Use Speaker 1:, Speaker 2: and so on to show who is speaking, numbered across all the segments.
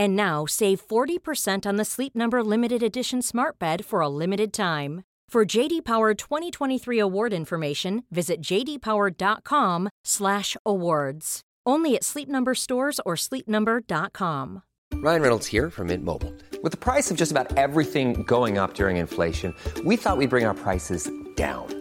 Speaker 1: And now save 40% on the Sleep Number limited edition smart bed for a limited time. For JD Power 2023 award information, visit jdpower.com/awards. Only at Sleep Number stores or sleepnumber.com.
Speaker 2: Ryan Reynolds here from Mint Mobile. With the price of just about everything going up during inflation, we thought we'd bring our prices down.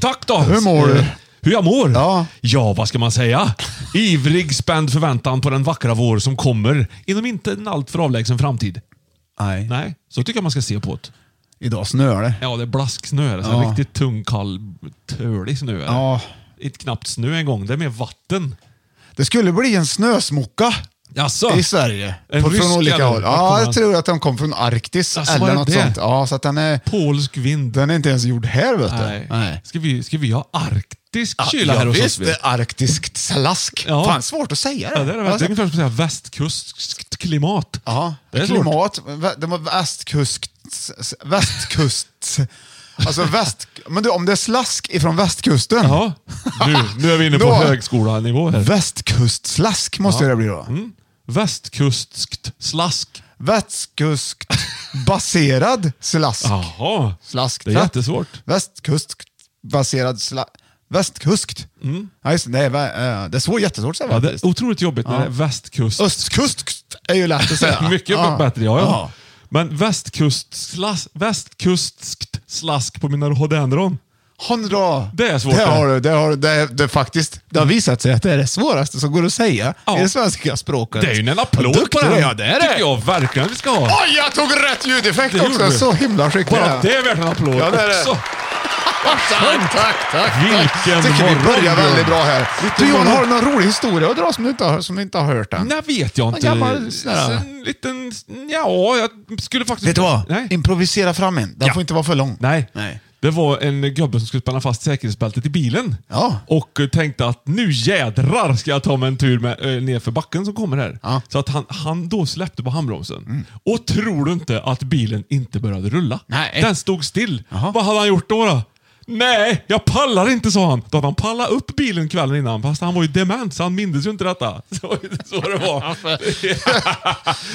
Speaker 3: tack då.
Speaker 4: Hur mår du?
Speaker 3: Eh, Hur jag mår?
Speaker 4: Ja.
Speaker 3: ja, vad ska man säga? Ivrig, spänd förväntan på den vackra vår som kommer inom inte en alltför avlägsen framtid.
Speaker 4: Nej.
Speaker 3: Nej, så tycker jag man ska se på det.
Speaker 4: Idag snöar det.
Speaker 3: Ja, det är blasksnö. här, så
Speaker 4: Ja.
Speaker 3: här Riktigt tung, kall, tölig snö. här.
Speaker 4: Ja.
Speaker 3: Inte knappt snö en gång, det är mer vatten.
Speaker 4: Det skulle bli en snösmocka
Speaker 3: Jaså?
Speaker 4: i Sverige.
Speaker 3: En
Speaker 4: På, från
Speaker 3: rysk
Speaker 4: olika
Speaker 3: eller?
Speaker 4: håll.
Speaker 3: Var
Speaker 4: Ja,
Speaker 3: kommer
Speaker 4: jag
Speaker 3: den?
Speaker 4: tror att de kom från Arktis
Speaker 3: Alltså, var
Speaker 4: eller
Speaker 3: det
Speaker 4: något
Speaker 3: det?
Speaker 4: sånt. Ja, så att den är,
Speaker 3: Polsk vind.
Speaker 4: den är inte ens gjord här vet du.
Speaker 3: Nej. Ska, vi, ska vi ha arktisk
Speaker 4: Ja,
Speaker 3: kyla här
Speaker 4: ja,
Speaker 3: hos oss?
Speaker 4: visst,
Speaker 3: vi?
Speaker 4: det är arktiskt slask.
Speaker 3: Ja.
Speaker 4: Fan, svårt att säga det.
Speaker 3: Ja, det är det. verkligen. Det är ungefär som att säga västkustklimat.
Speaker 4: Ja,
Speaker 3: det är svårt.
Speaker 4: klimat. vä- Det var västkust... Västkust... Alltså väst... Men du, om det är slask ifrån västkusten.
Speaker 3: Ja, nu, nu är vi inne på
Speaker 4: Då-
Speaker 3: högskolanivå här.
Speaker 4: Västkustslask måste det bli då.
Speaker 3: Mm. Västkustskt slask.
Speaker 4: Västkustbaserad slask.
Speaker 3: Jaha.
Speaker 4: Slask.
Speaker 3: Det är jättesvårt.
Speaker 4: Västkustbaserad slask. Västkust. Ja, just, det, det, är, vä- eh, det är svårt, jättesvårt att säga.
Speaker 3: Mm. Ja, det
Speaker 4: faktiskt.
Speaker 3: är otroligt jobbigt när det är västkust.
Speaker 4: Östkust är ju lätt att säga.
Speaker 3: Mycket bättre, ja. ja. Men västkustslask, västkustskt slask på mina rhododendron.
Speaker 4: Hundra.
Speaker 3: Det är svårt,
Speaker 4: Det
Speaker 3: det.
Speaker 4: har du. Det, har, du. det, är- det, är faktiskt, det har visat sig att det är det svåraste som går att säga
Speaker 3: Ja.
Speaker 4: i det svenska språket.
Speaker 3: Det är ju en applåd på
Speaker 4: Duktig
Speaker 3: den.
Speaker 4: du är. Ja, det är
Speaker 3: tycker
Speaker 4: det.
Speaker 3: jag verkligen vi ska ha.
Speaker 4: Oj, jag tog rätt ljudeffekt
Speaker 3: Det gjorde
Speaker 4: också.
Speaker 3: du.
Speaker 4: Så himla skicklig jag
Speaker 3: Bara
Speaker 4: är.
Speaker 3: det är värt en applåd
Speaker 4: Ja, det är det.
Speaker 3: också.
Speaker 4: Tack, tack, tack.
Speaker 3: Vilken
Speaker 4: tycker vi
Speaker 3: morgon,
Speaker 4: börjar
Speaker 3: Björn.
Speaker 4: väldigt bra här.
Speaker 3: Vilken
Speaker 4: Du John, har
Speaker 3: morgon.
Speaker 4: du någon rolig historia att dra som du inte har, som du inte har hört än?
Speaker 3: Nej, vet jag inte.
Speaker 4: En gammal sån här-
Speaker 3: En liten... Ja, jag skulle faktiskt...
Speaker 4: Vet du vad?
Speaker 3: Nej.
Speaker 4: Improvisera fram en. Den
Speaker 3: Ja.
Speaker 4: får inte vara för lång.
Speaker 3: Nej.
Speaker 4: Nej.
Speaker 3: Det var en gubbe som skulle spänna fast säkerhetsbältet i bilen.
Speaker 4: Ja.
Speaker 3: Och eh, tänkte att nu jädrar ska jag ta mig en tur med, eh, ner för backen som kommer här.
Speaker 4: Ja. Mm.
Speaker 3: Så att han, han då släppte på handbromsen. Och tror du inte att bilen inte började rulla?
Speaker 4: Nej.
Speaker 3: Den stod still.
Speaker 4: Jaha.
Speaker 3: Vad hade han gjort då? då? Nej, jag pallar inte, sa han. Då hade han pallat upp bilen kvällen innan, fast han var ju dement så han mindes ju inte detta. Så, så det var.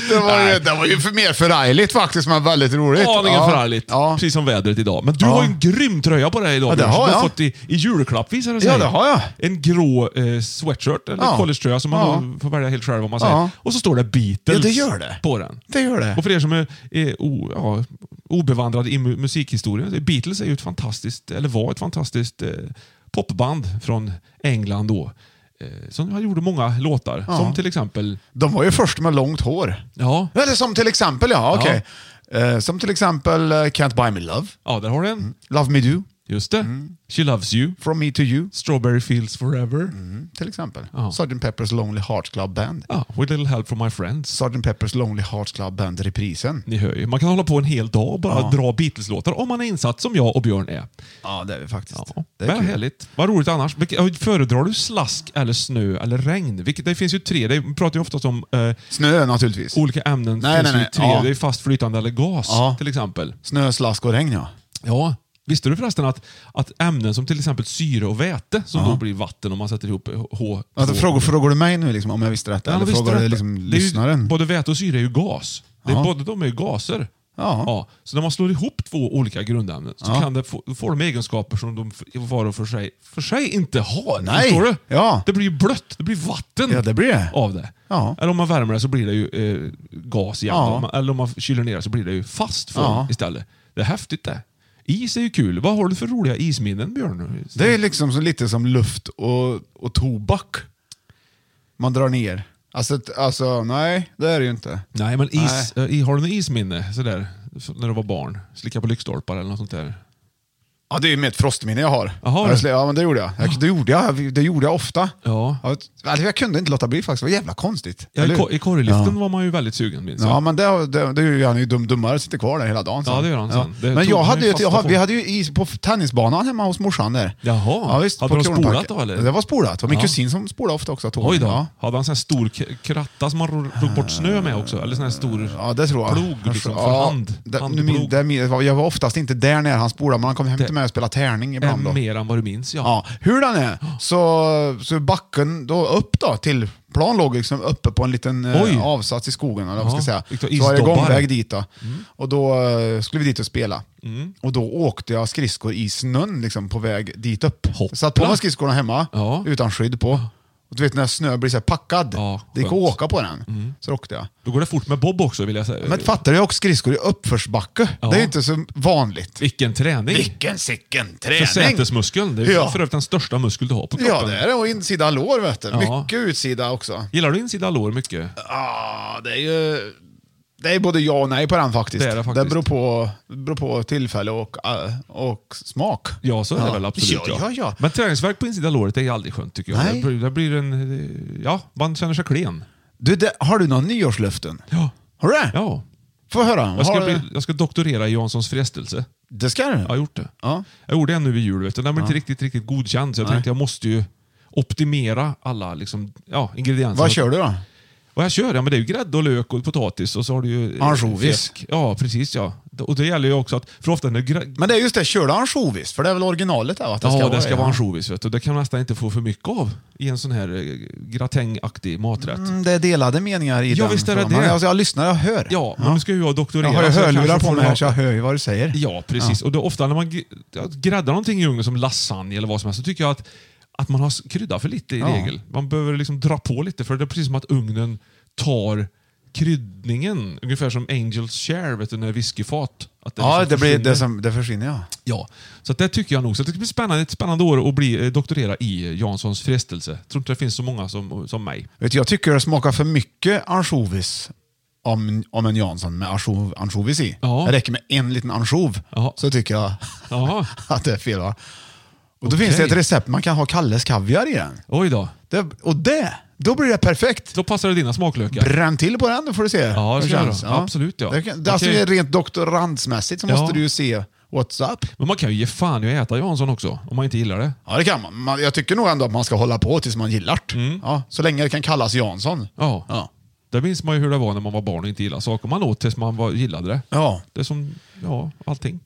Speaker 4: Det var, ju- det var ju för, mer förargligt faktiskt, men väldigt roligt.
Speaker 3: Aningen
Speaker 4: Ja.
Speaker 3: förargligt.
Speaker 4: Ja.
Speaker 3: Precis som vädret idag. Men du
Speaker 4: Ja.
Speaker 3: har ju en grym tröja på dig idag.
Speaker 4: Ja, det
Speaker 3: Björn, som
Speaker 4: har
Speaker 3: du
Speaker 4: jag.
Speaker 3: fått i, i julklapp visar det sig.
Speaker 4: Ja, det har jag.
Speaker 3: En grå eh, sweatshirt, eller
Speaker 4: Ja.
Speaker 3: collegetröja som man
Speaker 4: Ja.
Speaker 3: då får välja helt själv vad man
Speaker 4: Ja.
Speaker 3: säger. Och så står det Beatles
Speaker 4: Ja, det gör det.
Speaker 3: på den.
Speaker 4: Det gör det.
Speaker 3: Och för er som är, är o, ja, obevandrade i mu- musikhistorien, Beatles är ju ett fantastiskt, eller var ett fantastiskt eh, popband från England då. Eh, som gjorde många låtar. Som till exempel...
Speaker 4: De var ju först med långt hår.
Speaker 3: Ja,
Speaker 4: Eller som till exempel, ja okej. Eh, som till exempel eh, Can't Buy Me Love,
Speaker 3: ja där har du en.
Speaker 4: Love Me Do.
Speaker 3: Just det.
Speaker 4: Mm.
Speaker 3: She loves you.
Speaker 4: From me to you, Mm,
Speaker 3: Strawberry fields forever.
Speaker 4: till exempel.
Speaker 3: Ja.
Speaker 4: Sgt. Peppers Lonely Hearts Club Band.
Speaker 3: Ja, with a little help from my friends.
Speaker 4: Sgt. Peppers Lonely Hearts Club Band-reprisen.
Speaker 3: Ni hör ju. Man kan hålla på en hel dag och bara dra Beatles-låtar om man är insatt som jag och Björn är.
Speaker 4: Ja, det är vi faktiskt.
Speaker 3: Ja,
Speaker 4: Det
Speaker 3: det
Speaker 4: är
Speaker 3: är
Speaker 4: kul.
Speaker 3: härligt. Vad roligt annars. Vilka- Föredrar du slask eller snö eller regn? Vilket, det finns ju tre. Det pratar ju oftast om eh,
Speaker 4: Snö naturligtvis.
Speaker 3: olika ämnen.
Speaker 4: Nej,
Speaker 3: finns
Speaker 4: nej, nej.
Speaker 3: Ju tre.
Speaker 4: Ja.
Speaker 3: Det är fast flytande eller gas
Speaker 4: Ja.
Speaker 3: till exempel.
Speaker 4: Snö, slask och regn ja.
Speaker 3: Ja. Visste du förresten att, att ämnen som till exempel syre och väte, som då blir vatten om man sätter ihop H...
Speaker 4: Alltså, frågar, frågar du mig nu liksom, om jag visste detta?
Speaker 3: Ja,
Speaker 4: eller
Speaker 3: visst är
Speaker 4: frågar
Speaker 3: det.
Speaker 4: du liksom,
Speaker 3: Det är ju-
Speaker 4: lyssnaren?
Speaker 3: Både väte och syre är ju gas. Det
Speaker 4: Ja.
Speaker 3: är, båda de är ju gaser.
Speaker 4: Ja.
Speaker 3: Så när man slår ihop två olika grundämnen så kan det få, får de egenskaper som de f- var och för sig, för sig inte har.
Speaker 4: Nej.
Speaker 3: Förstår du?
Speaker 4: Ja.
Speaker 3: Det blir ju blött. Det blir vatten
Speaker 4: Ja, det blir det.
Speaker 3: av det.
Speaker 4: Ja.
Speaker 3: Eller om man värmer det så blir det ju eh, gas igen.
Speaker 4: Ja.
Speaker 3: Om man- Eller om man kyler ner det så blir det ju fast form
Speaker 4: Ja.
Speaker 3: istället. Det är häftigt det. Is är ju kul. Vad har du för roliga isminnen, Björn?
Speaker 4: Det är liksom så lite som luft och, och tobak. Man drar ner. Alltså, t- alltså, nej, det är det ju inte.
Speaker 3: Nej, men is, eh, i- har du något isminne? Sådär, f- när du var barn? Slicka på lyktstolpar eller något sånt där?
Speaker 4: Ja, det är ju mer ett frostminne jag har.
Speaker 3: Jaha,
Speaker 4: jag
Speaker 3: du.
Speaker 4: slä- ja, men det gjorde jag. jag. Det gjorde jag, det gjorde jag ofta.
Speaker 3: Ja.
Speaker 4: alltså, jag kunde inte låta bli faktiskt. Det var jävla konstigt.
Speaker 3: Ja,
Speaker 4: eller
Speaker 3: I
Speaker 4: hur?
Speaker 3: ko- i korgliften var man ju väldigt sugen minns
Speaker 4: Ja,
Speaker 3: jag.
Speaker 4: men det, det, det är ju han ju dum, dummare sitter kvar där hela dagen. sen.
Speaker 3: Ja, det gör han sen. Det
Speaker 4: Men
Speaker 3: tog
Speaker 4: jag
Speaker 3: man
Speaker 4: hade
Speaker 3: ju
Speaker 4: ju, ett- jag,
Speaker 3: fasta
Speaker 4: ha-
Speaker 3: på.
Speaker 4: vi hade ju is på tennisbanan hemma hos morsan där.
Speaker 3: Jaha.
Speaker 4: Ja, visst,
Speaker 3: Hade
Speaker 4: på
Speaker 3: de
Speaker 4: Kronparken.
Speaker 3: spolat då, eller?
Speaker 4: Det var spolat. Det var min
Speaker 3: Ja.
Speaker 4: kusin som spolade ofta också. tog
Speaker 3: Oj
Speaker 4: den,
Speaker 3: då.
Speaker 4: Ja.
Speaker 3: Hade han sån här stor k- kratta som man ro- drog bort snö med också? Eller sån här stor
Speaker 4: Ja, det tror jag.
Speaker 3: plog liksom, för
Speaker 4: ja,
Speaker 3: hand?
Speaker 4: Det, nu, min,
Speaker 3: Handplog.
Speaker 4: det, min- jag var oftast inte där när han spolade, men han kom hem till
Speaker 3: Det-
Speaker 4: mig och spelade tärning
Speaker 3: Äh,
Speaker 4: ibland. Då.
Speaker 3: mer än vad du minns, ja.
Speaker 4: Ja, hur den är, så, så backen då upp då till plan låg liksom uppe på en liten eh,
Speaker 3: Oj.
Speaker 4: avsats i skogen. Eller vad man ska
Speaker 3: Ja,
Speaker 4: säga.
Speaker 3: lite
Speaker 4: Så var det
Speaker 3: isdobbar. Mm.
Speaker 4: gångväg dit då. Och då eh, skulle vi dit och spela. Och då åkte jag skridskor i snön liksom, på väg dit upp.
Speaker 3: Hoppla.
Speaker 4: Satt på mig skridskorna hemma
Speaker 3: Ja.
Speaker 4: utan skydd på. Och du vet när snö blir så här packad,
Speaker 3: Ja,
Speaker 4: det gick att
Speaker 3: skönt. Mm.
Speaker 4: åka på den. Så åkte jag.
Speaker 3: Då går det fort med Bob också vill jag säga.
Speaker 4: Men fattar du, jag åker skridskor i uppförsbacke.
Speaker 3: Ja.
Speaker 4: Det är ju inte så vanligt.
Speaker 3: Vilken träning!
Speaker 4: Vilken sicken
Speaker 3: För
Speaker 4: träning!
Speaker 3: sätesmuskeln. Det är
Speaker 4: Ja.
Speaker 3: för övrigt den största muskel du har på kroppen.
Speaker 4: Ja, det är det. Och insida lår, vet du.
Speaker 3: Ja.
Speaker 4: Mycket utsida också.
Speaker 3: Gillar du insida lår mycket?
Speaker 4: Ja, det är ju... Det är både ja och nej på den faktiskt.
Speaker 3: Det är det faktiskt.
Speaker 4: beror, på, beror på tillfälle och, äh, och smak.
Speaker 3: Ja, så är det väl absolut.
Speaker 4: Ja, ja, ja.
Speaker 3: Men träningsvärk på insida låret är aldrig skönt tycker jag.
Speaker 4: Nej.
Speaker 3: Det blir- Det blir en... Ja, man känner sig klen.
Speaker 4: Du, det, har du någon nyårslöften?
Speaker 3: Ja.
Speaker 4: Har du det?
Speaker 3: Ja.
Speaker 4: Få höra.
Speaker 3: Jag ska,
Speaker 4: Har du-
Speaker 3: bli, jag ska doktorera i Janssons frestelse.
Speaker 4: Det ska du?
Speaker 3: Jag har gjort det.
Speaker 4: Ja.
Speaker 3: Jag gjorde en nu vid jul. Vet du. Den var inte riktigt, riktigt godkänd, så jag tänkte jag måste ju optimera alla liksom, ja, ingredienser.
Speaker 4: Vad kör du då?
Speaker 3: Vad jag kör? Ja, men det är ju grädde och lök och potatis och så har du ju... eh,
Speaker 4: Ansjovis.
Speaker 3: fisk. Ja, precis ja. Och det gäller ju också att... För ofta när grä-
Speaker 4: Men det är just det, kör du ansjovis? För det är väl originalet där? va? Att
Speaker 3: Ja, det ska,
Speaker 4: ja.
Speaker 3: vara ansjovis. vet du. Det kan man nästan inte få för mycket av i en sån här eh, gratängaktig maträtt.
Speaker 4: Mm, Det är delade meningar i
Speaker 3: Ja,
Speaker 4: den.
Speaker 3: visst är det
Speaker 4: frågan. Men
Speaker 3: det.
Speaker 4: alltså, jag lyssnar, jag hör.
Speaker 3: Ja, men nu ska ju jag doktorera.
Speaker 4: Jag har ju
Speaker 3: så kanske
Speaker 4: hörlurar på
Speaker 3: får
Speaker 4: mig
Speaker 3: ha-
Speaker 4: här så jag hör ju vad du säger.
Speaker 3: Ja, precis. Och det är ofta när man gr- ja, gräddar någonting i ugnen som lasagne eller vad som helst så tycker jag att, att man har s- krydda för lite i
Speaker 4: Ja.
Speaker 3: regel. Man behöver liksom dra på lite för det är precis som att ugnen tar kryddningen. Ungefär som Angels share vet du, när whiskyfat. Att den
Speaker 4: Ja,
Speaker 3: liksom
Speaker 4: det, blir
Speaker 3: försvinner.
Speaker 4: det, som, det försvinner ja.
Speaker 3: Ja, så att det tycker jag nog. Så det blir spännande, ett spännande år att bli eh, doktorera i eh, Janssons frestelse. Tror inte det finns så många som, som mig.
Speaker 4: Vet du, jag tycker det smakar för mycket ansjovis om, om en Jansson med ansjov, ansjovis i.
Speaker 3: Ja.
Speaker 4: Det räcker med en liten ansjov
Speaker 3: Ja.
Speaker 4: så tycker jag
Speaker 3: Jaha,
Speaker 4: att det är fel. Va? Och då
Speaker 3: Okej.
Speaker 4: finns det ett recept, man kan ha Kalles kaviar i den.
Speaker 3: oj då.
Speaker 4: Det, och det, då blir det perfekt.
Speaker 3: Då passar det dina smaklökar.
Speaker 4: Bränn till på den, då får du se
Speaker 3: Ja, det
Speaker 4: hur
Speaker 3: ska jag göra. Absolut, ja.
Speaker 4: Det, kan- det, alltså,
Speaker 3: Okej.
Speaker 4: Rent doktorandsmässigt så
Speaker 3: Ja.
Speaker 4: måste du ju se what's up.
Speaker 3: Men man kan ju ge fan i att äta Jansson också, om man inte gillar det.
Speaker 4: Ja, det kan man. man. Jag tycker nog ändå att man ska hålla på tills man gillar det. Ja, så länge det kan kallas Jansson.
Speaker 3: Mm. Ja.
Speaker 4: Ja.
Speaker 3: Där minns man ju hur det var när man var barn och inte gillade saker. Man åt tills man var, gillade det.
Speaker 4: ja.
Speaker 3: Det är som, ja, allting.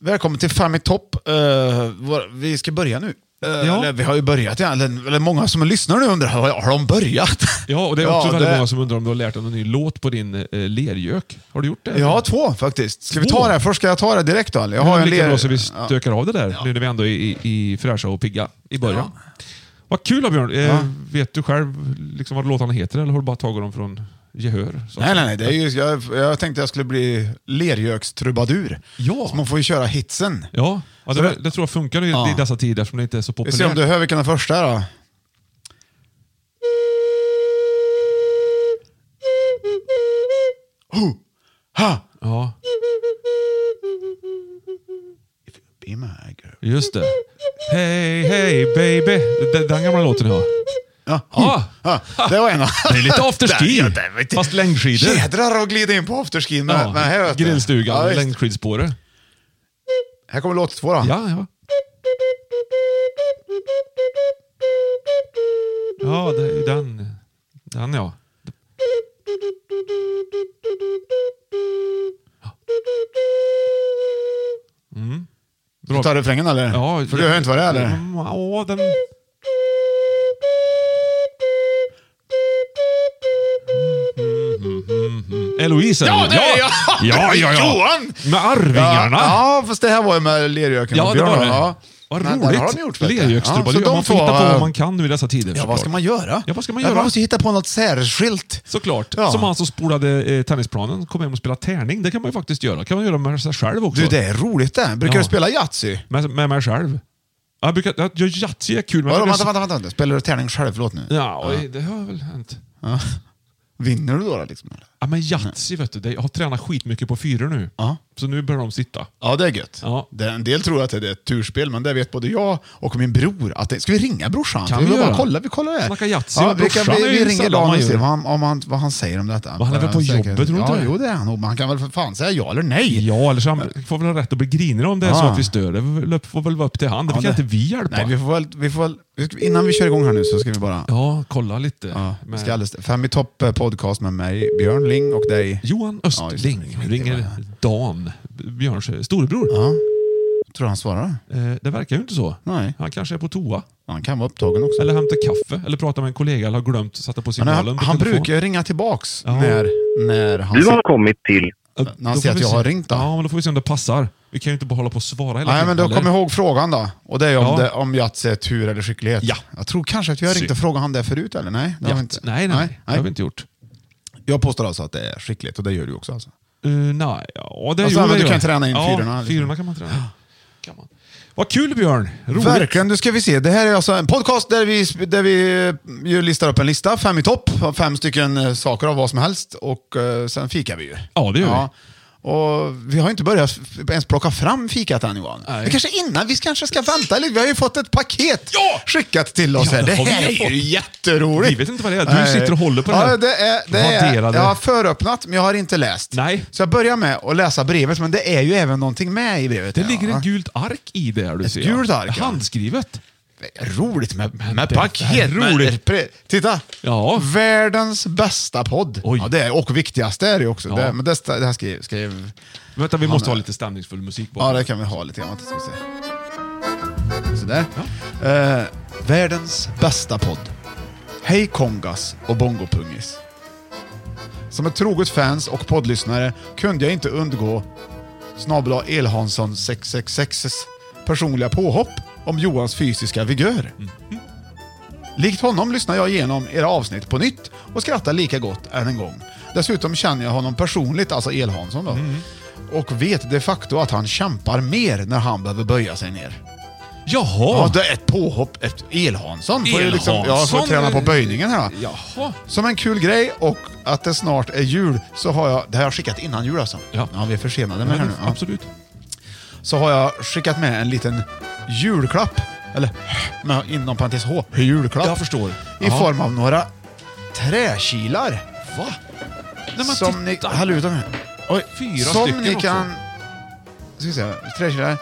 Speaker 4: Välkommen till Fem i topp. Eh, vår- vi ska börja nu. Eh,
Speaker 3: Ja.
Speaker 4: eller, vi har ju börjat, ja. eller, eller många som lyssnar nu undrar, har, har de börjat?
Speaker 3: Ja, och det är också väldigt
Speaker 4: det-
Speaker 3: många som undrar om du har lärt dig någon ny låt på din eh, lergök. Har du gjort det?
Speaker 4: Jag har två faktiskt. Ska vi
Speaker 3: Två?
Speaker 4: ta det här först? Ska jag ta det direkt då? eller? Jag
Speaker 3: Det
Speaker 4: har
Speaker 3: är
Speaker 4: en
Speaker 3: lika
Speaker 4: ler...
Speaker 3: bra så vi stökar av det där, nu när vi ändå är i, i fräscha och pigga i början. Vad kul då, Björn. Eh, Vet du själv liksom vad låtarna heter eller har du bara tagit dem från gehör? så att
Speaker 4: Nej, nej,
Speaker 3: säga?
Speaker 4: nej. Det är ju, jag, jag tänkte jag skulle bli lergökstrubadur.
Speaker 3: Ja.
Speaker 4: Så man får ju köra hitsen.
Speaker 3: Ja, ja
Speaker 4: Så
Speaker 3: det,
Speaker 4: det-
Speaker 3: det tror jag funkar i,
Speaker 4: Ja.
Speaker 3: i dessa tider eftersom det inte är så
Speaker 4: Vi ser om
Speaker 3: populärt.
Speaker 4: du hör vilken den första är då. Ho, ha.
Speaker 3: Ja.
Speaker 4: If you be be my girl.
Speaker 3: Just det. Hey, hey baby. Den, den gamla låten ja.
Speaker 4: Ja,
Speaker 3: Ja.
Speaker 4: ja, det var en av-
Speaker 3: Ah. Det är lite afterski.
Speaker 4: Där, ja, där, vet du.
Speaker 3: Fast längdskidor.
Speaker 4: Jädrar att glida in på afterskin med, med här. vet du.
Speaker 3: grillstugan,
Speaker 4: Ja,
Speaker 3: med
Speaker 4: visst.
Speaker 3: längdskidspåret.
Speaker 4: här kommer låt två då.
Speaker 3: Ja, ja. Ja, det är ju den. Den ja. Ja. Mm. Bra.
Speaker 4: Tar du refrängen eller?
Speaker 3: Ja,
Speaker 4: För du hör inte vad det är eller?
Speaker 3: Ja, den... Mm, Eloise är
Speaker 4: Ja,
Speaker 3: det.
Speaker 4: det är jag!
Speaker 3: Ja, ja, ja.
Speaker 4: Johan!
Speaker 3: Med Arvingarna.
Speaker 4: Ja, ja, fast det här var ju med Lerjöken
Speaker 3: Ja,
Speaker 4: och
Speaker 3: det
Speaker 4: Björn.
Speaker 3: var det.
Speaker 4: Ja.
Speaker 3: Vad
Speaker 4: Men där har de gjort,
Speaker 3: roligt!
Speaker 4: vet du.
Speaker 3: Lerjöksstrumpa.
Speaker 4: så
Speaker 3: Ja,
Speaker 4: de
Speaker 3: man får
Speaker 4: två,
Speaker 3: hitta på
Speaker 4: eh,
Speaker 3: vad man kan nu i dessa tider
Speaker 4: Ja, vad ska man göra?
Speaker 3: Ja, vad ska man
Speaker 4: Man
Speaker 3: göra?
Speaker 4: måste hitta på något särskilt.
Speaker 3: Såklart.
Speaker 4: Ja.
Speaker 3: Som han som spolade eh, tennisplanen kom hem och spelade tärning. Det kan man ju faktiskt göra. kan man göra med sig själv också.
Speaker 4: Du, det är roligt det. Brukar
Speaker 3: Ja.
Speaker 4: du spela Yatzy?
Speaker 3: Med, med mig själv. Jag brukar... Jag, jag, Yatzy är kul, men...
Speaker 4: Vadå,
Speaker 3: jag
Speaker 4: vänta,
Speaker 3: brukar-
Speaker 4: vänta, vänta. Spelar du tärning själv? Förlåt nu.
Speaker 3: Ja, oj, det har väl hänt.
Speaker 4: Ja. Vinner du då? Liksom, eller?
Speaker 3: Ja, men Yatzy, vet du. det- Jag har tränat skitmycket på fyror nu.
Speaker 4: Ja.
Speaker 3: Så nu börjar de sitta.
Speaker 4: Ja, det är gött.
Speaker 3: Ja.
Speaker 4: Det, en del tror att det är ett turspel, men det vet både jag och min bror. Att det, ska vi ringa brorsan?
Speaker 3: Kan vi
Speaker 4: vi
Speaker 3: göra?
Speaker 4: bara kolla, vi kollar det.
Speaker 3: Snacka Yatzy
Speaker 4: ja,
Speaker 3: med
Speaker 4: vi, kan,
Speaker 3: brorsan
Speaker 4: vi,
Speaker 3: är ju
Speaker 4: vi ringer
Speaker 3: sällan man
Speaker 4: idag och
Speaker 3: gör.
Speaker 4: ser vad han, om han, vad han säger om detta.
Speaker 3: han är väl på jobbet, tror du inte
Speaker 4: ja,
Speaker 3: det?
Speaker 4: Jo, det är han nog. men Han kan väl för fan säga ja eller nej.
Speaker 3: Ja, eller så han får väl ha rätt att bli grinig om det är så
Speaker 4: Ja.
Speaker 3: att vi stör. Det väl- får väl vara upp till han. Det
Speaker 4: Ja,
Speaker 3: kan inte vi hjälpa.
Speaker 4: Nej, vi får väl, vi får väl, vi ska- innan vi kör igång här nu så ska vi bara...
Speaker 3: Ja, kolla lite.
Speaker 4: Ja, vi
Speaker 3: Men-
Speaker 4: ska alldeles, fem i topp eh, podcast med mig, Björn Ling och dig.
Speaker 3: Johan Östling
Speaker 4: Ja, just det.
Speaker 3: ringer Dan, Björns storebror.
Speaker 4: Ja. Tror du han svarar?
Speaker 3: Eh, det verkar ju inte så.
Speaker 4: Nej.
Speaker 3: Han kanske är på toa,
Speaker 4: Han kan vara upptagen också.
Speaker 3: eller hämtar kaffe, eller pratar med en kollega eller har glömt sätta på
Speaker 4: Men
Speaker 3: signalen.
Speaker 4: han,
Speaker 3: på
Speaker 4: han
Speaker 3: telefon.
Speaker 4: brukar ju ringa tillbaks
Speaker 3: Ja.
Speaker 4: när, när han...
Speaker 5: Du
Speaker 4: ser-
Speaker 5: har kommit till
Speaker 3: Eh,
Speaker 4: när han
Speaker 3: då får
Speaker 4: ser att
Speaker 3: vi
Speaker 4: jag
Speaker 3: se-
Speaker 4: har ringt då.
Speaker 3: Ja, men då får vi se om det passar. Vi kan ju inte bara hålla på och svara hela
Speaker 4: Nej, men då
Speaker 3: eller?
Speaker 4: kom ihåg frågan då. Och det är ju om,
Speaker 3: Ja.
Speaker 4: det, om Yatzy är tur eller skicklighet.
Speaker 3: Ja.
Speaker 4: Jag tror kanske att vi har ringt
Speaker 3: Synd.
Speaker 4: och frågat han det förut, eller? Nej, det har vi
Speaker 3: Ja,
Speaker 4: inte.
Speaker 3: nej, nej, nej. Det har vi
Speaker 4: nej.
Speaker 3: inte gjort.
Speaker 4: Jag påstår alltså att det är skicklighet, och det gör du också alltså.
Speaker 3: Eh, nej, ja det
Speaker 4: Och
Speaker 3: jo,
Speaker 4: sen,
Speaker 3: det gör
Speaker 4: du kan
Speaker 3: jag.
Speaker 4: träna in
Speaker 3: ja,
Speaker 4: fyrorna, liksom.
Speaker 3: Fyrorna kan man träna. Kan man. Vad kul Björn! Roligt.
Speaker 4: Verkligen, nu ska vi se. Det här är alltså en podcast där vi, där vi eh, ju listar upp en lista, fem i topp, av fem stycken eh, saker av vad som helst och eh, sen fikar vi ju.
Speaker 3: Ja, det gör
Speaker 4: vi. Och vi har inte börjat f- ens plocka fram fikat än Johan.
Speaker 3: Nej.
Speaker 4: Men kanske innan, vi kanske ska vänta lite. Vi har ju fått ett paket
Speaker 3: Ja!
Speaker 4: skickat till oss
Speaker 3: Ja,
Speaker 4: här.
Speaker 3: det
Speaker 4: Det
Speaker 3: har vi
Speaker 4: här
Speaker 3: ju
Speaker 4: är
Speaker 3: fått.
Speaker 4: ju jätteroligt.
Speaker 3: Vi vet inte vad det är. Du sitter och håller på det
Speaker 4: ja,
Speaker 3: här.
Speaker 4: Det är, det är,
Speaker 3: Raderade.
Speaker 4: jag har föröppnat, men jag har inte läst.
Speaker 3: Nej.
Speaker 4: Så jag börjar med att läsa brevet, men det är ju även någonting med i brevet.
Speaker 3: Det
Speaker 4: här,
Speaker 3: ligger
Speaker 4: va?
Speaker 3: ett gult ark i där du
Speaker 4: Ett
Speaker 3: ser.
Speaker 4: gult ark, ja.
Speaker 3: Handskrivet.
Speaker 4: Roligt med,
Speaker 3: Men
Speaker 4: med
Speaker 3: det
Speaker 4: paket.
Speaker 3: är roligt.
Speaker 4: Med, pre- titta!
Speaker 3: Ja.
Speaker 4: Världens bästa podd.
Speaker 3: Oj.
Speaker 4: Ja, det är, och viktigaste är det ju också.
Speaker 3: Ja.
Speaker 4: Det, men det, sta- det här skrev, skrev...
Speaker 3: Vänta, vi måste
Speaker 4: är-
Speaker 3: ha lite stämningsfull musik
Speaker 4: Ja,
Speaker 3: bakom.
Speaker 4: det kan vi ha lite grann. Vänta, Ska vi se. Sådär. Eh, världens bästa podd. Hej Kongas och Bongopungis. Som ett troget fans och poddlyssnare kunde jag inte undgå snabel Elhansson 666 personliga påhopp om Johans fysiska vigör. Likt honom lyssnar jag igenom era avsnitt på nytt och skrattar lika gott än en gång. Dessutom känner jag honom personligt, alltså Elhansson då,
Speaker 3: Mm.
Speaker 4: och vet de facto att han kämpar mer när han behöver böja sig ner. Ja,
Speaker 3: Jaha!
Speaker 4: det är ett påhopp. Ett Elhansson får ju liksom,
Speaker 3: Elhansson.
Speaker 4: ja, får träna
Speaker 3: eh,
Speaker 4: på böjningen här. va.
Speaker 3: Jaha.
Speaker 4: Som en kul grej och att det snart är jul så har jag, det här har jag skickat innan jul alltså.
Speaker 3: Ja.
Speaker 4: vi är försenade med det här nu. Ja
Speaker 3: Absolut.
Speaker 4: så har jag skickat med en liten julklapp. Eller med inom parentes H, julklapp.
Speaker 3: Jag förstår.
Speaker 4: I
Speaker 3: Jaha.
Speaker 4: form av några träkilar. Va?
Speaker 3: Nej, men
Speaker 4: som ni...
Speaker 3: titta.
Speaker 4: Hallå, utan här. Oj,
Speaker 3: Fyra
Speaker 4: som
Speaker 3: stycken
Speaker 4: ni
Speaker 3: också.
Speaker 4: kan... Ska vi se, träkilar.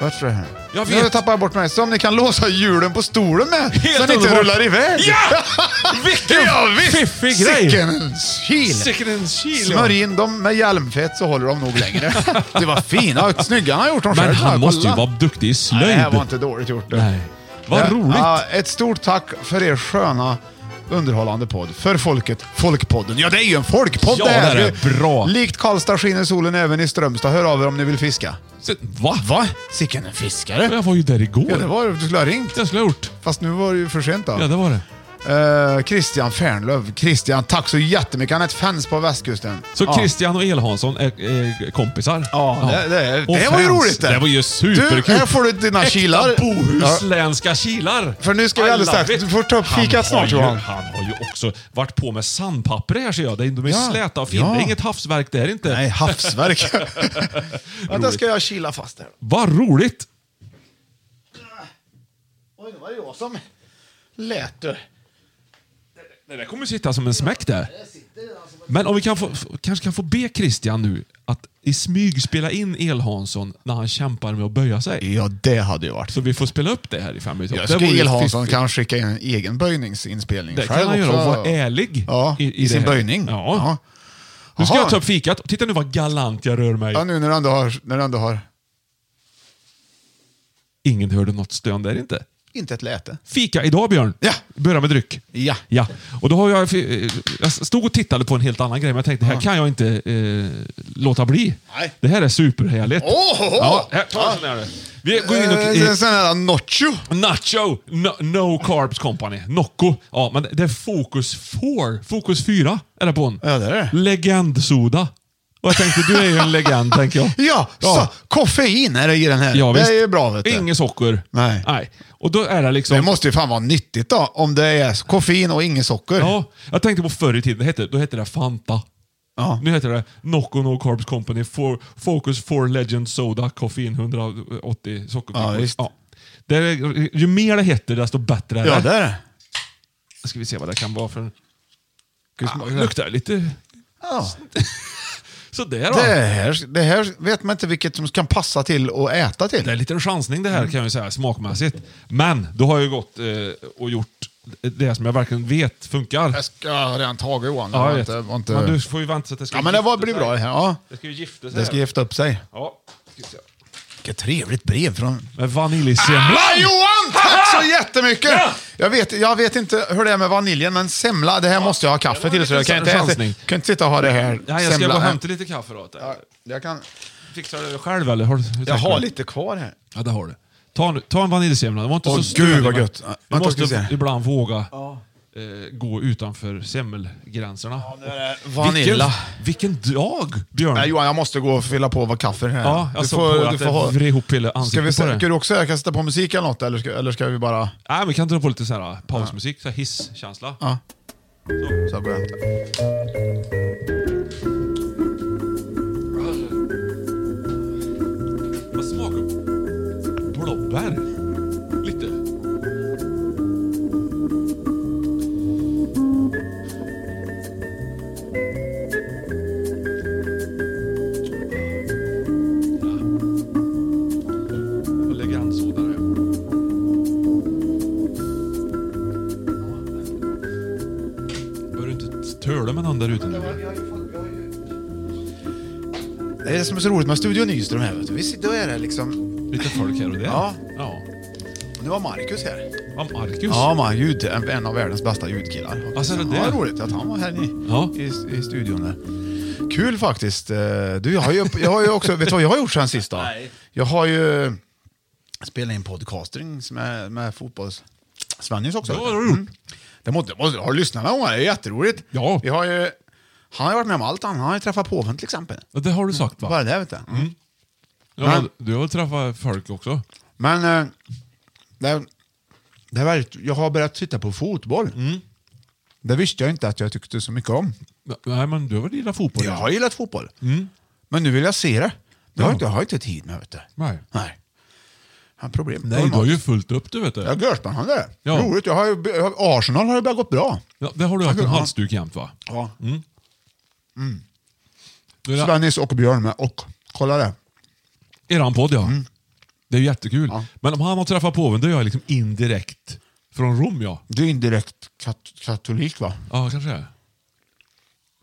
Speaker 4: Vart tror jag här?
Speaker 3: Jag
Speaker 4: Nu
Speaker 3: vet.
Speaker 4: tappar jag bort mig. Som ni kan låsa hjulen på stolen med.
Speaker 3: Helt
Speaker 4: så ni inte
Speaker 3: underbart.
Speaker 4: rullar iväg.
Speaker 3: Ja! Vilken
Speaker 4: ja visst!
Speaker 3: fiffig grej.
Speaker 4: Sicken kil!
Speaker 3: Second shield.
Speaker 4: Smörj in dem med hjälmfett så håller de nog längre. Det var fina och snygga han har gjort dem själv.
Speaker 3: Men
Speaker 4: Kolla.
Speaker 3: han måste ju vara duktig i slöjd.
Speaker 4: Nej, det här var inte dåligt gjort. du.
Speaker 3: Nej. Vad
Speaker 4: Ja,
Speaker 3: roligt.
Speaker 4: ja, ett stort tack för er sköna underhållande podd. För folket, Folkpodden. Ja, det är ju en folkpodd
Speaker 3: Ja,
Speaker 4: det här.
Speaker 3: det är bra.
Speaker 4: Likt Karlstad skiner solen även i Strömstad. Hör av er om ni vill fiska.
Speaker 3: Så- Va?
Speaker 4: Va? Sicken en fiskare.
Speaker 3: Jag var ju där igår.
Speaker 4: Ja, det var det. Du skulle ha ringt.
Speaker 3: Jag skulle ha gjort.
Speaker 4: Fast nu var det ju för sent då.
Speaker 3: Ja, det var det.
Speaker 4: Eh, Christian Fernlöv. Christian, tack så jättemycket. Han är ett fans på västkusten.
Speaker 3: Så
Speaker 4: Ja.
Speaker 3: Christian och El-Hansson är, är kompisar?
Speaker 4: Ja, det, det,
Speaker 3: Och
Speaker 4: det var ju
Speaker 3: fans.
Speaker 4: roligt det.
Speaker 3: Det var ju superkul.
Speaker 4: Du, här får du dina kilar.
Speaker 3: Äkta
Speaker 4: Ja.
Speaker 3: bohuslänska kilar!
Speaker 4: För nu ska vi
Speaker 3: I
Speaker 4: alldeles
Speaker 3: love
Speaker 4: strax-
Speaker 3: it.
Speaker 4: du får ta upp
Speaker 3: Han
Speaker 4: fikat
Speaker 3: har
Speaker 4: snart,
Speaker 3: ju-
Speaker 4: Johan.
Speaker 3: Han har ju också varit på med sandpapper här ser jag. Det är- De är
Speaker 4: Ja.
Speaker 3: släta och fina.
Speaker 4: Ja.
Speaker 3: Det är inget havsverk där inte.
Speaker 4: Nej, havsverk. Vänta,
Speaker 3: Roligt.
Speaker 4: ska jag kila fast här.
Speaker 3: Vad roligt!
Speaker 4: Oj, det var det jag som lät du.
Speaker 3: Det där kommer sitta som en smäck där. Men om vi kan få, f- kanske kan få be Christian nu att i smyg spela in El-Hansson när han kämpar med att böja sig.
Speaker 4: Ja, det hade ju varit.
Speaker 3: Så vi får spela upp det här i fem minuter.
Speaker 4: Jag
Speaker 3: Det vore
Speaker 4: tycker
Speaker 3: ju
Speaker 4: El Hansson
Speaker 3: fiffigt.
Speaker 4: kan skicka in en egen böjningsinspelning
Speaker 3: Det kan han göra och vara ärlig
Speaker 4: Ja, i,
Speaker 3: det
Speaker 4: sin
Speaker 3: här.
Speaker 4: böjning.
Speaker 3: Ja. Nu ska
Speaker 4: Jaha.
Speaker 3: jag ta upp fikat. Titta nu vad galant jag rör mig.
Speaker 4: Ja, nu när du ändå har... När du ändå har
Speaker 3: Ingen hörde något stön där inte.
Speaker 4: inte ett läte.
Speaker 3: Fika idag, Björn.
Speaker 4: Ja.
Speaker 3: Börja med dryck.
Speaker 4: Ja.
Speaker 3: ja. Och då har jag, eh, jag stod och tittade på en helt annan grej, men jag tänkte här kan jag inte eh, låta bli.
Speaker 4: Nej.
Speaker 3: Det här är superhärligt.
Speaker 4: Åh, åh, åh.
Speaker 3: Ja, här, ta en sån här. Vi går in och...
Speaker 4: Eh, en sån här nacho.
Speaker 3: Nacho, no, no Carbs Company, Nocco. Ja, men det är Focus 4, Focus 4 är det på en.
Speaker 4: Ja, det är det.
Speaker 3: Legendsoda. Och jag tänkte, du är ju en legend, tänker jag.
Speaker 4: Ja, Så, koffein är det i den här.
Speaker 3: Ja, visst.
Speaker 4: det är ju bra vet du.
Speaker 3: Inget socker.
Speaker 4: Nej.
Speaker 3: Nej. Och då är det liksom...
Speaker 4: Det måste ju fan vara nyttigt då, om det är koffein och inget socker.
Speaker 3: Ja, jag tänkte på förr i tiden, det hette, då hette det Fanta.
Speaker 4: Ja.
Speaker 3: Nu heter det Nocco No Carbs Company, for, Focus 4 Legend Soda, koffein 180
Speaker 4: Ja,
Speaker 3: sockerkakor.
Speaker 4: visst.
Speaker 3: Det är, ju mer det heter, desto bättre är
Speaker 4: Ja,
Speaker 3: det.
Speaker 4: det är det.
Speaker 3: Ska vi se vad det kan vara för... en- Ska vi smaka? luktar lite
Speaker 4: Ja.
Speaker 3: sådär då.
Speaker 4: Det, här, det här vet man inte vilket som kan passa till att äta
Speaker 3: Det är en
Speaker 4: till.
Speaker 3: liten chansning det här kan jag ju säga smakmässigt. Men då har jag ju gått eh, och gjort det som jag verkligen vet funkar.
Speaker 4: Jag ska ha redan tagit Johan. Det
Speaker 3: Ja,
Speaker 4: var
Speaker 3: jag
Speaker 4: inte,
Speaker 3: vet.
Speaker 4: var inte...
Speaker 3: Men du får ju vänta så att det ska
Speaker 4: Ja, men det var,
Speaker 3: gifta
Speaker 4: blir
Speaker 3: sig.
Speaker 4: bra. Ja.
Speaker 3: Det ska ju gifta sig.
Speaker 4: Det ska gifta upp sig.
Speaker 3: Ja. ska vi se.
Speaker 4: Vilket trevligt brev från...
Speaker 3: Med vaniljsemla.
Speaker 4: Ah, Johan! Tack så jättemycket!
Speaker 3: Ja.
Speaker 4: Jag vet, jag vet inte hur det är med vaniljen, men semla, det här måste jag ha kaffe
Speaker 3: det var
Speaker 4: till. Så jag kan
Speaker 3: en
Speaker 4: inte, äta,
Speaker 3: chansning.
Speaker 4: kan inte sitta och ha det här.
Speaker 3: Nej, jag ska
Speaker 4: semla.
Speaker 3: gå och hämta lite kaffe då. åt dig.
Speaker 4: Ja, Jag, kan,
Speaker 3: Fixar du det själv eller? Har, du- hur
Speaker 4: jag
Speaker 3: tänker
Speaker 4: har
Speaker 3: du?
Speaker 4: lite kvar här.
Speaker 3: Ja, det har du. Ta, nu- ta en vaniljsemla. Det var inte
Speaker 4: Åh,
Speaker 3: så stödig,
Speaker 4: gud, vad
Speaker 3: men
Speaker 4: gött. Ja,
Speaker 3: Vi
Speaker 4: vänta, ska vi
Speaker 3: måste
Speaker 4: se.
Speaker 3: ibland våga eh, gå utanför semmelgränserna. Ja,
Speaker 4: nu är det vanilla.
Speaker 3: Vilken, vilken dag, Björn!
Speaker 4: Nej Johan, jag måste gå och fylla på vad kaffe här.
Speaker 3: Ja, jag såg på att det vred ihop hela
Speaker 4: Ska vi
Speaker 3: ansiktet på
Speaker 4: se,
Speaker 3: dig.
Speaker 4: ska du också, jag kan sätta på musik eller något, eller ska, eller ska vi bara...
Speaker 3: Nej, men vi kan dra på lite så här eh, pausmusik, så här hisskänsla.
Speaker 4: Ja. Så jag går och hämtar.
Speaker 3: Vad smakar blåbär? Lite. Och lägger an soda där. Behöver du inte töla med någon där ute nu?
Speaker 4: Det är det som är så roligt med Studio Nyström här vet du. Vi sitter och är här liksom.
Speaker 3: Lite folk här och där.
Speaker 4: Ja.
Speaker 3: ja.
Speaker 4: Nu var Marcus här.
Speaker 3: Ja, Marcus.
Speaker 4: Ja, man, ljud, en, en av världens bästa ljudkillar.
Speaker 3: Alltså, det
Speaker 4: ja,
Speaker 3: där.
Speaker 4: roligt att han var här i,
Speaker 3: Ja.
Speaker 4: i, i studion där. Kul faktiskt. Eh, Du, jag har ju, jag har ju också, vet du vad jag har gjort sen sist då?
Speaker 3: Nej.
Speaker 4: Jag har ju spelat in podcasting med, med fotbolls... Svennis också. Mm.
Speaker 3: Ja, det har du gjort.
Speaker 4: Det måste, måste, har du lyssnat någon gång? Det är jätteroligt.
Speaker 3: Ja.
Speaker 4: Vi har ju, han har ju varit med om allt. Han, han har ju träffat påven till exempel.
Speaker 3: Det har du sagt va? Mm.
Speaker 4: Bara det vet du. Mm.
Speaker 3: Ja,
Speaker 4: Men-
Speaker 3: du har träffat folk också.
Speaker 4: Men eh, det, det är väldigt, jag har börjat titta på fotboll. Det visste jag inte att jag tyckte så mycket om.
Speaker 3: Nej, men du har väl gillat fotboll?
Speaker 4: Jag har gillat fotboll. Men nu vill jag se det. Det har
Speaker 3: Ja.
Speaker 4: jag inte, jag har inte tid med. Vet du.
Speaker 3: Nej.
Speaker 4: Nej. Jag har problem.
Speaker 3: Nej, du har ju fullt upp du vet du.
Speaker 4: Ja, görspännande. det.
Speaker 3: Ja.
Speaker 4: Roligt. Jag har ju, jag har- Arsenal har ju börjat gått bra.
Speaker 3: Ja, det har du haft en
Speaker 4: Ja.
Speaker 3: halsduk jämt va?
Speaker 4: Ja.
Speaker 3: Du, är-
Speaker 4: Svennis och Björn med. Och kolla det.
Speaker 3: Eran podd ja. Det är ju jättekul.
Speaker 4: Mm. Ja.
Speaker 3: Men om han har träffat påven, då är jag liksom indirekt från Rom ja.
Speaker 4: Du är indirekt kat- katolik va?
Speaker 3: Ja, kanske det.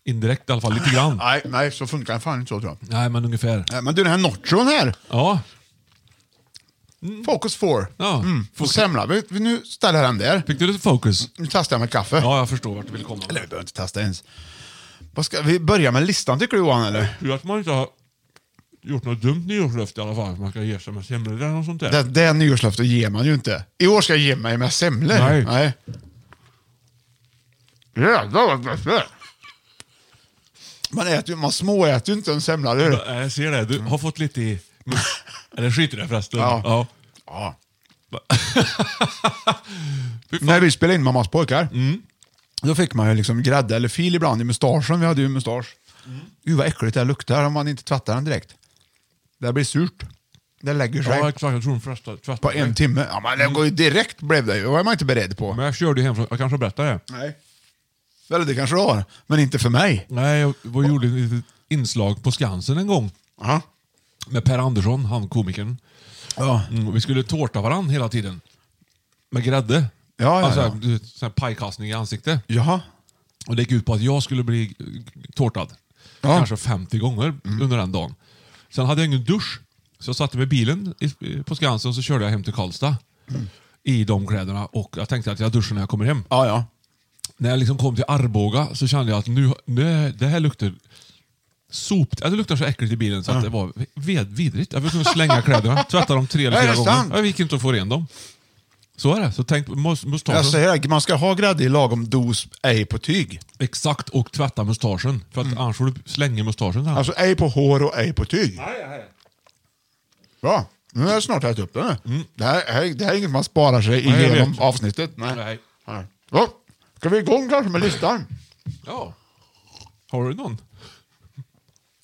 Speaker 3: Indirekt i alla fall, lite grann.
Speaker 4: Nej, nej, så funkar det fan inte så tror jag.
Speaker 3: Nej, men ungefär.
Speaker 4: Nej, Men du, den här nachon här.
Speaker 3: Ja.
Speaker 4: Focus 4.
Speaker 3: Ja,
Speaker 4: Mm.
Speaker 3: Focus.
Speaker 4: Focus. Semla. Vi, vi nu ställer jag den där.
Speaker 3: Fick du lite fokus?
Speaker 4: Nu testar jag med kaffe.
Speaker 3: Ja, jag förstår vart du vill komma.
Speaker 4: Eller vi behöver inte testa ens. Vad ska vi börja med listan tycker du Johan eller?
Speaker 3: Tur att man inte har gjort något dumt nyårslöfte i alla fall. Man kan ge sig med semlor eller något sånt där.
Speaker 4: Det, det nyårslöftet ger man ju inte. I år ska jag ge mig med semlor.
Speaker 3: Nej.
Speaker 4: Jävlar vad gott det är. Man, äter, ju- man småäter ju inte en semla, eller hur?
Speaker 3: Eh, Jag ser det. Du har fått lite i... Eller skit i det förresten.
Speaker 4: Mm. Ja.
Speaker 3: Ja.
Speaker 4: Ja.
Speaker 3: Fy fan.
Speaker 4: När vi spelade in Mammas pojkar,
Speaker 3: Mm.
Speaker 4: då fick man ju liksom grädde eller fil ibland i mustaschen. Vi hade ju mustasch.
Speaker 3: Mm.
Speaker 4: Gud vad äckligt det här luktar om man inte tvättar den direkt. Det blir surt. Det lägger sig.
Speaker 3: Ja, exakt. Jag tror de första tvättade
Speaker 4: på en
Speaker 3: mig.
Speaker 4: timme. Ja, men det går ju direkt blev det ju. Det var man inte beredd på.
Speaker 3: Men jag körde ju hem från... Jag kanske berättade det.
Speaker 4: Nej. Eller det kanske det var, men inte för mig.
Speaker 3: Nej, jag var, gjorde ett litet inslag på Skansen en gång
Speaker 4: Ja.
Speaker 3: med Per Andersson, han komikern.
Speaker 4: Ja.
Speaker 3: Mm, och vi skulle tårta varandra hela tiden. Med grädde.
Speaker 4: Ja, ja,
Speaker 3: alltså,
Speaker 4: ja.
Speaker 3: du vet, sån här pajkastning i ansiktet.
Speaker 4: Jaha.
Speaker 3: Och det gick ut på att jag skulle bli eh, tårtad.
Speaker 4: Ja. Mm.
Speaker 3: Kanske 50 gånger under den dagen. Sen hade jag ingen dusch. Så jag satte mig i bilen i- på Skansen och så körde jag hem till Karlstad. I de kläderna. Och jag tänkte att jag duschar när jag kommer hem.
Speaker 4: Mm. Ja, ja.
Speaker 3: När jag liksom kom till Arboga så kände jag att nu, nu det här luktar sop. ja, Det luktar så äckligt i bilen så att det var ved, vidrigt. Jag var tvungen att slänga kläderna, tvätta dem tre eller
Speaker 4: Är det
Speaker 3: fyra
Speaker 4: sant?
Speaker 3: gånger. Jag gick inte att få ren dem. Så är det. Så tänk på mus-
Speaker 4: Jag
Speaker 3: mustaschen.
Speaker 4: säger det, man ska ha grädde i lagom dos, ej på tyg.
Speaker 3: Exakt, och tvätta mustaschen. För att annars får du slänga mustaschen sen.
Speaker 4: Mm. Alltså ej på hår och ej på tyg. Bra. Nu har jag snart ätit upp den. här. Det, här, här- det här är inget man sparar sig
Speaker 3: Mm. Nej, jag
Speaker 4: igenom
Speaker 3: vet.
Speaker 4: avsnittet. Nej.
Speaker 3: Nej.
Speaker 4: Nej. Ja. Ska vi igång kanske med listan?
Speaker 3: Ja. Har du någon?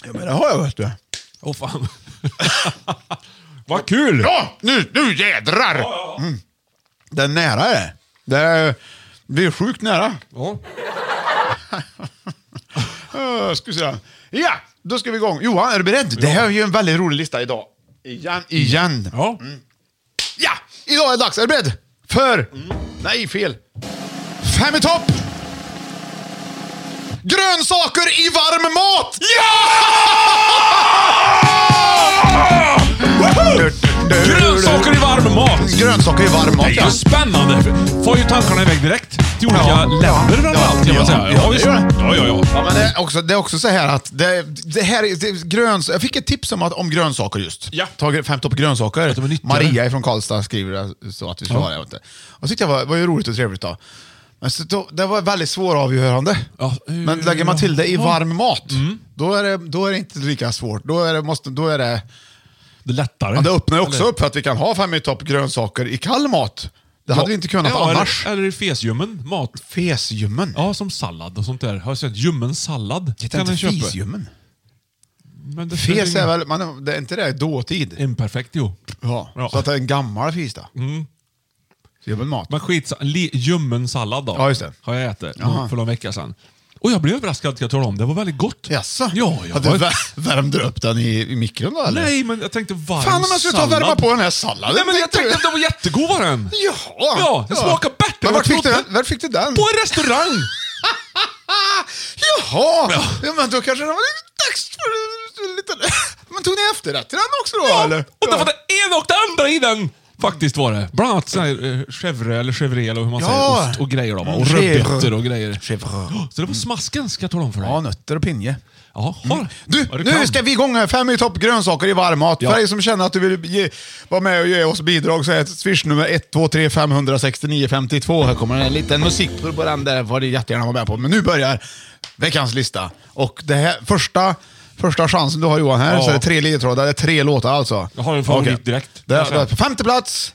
Speaker 4: Ja, men det har jag vet du.
Speaker 3: Åh fan. Vad kul!
Speaker 4: Ja, nu, nu jädrar! Mm. Det är nära det. det är, vi är sjukt nära.
Speaker 3: Ja.
Speaker 4: Uh, ska vi se. Ja, då ska vi igång. Johan, är du beredd? Det här är ju en väldigt rolig lista idag. Igen. Igen.
Speaker 3: Ja.
Speaker 4: Ja, idag är det dags. Är du beredd? För... Nej, fel. Fem i topp! Grönsaker i varm mat! Ja!
Speaker 3: Grönsaker i varm mat!
Speaker 4: Grönsaker i varm mat,
Speaker 3: Det är
Speaker 4: ja.
Speaker 3: ju spännande! Får ju tankarna iväg direkt till olika
Speaker 4: Ja.
Speaker 3: länder framförallt kan
Speaker 4: Ja.
Speaker 3: man säga.
Speaker 4: Ja, det
Speaker 3: visst.
Speaker 4: gör det.
Speaker 3: ja, ja,
Speaker 4: Ja,
Speaker 3: ja.
Speaker 4: men det, är också, det är också så här att det, det här är- det, är gröns, Jag fick ett tips om, att, om grönsaker just.
Speaker 3: Ja.
Speaker 4: Ta gr- fem topp grönsaker.
Speaker 3: de är nyttigare.
Speaker 4: Maria från Karlstad skriver det så att vi ska ha det. vet du. Och tyckte jag var, var ju roligt och trevligt då. Men så, då, det var väldigt svåravgörande.
Speaker 3: Ja, eh,
Speaker 4: Men lägger man till det i
Speaker 3: ja. Mm.
Speaker 4: varm mat, då, är det, då är det inte lika svårt. Då är det, måste, då är det,
Speaker 3: Det är lättare.
Speaker 4: ja, det öppnar ju också
Speaker 3: Eller-
Speaker 4: upp för att vi kan ha fem i topp grönsaker i kall mat. Det hade vi inte kunnat
Speaker 3: ja,
Speaker 4: annars.
Speaker 3: Eller, eller i fesljummen mat.
Speaker 4: Fesljummen.
Speaker 3: Ja, som sallad och sånt där. Har jag sett ljummen sallad?
Speaker 4: Heter
Speaker 3: man
Speaker 4: inte
Speaker 3: köpa.
Speaker 4: fisljummen?
Speaker 3: Men det spelar
Speaker 4: Fes
Speaker 3: ingen-
Speaker 4: är väl, man, det är inte det dåtid?
Speaker 3: Imperfectio.
Speaker 4: Ja,
Speaker 3: Ja. Mm.
Speaker 4: så att det är en gammal fis då. Ljummen mat.
Speaker 3: Men skit li, ljummen sallad då.
Speaker 4: Ja, just det.
Speaker 3: Har jag ätit
Speaker 4: Jaha.
Speaker 3: för någon vecka sedan. Och jag blev överraskad ska jag tala om. Det var väldigt gott.
Speaker 4: Jaså?
Speaker 3: Ja, jag
Speaker 4: Att du
Speaker 3: var-
Speaker 4: vä- värmde upp den i, i mikron då eller?
Speaker 3: Nej, men jag tänkte varm
Speaker 4: Fan om man skulle ta och
Speaker 3: sallad.
Speaker 4: värma på den här salladen.
Speaker 3: Nej, men jag tänkte att den var jättegod var den.
Speaker 4: Jaha!
Speaker 3: Ja, den smakar bättre
Speaker 4: Men
Speaker 3: än
Speaker 4: vart
Speaker 3: jag
Speaker 4: fick du
Speaker 3: trodde.
Speaker 4: den? Var fick du den?
Speaker 3: På en restaurang!
Speaker 4: Jaha! Ja. men då kanske det var dags för lite... Men tog ni efterrätt till den också då eller?
Speaker 3: Och då var det ena och det andra i den! Faktiskt var det. Bland annat sån här eh, chèvre eller chèvre eller hur man
Speaker 4: Ja.
Speaker 3: säger. Ost och grejer då va? Och
Speaker 4: Chèvre.
Speaker 3: rödbetor och grejer.
Speaker 4: Chèvre.
Speaker 3: Så det var smasken ska jag tala om för dig.
Speaker 4: Ja, nötter och pinje.
Speaker 3: Jaha.
Speaker 4: Du,
Speaker 3: Ja,
Speaker 4: nu
Speaker 3: kan.
Speaker 4: ska vi igång här. Fem i topp grönsaker i varm mat.
Speaker 3: Ja.
Speaker 4: För dig som känner att du vill ge, vara med och ge oss bidrag så är swishnummer 123 569 52. Här kommer en liten musik på den där var det jättegärna var med på. Men nu börjar veckans lista. Och det här, första, första chansen du har Johan här
Speaker 3: Ja.
Speaker 4: så är det tre ledtrådar. Det är tre låtar alltså.
Speaker 3: Jag har en favorit
Speaker 4: Okej.
Speaker 3: direkt.
Speaker 4: Det,
Speaker 3: Jag
Speaker 4: är-
Speaker 3: säger.
Speaker 4: det är på femte plats.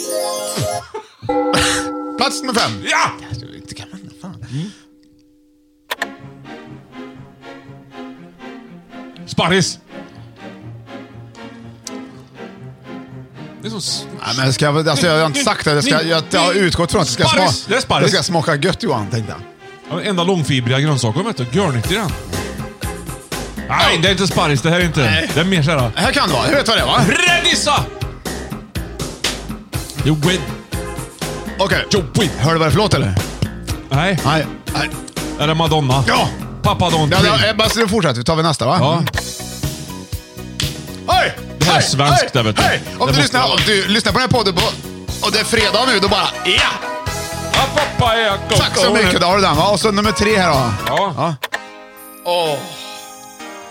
Speaker 4: plats nummer fem.
Speaker 3: Ja!
Speaker 4: Det kan man, fan.
Speaker 3: Sparris! Det är som... s-
Speaker 4: Nej, men ska, jag- alltså, jag har inte sagt det. Jag, ska, jag, jag har utgått från att det ska,
Speaker 3: Sparris, det är
Speaker 4: smaka,
Speaker 3: sparris.
Speaker 4: det ska smaka gött Johan, tänkte jag.
Speaker 3: Ja, men Enda långfibriga grönsaker vet du. Görnytt i den. Nej, det är inte sparris det här är inte.
Speaker 4: Nej.
Speaker 3: Det är mer såhär...
Speaker 4: Det här kan det vara. Du vet vad det är va?
Speaker 3: Rädisa! Jo, win.
Speaker 4: Okej.
Speaker 3: Jo, win.
Speaker 4: Hör du vad det är för låt eller?
Speaker 3: Nej,
Speaker 4: Nej. Nej.
Speaker 3: är det Madonna?
Speaker 4: Ja!
Speaker 3: Pappa Don
Speaker 4: Ja,
Speaker 3: Cream.
Speaker 4: ja, eh, bara så då fortsätter vi. tar vi nästa va?
Speaker 3: Ja.
Speaker 4: Mm. Oj!
Speaker 3: Det här är
Speaker 4: Oj!
Speaker 3: svenskt,
Speaker 4: Oj!
Speaker 3: det vet du.
Speaker 4: Oj!
Speaker 3: Det
Speaker 4: Om du
Speaker 3: måste
Speaker 4: lyssnar,
Speaker 3: vara-
Speaker 4: om du lyssnar på den här podden på, och det är fredag nu, då bara ja!
Speaker 3: Ja, pappa är gott.
Speaker 4: Tack så mycket, då har du den va? Och så nummer tre här då.
Speaker 3: Ja.
Speaker 4: Ja. Åh.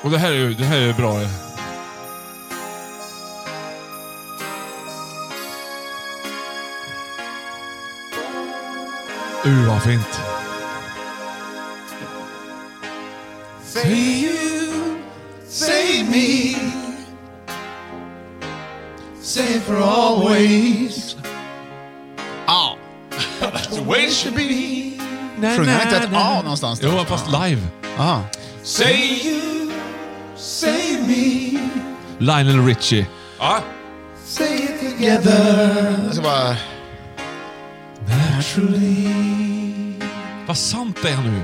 Speaker 3: Och det här är ju det här är ju bra. Uh, vad fint.
Speaker 4: Say you, say me, say for always. Ja. That's the way it should be. Sjunger han inte ett A någonstans? där?
Speaker 3: Jo, fast live.
Speaker 4: Ja.
Speaker 3: Say you, say me. Lionel Richie. Ja.
Speaker 4: Say it together. Jag ska bara...
Speaker 3: Vad sant det är nu.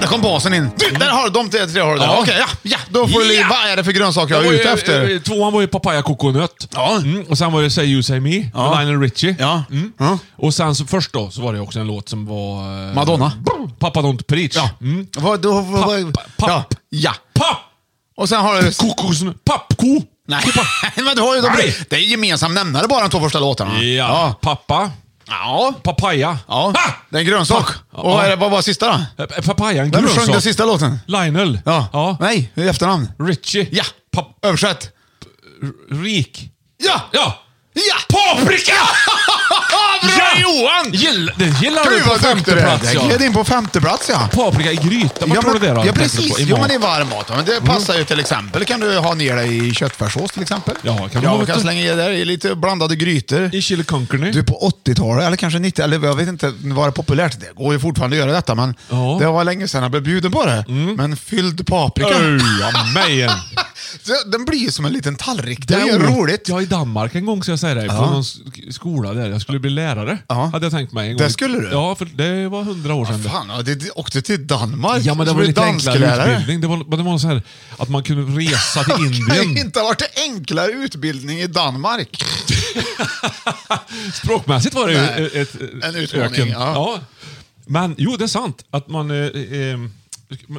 Speaker 4: Där kom basen in. Du, där har du de tre, tre har du där.
Speaker 3: Ja.
Speaker 4: Okej, Mm. ja, ja. Då får du...
Speaker 3: Ja.
Speaker 4: Vad är det för grönsaker jag
Speaker 3: Det
Speaker 4: är
Speaker 3: var ju-
Speaker 4: ute efter?
Speaker 3: eh, Tvåan var ju Papaya Coconut.
Speaker 4: Ja.
Speaker 3: Mm, och sen var det Say You Say Me med
Speaker 4: Ja.
Speaker 3: Lionel Richie.
Speaker 4: Ja.
Speaker 3: Mm.
Speaker 4: Ja.
Speaker 3: Och sen så, först då så var det också en låt som var... eh,
Speaker 4: Madonna.
Speaker 3: Papa Don't Preach.
Speaker 4: Ja.
Speaker 3: Mm.
Speaker 4: Vad, då, vad, vad,
Speaker 3: Papp, papp.
Speaker 4: ja. ja.
Speaker 3: Papp!
Speaker 4: Och sen har du...
Speaker 3: Kokosnöt. Pappko!
Speaker 4: Nej, men du har ju de,
Speaker 3: Nej.
Speaker 4: det är gemensam nämnare bara de två första låtarna.
Speaker 3: Ja.
Speaker 4: Ja.
Speaker 3: Pappa.
Speaker 4: Ja.
Speaker 3: Papaya.
Speaker 4: Ja.
Speaker 3: Ha!
Speaker 4: Det är en grönsak.
Speaker 3: Ja.
Speaker 4: Och vad, är det, vad var sista då?
Speaker 3: Eh, Papaya, en
Speaker 4: Vem
Speaker 3: grönsak.
Speaker 4: sjöng den sista låten?
Speaker 3: Lionel.
Speaker 4: Ja. Nej, i efternamn.
Speaker 3: Richie.
Speaker 4: Ja.
Speaker 3: Pap-
Speaker 4: Översätt.
Speaker 3: rik.
Speaker 4: Ja!
Speaker 3: Ja!
Speaker 4: Ja!
Speaker 3: Paprika!
Speaker 4: Bra Johan!
Speaker 3: Gill, den gillar
Speaker 4: Gud
Speaker 3: du på
Speaker 4: vad duktig
Speaker 3: femte
Speaker 4: du är.
Speaker 3: plats.
Speaker 4: Jag gled in på femte plats ja.
Speaker 3: Paprika i gryta. Vad tror du det då?
Speaker 4: ja
Speaker 3: tänker du
Speaker 4: precis.
Speaker 3: på i
Speaker 4: Jo
Speaker 3: mat? Mm.
Speaker 4: men det är varm mat. Men det passar ju till exempel. kan du ha ner det i köttfärssås till exempel.
Speaker 3: Ja, kan du
Speaker 4: ja,
Speaker 3: ha
Speaker 4: man
Speaker 3: det.
Speaker 4: kan slänga i det där i lite blandade grytor.
Speaker 3: I chili con carne.
Speaker 4: Du på 80-talet eller kanske 90 eller jag vet inte, var det populärt? Det går ju fortfarande att göra detta men
Speaker 3: Ja. Mm.
Speaker 4: det var länge sedan jag blev bjuden på det. Men fylld paprika.
Speaker 3: Öjamejen!
Speaker 4: Så Den blir ju som en liten tallrik. Det är ju roligt.
Speaker 3: Jag var i Danmark en gång, ska jag säga dig, på
Speaker 4: Ja.
Speaker 3: någon sk- skola där. Jag skulle bli lärare,
Speaker 4: Ja.
Speaker 3: hade jag tänkt mig. En gång.
Speaker 4: Det skulle du?
Speaker 3: Ja, för det var hundra år sedan.
Speaker 4: Fan, ja, det- det åkte till Danmark.
Speaker 3: Ja, men det
Speaker 4: så
Speaker 3: var
Speaker 4: blev
Speaker 3: lite enklare
Speaker 4: dansklärare.
Speaker 3: utbildning. Det var, men det var så här att man kunde resa till
Speaker 4: kan ju
Speaker 3: Indien.
Speaker 4: inte ha varit enklare utbildning i Danmark.
Speaker 3: Språkmässigt var det ju
Speaker 4: Nej.
Speaker 3: ett, ett,
Speaker 4: En utmaning, ja.
Speaker 3: Men jo, det är sant att man... Eh, eh,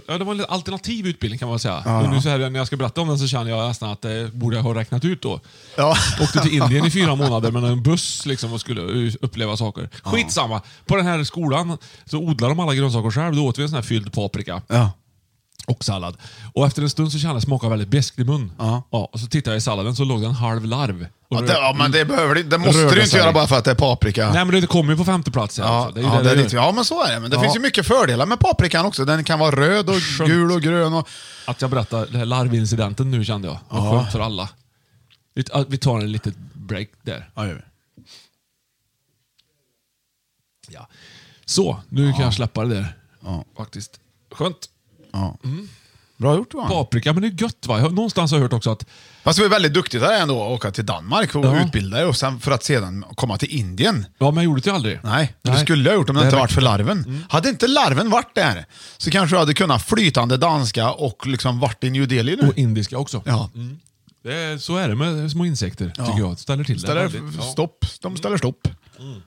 Speaker 3: ja, det var en lite alternativ utbildning kan man säga. Och nu så här, när jag ska berätta om den så känner jag nästan att det borde jag ha räknat ut då.
Speaker 4: Ja.
Speaker 3: Åkte till Indien i fyra månader med en buss liksom, och skulle uppleva saker. Skitsamma. På den här skolan så odlar de alla grönsaker själv. Då åt vi en sån här fylld paprika
Speaker 4: Ja.
Speaker 3: och sallad. Och efter en stund så kände jag smaken väldigt beskt i mun.
Speaker 4: Ja.
Speaker 3: och så tittade jag i salladen så låg det en halv larv. Och
Speaker 4: Ja, det, ja, men det behöver du- Det
Speaker 3: Rör
Speaker 4: måste
Speaker 3: det
Speaker 4: du inte
Speaker 3: sig.
Speaker 4: göra bara för att det är paprika.
Speaker 3: Nej, men det kommer ju på femte plats. här,
Speaker 4: Ja,
Speaker 3: alltså.
Speaker 4: det
Speaker 3: ju
Speaker 4: ja, det är
Speaker 3: gör.
Speaker 4: lite, ja, men så är det. Men det
Speaker 3: Ja.
Speaker 4: finns ju mycket fördelar med paprikan också. Den kan vara röd och
Speaker 3: Skönt.
Speaker 4: gul och grön. Och,
Speaker 3: Att jag berättar den här larvincidenten nu kände jag. Vad skönt för alla. Vi- att Vi tar en litet break där.
Speaker 4: ja, ju.
Speaker 3: Ja. Så, nu kan jag släppa det där. Faktiskt. Skönt.
Speaker 4: ja. Bra gjort Johan.
Speaker 3: Paprika, men det är gött va? Jag, har- någonstans har jag hört också att...
Speaker 4: Fast det var väldigt duktigt där ändå att åka till Danmark och
Speaker 3: Ja.
Speaker 4: utbilda dig och sen, för att sedan komma till Indien.
Speaker 3: Ja, men jag gjorde det ju aldrig.
Speaker 4: Nej, det skulle jag ha gjort om det inte varit för larven.
Speaker 3: Mm.
Speaker 4: Hade inte larven varit där så kanske du hade kunnat flytande danska och liksom varit i New Delhi nu.
Speaker 3: Och indiska också.
Speaker 4: Ja.
Speaker 3: Mm. Det är, så är det med små insekter, tycker jag. Ställer till det. väldigt.
Speaker 4: Ställer
Speaker 3: Ja. Mm.
Speaker 4: stopp. De ställer stopp.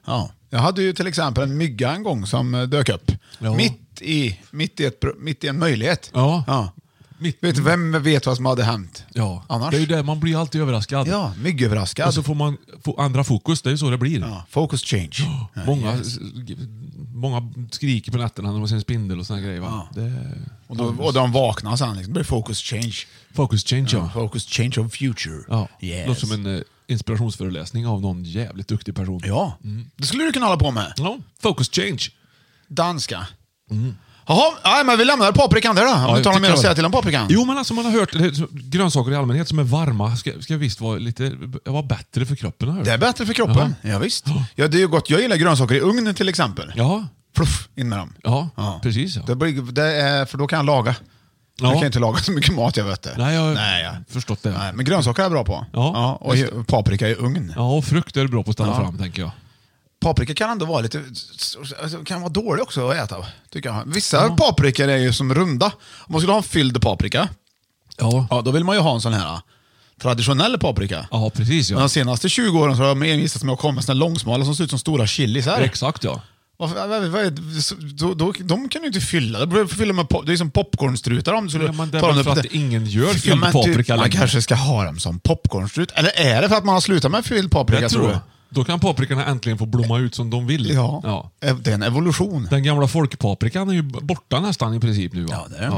Speaker 4: Ja. Jag hade ju till exempel en mygga en gång som eh, dök upp.
Speaker 3: Ja.
Speaker 4: Mitt, i, mitt, i ett, pro- mitt i en möjlighet.
Speaker 3: Ja. Mitt-
Speaker 4: Mitt. Vet, du, vem vet vad som hade hänt
Speaker 3: Ja,
Speaker 4: annars?
Speaker 3: det är ju det. Man blir alltid överraskad.
Speaker 4: Ja, myggöverraskad.
Speaker 3: Och så får man få andra fokus. Det är ju så det blir.
Speaker 4: ja, focus change. Ja,
Speaker 3: Många,
Speaker 4: yes.
Speaker 3: många skriker på nätterna när de ser en spindel och såna grejer. Va? Det är
Speaker 4: och, då, och de vaknar sen. Liksom. Det blir focus change.
Speaker 3: focus change, ja.
Speaker 4: Focus change of future.
Speaker 3: ja.
Speaker 4: Yes.
Speaker 3: Låter som en eh, inspirationsföreläsning av någon jävligt duktig person.
Speaker 4: Ja,
Speaker 3: Mm.
Speaker 4: det skulle du kunna hålla på med.
Speaker 3: Ja, focus change.
Speaker 4: Danska. Jaha, nej, men vi lämnar paprikan där då. Om
Speaker 3: Mm. Ja,
Speaker 4: du inte har
Speaker 3: jag
Speaker 4: något mer att
Speaker 3: tycker
Speaker 4: säga
Speaker 3: det.
Speaker 4: till om paprikan.
Speaker 3: Jo, men alltså man har hört eh, grönsaker i allmänhet som är varma ska, ska visst vara lite vara bättre för kroppen. har jag hört.
Speaker 4: Det är bättre för kroppen.
Speaker 3: Ja.
Speaker 4: Ja, visst. Ja, det är ju gott. Jag gillar grönsaker i ugnen till exempel.
Speaker 3: Ja,
Speaker 4: Fluff, in med dem.
Speaker 3: ja, precis. Ja.
Speaker 4: Det blir, det är, för då kan jag laga.
Speaker 3: Ja.
Speaker 4: Jag kan ju inte laga så mycket mat, jag vet det.
Speaker 3: Nej, jag har
Speaker 4: Nej, ja.
Speaker 3: förstått det.
Speaker 4: Nej, men grönsaker är jag bra på.
Speaker 3: Ja,
Speaker 4: och
Speaker 3: just
Speaker 4: ju- paprika i ugn.
Speaker 3: Ja, och frukt är det bra på att ställa
Speaker 4: Ja.
Speaker 3: fram, tänker jag.
Speaker 4: Paprika kan ändå vara lite... alltså, kan vara dålig också att äta, tycker jag. Vissa paprikor är ju som runda. Om man skulle ha en fylld paprika,
Speaker 3: Ja, ja.
Speaker 4: ja, då vill man ju ha en sån här ah, traditionell paprika.
Speaker 3: precis ja.
Speaker 4: Men De senaste 20 åren så har de envisats med att komma med såna långsmala som ser ut som stora chilis här.
Speaker 3: Exakt ja.
Speaker 4: Varför, vad, vad är, då, då, de kan du inte fylla. Det, blir- fyller med, pop- det är som popcornstrutar om du skulle
Speaker 3: Ja, men det är
Speaker 4: ta
Speaker 3: väl
Speaker 4: dem upp.
Speaker 3: för att ingen gör fylld
Speaker 4: men typ,
Speaker 3: paprika
Speaker 4: Man
Speaker 3: längre.
Speaker 4: kanske ska ha dem som popcornstrut. Eller är det för att man har slutat med fylld paprika?
Speaker 3: Det tror jag. Då kan paprikorna äntligen få blomma ut som de vill.
Speaker 4: Ja.
Speaker 3: Ja.
Speaker 4: Ev- Det är en evolution.
Speaker 3: Den gamla folkpaprikan är ju borta nästan i princip nu. Va?
Speaker 4: Ja, det är den.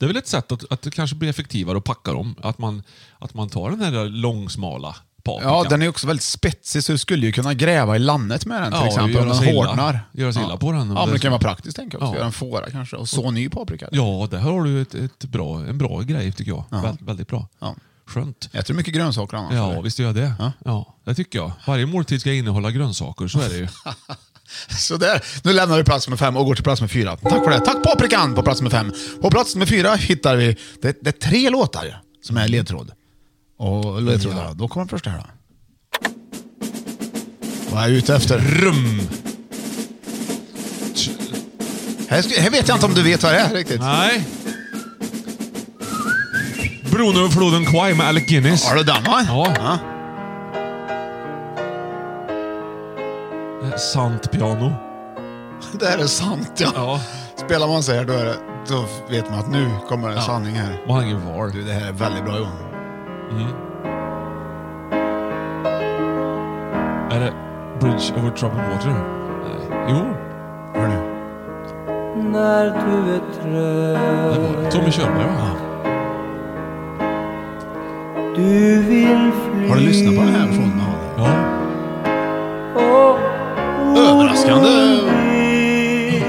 Speaker 3: Det är väl ett sätt att, att det kanske blir effektivare att packa dem. Att man, att man tar den här långsmala paprikan.
Speaker 4: Ja, den är också väldigt spetsig så du skulle ju kunna gräva i landet med den till
Speaker 3: Ja, och
Speaker 4: exempel
Speaker 3: göra
Speaker 4: om den
Speaker 3: sig illa.
Speaker 4: hårdnar.
Speaker 3: Göra sig
Speaker 4: ja.
Speaker 3: illa på den.
Speaker 4: Ja, men det kan vara praktiskt tänker jag också.
Speaker 3: Ja.
Speaker 4: Göra en fåra kanske och så ny paprika.
Speaker 3: Ja, där har du ett, ett bra, en bra grej tycker jag. Väl, väldigt bra.
Speaker 4: Ja.
Speaker 3: Skönt.
Speaker 4: Äter du mycket grönsaker annars?
Speaker 3: Ja,
Speaker 4: eller?
Speaker 3: visst gör jag det.
Speaker 4: Ja.
Speaker 3: Ja. det tycker jag. Varje måltid ska innehålla grönsaker, så är det ju.
Speaker 4: Sådär, nu lämnar vi plats med fem och går till plats med fyra. Tack för det. Tack paprikan på plats med fem. På plats med fyra hittar vi, det, det är tre låtar som är ledtråd. Och ledtrådar, då kommer den första här då. Vad är jag ute efter? Rum. Här, ska- här vet jag inte om du vet vad det är riktigt.
Speaker 3: Nej. Bron över floden Kwai med Alec Guinness.
Speaker 4: Har du den va?
Speaker 3: Ja. Eh, Sant piano.
Speaker 4: Det här är sant ja.
Speaker 3: Ja.
Speaker 4: Spelar man så här då, är det, då vet man att nu kommer en sanning här.
Speaker 3: Och han är var. typ.
Speaker 4: Du, det här är väldigt bra Johan. Mm.
Speaker 3: Är det Bridge over troubled water? Nej. Jo,
Speaker 4: Hör nu.
Speaker 3: det var det. Tommy Körberg va?
Speaker 4: Har
Speaker 3: Mm.
Speaker 4: du lyssnat på den här från mig?
Speaker 3: Ja.
Speaker 4: Överraskande.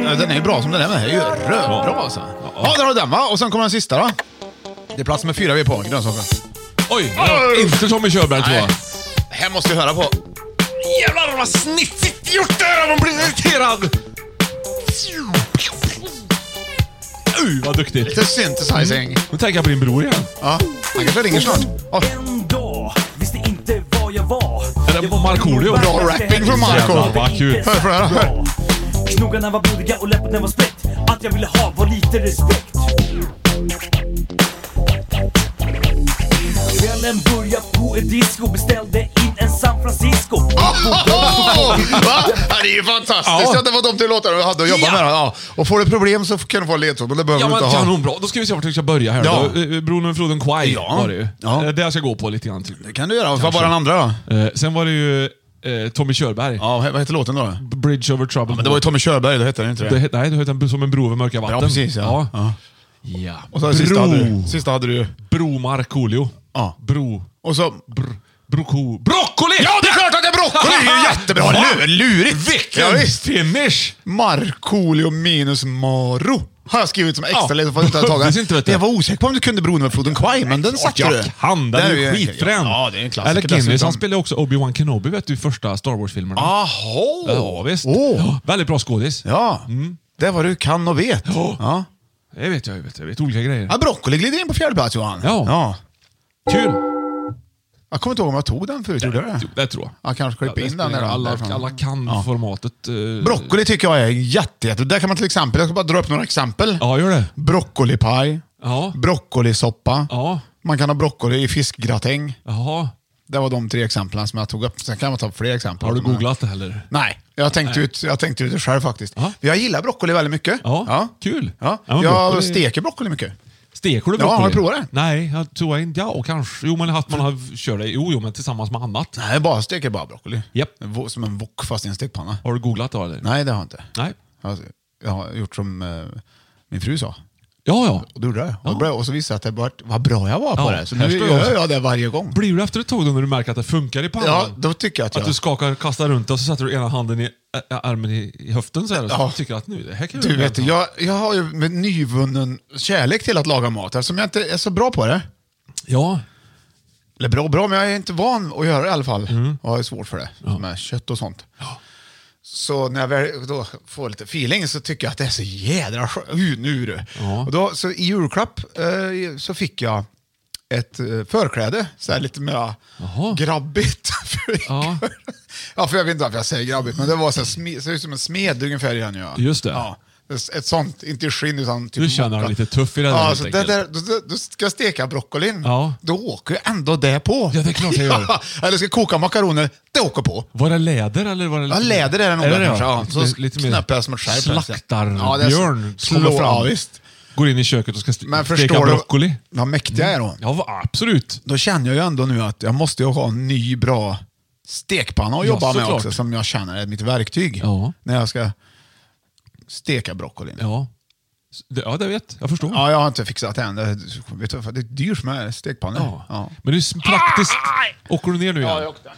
Speaker 4: Ja, Den är ju bra som den är, men den här är ju rövbra alltså. Ja, där har du den va? Och sen kommer den sista då. Det är plats med fyra vi är på, grönsaker.
Speaker 3: Oj! Ja, inte Tommy Körberg tror jag.
Speaker 4: Nej. Det här måste vi höra på. Jävlar vad snitsigt gjort det här! Man blir irriterad!
Speaker 3: Uh, vad duktigt.
Speaker 4: Lite synthesizing.
Speaker 3: Nu tänker jag på din bror igen.
Speaker 4: Ja, han kanske ringer snart. Oj,
Speaker 5: En dag visste inte vad jag var.
Speaker 3: Är det Markoolio?
Speaker 4: Bra rapping från Marco.
Speaker 3: Jävlar, vad kul.
Speaker 4: Hör, får jag höra? Hör.
Speaker 5: Knogarna var blodiga och läpparna var spräckt. Allt jag ville ha var lite respekt. Kvällen börjar på ett disco. Beställde in en San Francisco.
Speaker 4: Va? Ja, Det är ju fantastiskt
Speaker 3: Ja.
Speaker 4: att det var de tre låtarna vi hade att jobba
Speaker 3: Ja.
Speaker 4: med. Ja. Och får du problem så kan du få ledtråd, men det behöver
Speaker 3: Ja
Speaker 4: du
Speaker 3: men
Speaker 4: inte ha.
Speaker 3: kanon bra. Då ska vi se vart vi ska börja här
Speaker 4: Ja.
Speaker 3: då. Eh, eh, Bron och Froden Quai
Speaker 4: Ja.
Speaker 3: var det ju.
Speaker 4: Ja.
Speaker 3: Ja. Det jag ska gå på lite grann till.
Speaker 4: Det kan du göra. Vad var den andra då?
Speaker 3: Eh, Sen var det ju eh, Tommy Körberg.
Speaker 4: Ja, vad heter låten då?
Speaker 3: Bridge over trouble.
Speaker 4: Men det var ju Tommy Körberg, det hette den inte
Speaker 3: Det het- nej, det hette en- Som en bro över mörka vatten.
Speaker 4: Ja, precis. Ja.
Speaker 3: ja.
Speaker 4: Ja.
Speaker 3: ja.
Speaker 4: Och så sista hade du.
Speaker 3: bro.
Speaker 4: Sista hade du.
Speaker 3: Bro Markoolio.
Speaker 4: Ja.
Speaker 3: Bro.
Speaker 4: Och så...
Speaker 3: Br, broko. Broccoli!
Speaker 4: Ja, det är klart att det är broccoli! Det är ju jättebra!
Speaker 3: Va?
Speaker 4: Lur, lurigt!
Speaker 3: Vilken
Speaker 4: Ja, visst.
Speaker 3: finish!
Speaker 4: Markoolio minus Maro har jag skrivit som extra
Speaker 3: Ja.
Speaker 4: lite för att inte ha tagit
Speaker 3: Visst inte, vet du.
Speaker 4: Jag var osäker på om du kunde bron med floden Kwai, men den satte du.
Speaker 3: jag kan den!
Speaker 4: Där
Speaker 3: är ju
Speaker 4: en-
Speaker 3: skitfrän.
Speaker 4: Ja, det är en klassiker
Speaker 3: Eller Guinness,
Speaker 4: dessutom. Ah.
Speaker 3: han spelade också Obi-Wan Kenobi vet du, i första Star Wars-filmerna.
Speaker 4: Jaha!
Speaker 3: Ja, visst.
Speaker 4: Åh.
Speaker 3: Ja, väldigt bra skådis.
Speaker 4: Ja, det är vad du kan och vet.
Speaker 3: Ja.
Speaker 4: Mm. Ja.
Speaker 3: Det vet jag, jag vet, jag vet. Olika grejer.
Speaker 4: Ja, broccoli glider in på fjärde plats Johan.
Speaker 3: Ja.
Speaker 4: ja.
Speaker 3: Kul!
Speaker 4: Jag kommer inte ihåg om jag tog den förut, gjorde jag det?
Speaker 3: Jo, Det tror jag.
Speaker 4: Ja, kanske klippa in
Speaker 3: spelar
Speaker 4: den där då,
Speaker 3: Alla,
Speaker 4: därifrån.
Speaker 3: alla
Speaker 4: Ja.
Speaker 3: kan-formatet. eh,
Speaker 4: Broccoli tycker jag är jätte, jätte... Där kan man till exempel, jag ska bara dra upp några exempel.
Speaker 3: Ja, gör det.
Speaker 4: Broccolipaj,
Speaker 3: Ja.
Speaker 4: broccolisoppa,
Speaker 3: Ja.
Speaker 4: man kan ha broccoli i fiskgratäng.
Speaker 3: Jaha.
Speaker 4: Det var de tre exemplen som jag tog upp. Sen kan man ta upp fler exempel.
Speaker 3: Har du googlat det heller?
Speaker 4: Nej, jag tänkte, Ut, jag tänkte ut det själv faktiskt.
Speaker 3: Ja.
Speaker 4: Jag gillar broccoli väldigt mycket.
Speaker 3: Ja, kul.
Speaker 4: Ja.
Speaker 3: Ja, men
Speaker 4: jag
Speaker 3: broccoli-
Speaker 4: steker broccoli mycket.
Speaker 3: Steker du
Speaker 4: Ja,
Speaker 3: broccoli?
Speaker 4: har du provat det?
Speaker 3: Nej, jag tror jag inte. Ja, och kanske. Jo, men att man har, kör det. Jo, jo, men tillsammans med annat.
Speaker 4: Nej, bara steker bara broccoli.
Speaker 3: Japp.
Speaker 4: En vå- Som en wok fast i en stekpanna.
Speaker 3: Har du googlat då eller?
Speaker 4: Nej, det har jag inte.
Speaker 3: Nej.
Speaker 4: Jag har- Jag har gjort som eh, min fru sa.
Speaker 3: Ja, ja.
Speaker 4: Och då gjorde jag det. Och,
Speaker 3: Ja.
Speaker 4: blev- och så visade jag att det var, vad bra jag var på
Speaker 3: Ja,
Speaker 4: det. Så
Speaker 3: här
Speaker 4: nu
Speaker 3: står
Speaker 4: gör
Speaker 3: jag.
Speaker 4: jag det varje gång.
Speaker 3: Blir du efter ett tag då när du märker att det funkar i pannan?
Speaker 4: Ja, då tycker jag att jag...
Speaker 3: Att du skakar, kastar runt och så sätter du ena handen i ä, ä, armen i, i höften så här och så
Speaker 4: Ja.
Speaker 3: tycker att nu, det här kan
Speaker 4: Du vet,
Speaker 3: hjälpa.
Speaker 4: jag, jag har ju med nyvunnen kärlek till att laga mat eftersom jag inte är så bra på det.
Speaker 3: Ja.
Speaker 4: Eller bra och bra, men jag är inte van att göra det i alla fall.
Speaker 3: Mm.
Speaker 4: Jag har svårt för det, med kött och sånt. Så när jag väl då får lite feeling så tycker jag att det är så jädra skönt. Uh, nu du! Och då, så i julklapp eh, så fick jag ett eh, förkläde, så här lite mer grabbigt. ja.
Speaker 3: Ja.
Speaker 4: ja, för jag vet inte varför jag säger grabbigt, men det var så här, sme, ser ut som en smed ungefär. Gör jag.
Speaker 3: Just det.
Speaker 4: Ja. Ett sånt, inte i skinn utan typ
Speaker 3: Du känner dig
Speaker 4: mocka.
Speaker 3: lite tuff i det där,
Speaker 4: Ja,
Speaker 3: helt
Speaker 4: så det
Speaker 3: enkelt.
Speaker 4: där, då, då, då ska jag steka broccolin.
Speaker 3: Ja.
Speaker 4: Då åker ju ändå det på.
Speaker 3: Ja, det är klart det gör.
Speaker 4: Ja, Eller ska jag koka makaroner, det åker på.
Speaker 3: Var det läder eller var det
Speaker 4: Ja, läder är det nog.
Speaker 3: Är
Speaker 4: där
Speaker 3: det
Speaker 4: kanske,
Speaker 3: ja?
Speaker 4: Ja. Så
Speaker 3: Lite- lite mer
Speaker 4: knäpper jag som ett skärp. Ja, det är så-
Speaker 3: Slaktarbjörn
Speaker 4: slår-
Speaker 3: kommer fram.
Speaker 4: Ja, visst.
Speaker 3: Går in i köket och ska st-
Speaker 4: Men
Speaker 3: steka
Speaker 4: förstår
Speaker 3: broccoli. Mm.
Speaker 4: du vad mäktig jag är då?
Speaker 3: Ja, va- absolut.
Speaker 4: Då känner jag ju ändå nu att jag måste ju ha en ny bra stekpanna att jobba med
Speaker 3: såklart.
Speaker 4: också som jag känner är mitt verktyg
Speaker 3: Ja.
Speaker 4: när jag ska steka broccolin.
Speaker 3: Ja. S- det- Ja, det vet. Jag förstår.
Speaker 4: Ja, jag har inte fixat det än. Det är- vet du vad, det är dyrt med stekpannor.
Speaker 3: Ja. Men det är så praktiskt. Åker du ner nu
Speaker 6: Ja, jag
Speaker 3: igen?
Speaker 6: åkte.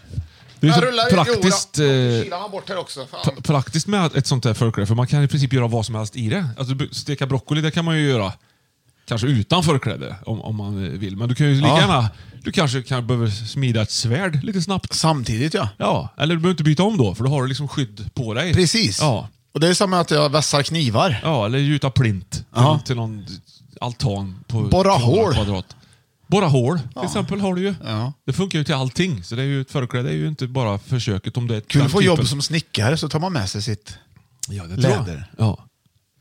Speaker 3: Det är
Speaker 6: Jag
Speaker 3: så
Speaker 6: rullar
Speaker 3: praktiskt,
Speaker 6: Jo, då.
Speaker 3: eh,
Speaker 6: Kylan var bort här också. Fan.
Speaker 3: pra- praktiskt med ett sånt där förkläde, för man kan i princip göra vad som helst i det. Alltså b- steka broccoli, det kan man ju göra kanske utan förkläde om, om man eh, vill. Men du kan ju lika
Speaker 4: Ja.
Speaker 3: gärna... Du kanske kan behöver smida ett svärd lite snabbt.
Speaker 4: Samtidigt ja.
Speaker 3: Ja, eller du behöver inte byta om då, för då har du liksom skydd på dig.
Speaker 4: Precis.
Speaker 3: Ja.
Speaker 4: Och det är som att jag vässar knivar.
Speaker 3: Ja, eller gjuta plint
Speaker 4: Ja.
Speaker 3: till någon altan på
Speaker 4: Borra hål.
Speaker 3: kvadrat. Borra hål till exempel har du ju.
Speaker 4: Ja.
Speaker 3: Det funkar ju till allting. Så det är ju, ett förkläde är ju inte bara försöket om det är
Speaker 4: Kul
Speaker 3: den
Speaker 4: att få
Speaker 3: typen.
Speaker 4: jobb som snickare så tar man med sig sitt
Speaker 3: ja, det Tror
Speaker 4: läder.
Speaker 3: jag. Ja.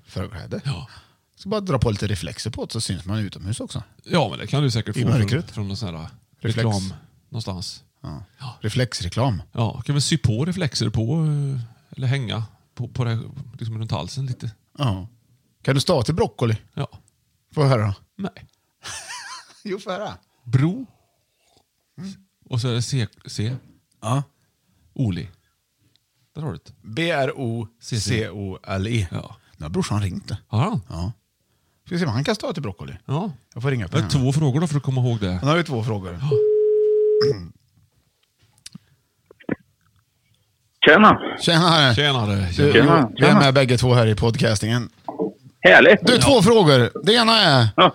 Speaker 4: förkläde.
Speaker 3: Ja.
Speaker 4: Ska bara dra på lite reflexer på det så syns man utomhus också.
Speaker 3: ja, men det kan du säkert
Speaker 4: I
Speaker 3: få från,
Speaker 4: mörkret.
Speaker 3: från någon sån här eh,
Speaker 4: Reflex.
Speaker 3: reklam någonstans.
Speaker 4: Ja. Reflexreklam.
Speaker 3: Ja, kan väl sy på reflexer på eh, eller hänga på, på det, här, liksom runt halsen lite.
Speaker 4: Ja. Kan du stå till broccoli?
Speaker 3: Ja.
Speaker 4: Får jag höra?
Speaker 3: Nej.
Speaker 4: Jo, får jag höra.
Speaker 3: Bro.
Speaker 4: Mm.
Speaker 3: Och så är det C. C.
Speaker 4: Ja.
Speaker 3: Oli. Där har du det.
Speaker 4: B-R-O-C-O-L-E.
Speaker 3: Ja.
Speaker 4: Nu har brorsan ringt.
Speaker 3: Har han?
Speaker 4: Ja. Ska vi se om han kan stå till broccoli?
Speaker 3: Ja.
Speaker 4: Jag får ringa på
Speaker 3: Det är
Speaker 4: henne.
Speaker 3: två frågor då för att komma ihåg det.
Speaker 4: Han har ju två frågor.
Speaker 7: Tjena!
Speaker 4: Tjenare!
Speaker 3: Tjenare.
Speaker 4: Du,
Speaker 3: Tjena.
Speaker 7: Tjena,
Speaker 4: Vi är
Speaker 7: tjena.
Speaker 4: med bägge två här i podcastingen.
Speaker 7: Härligt!
Speaker 4: Du, två frågor. Det ena är
Speaker 7: Ja.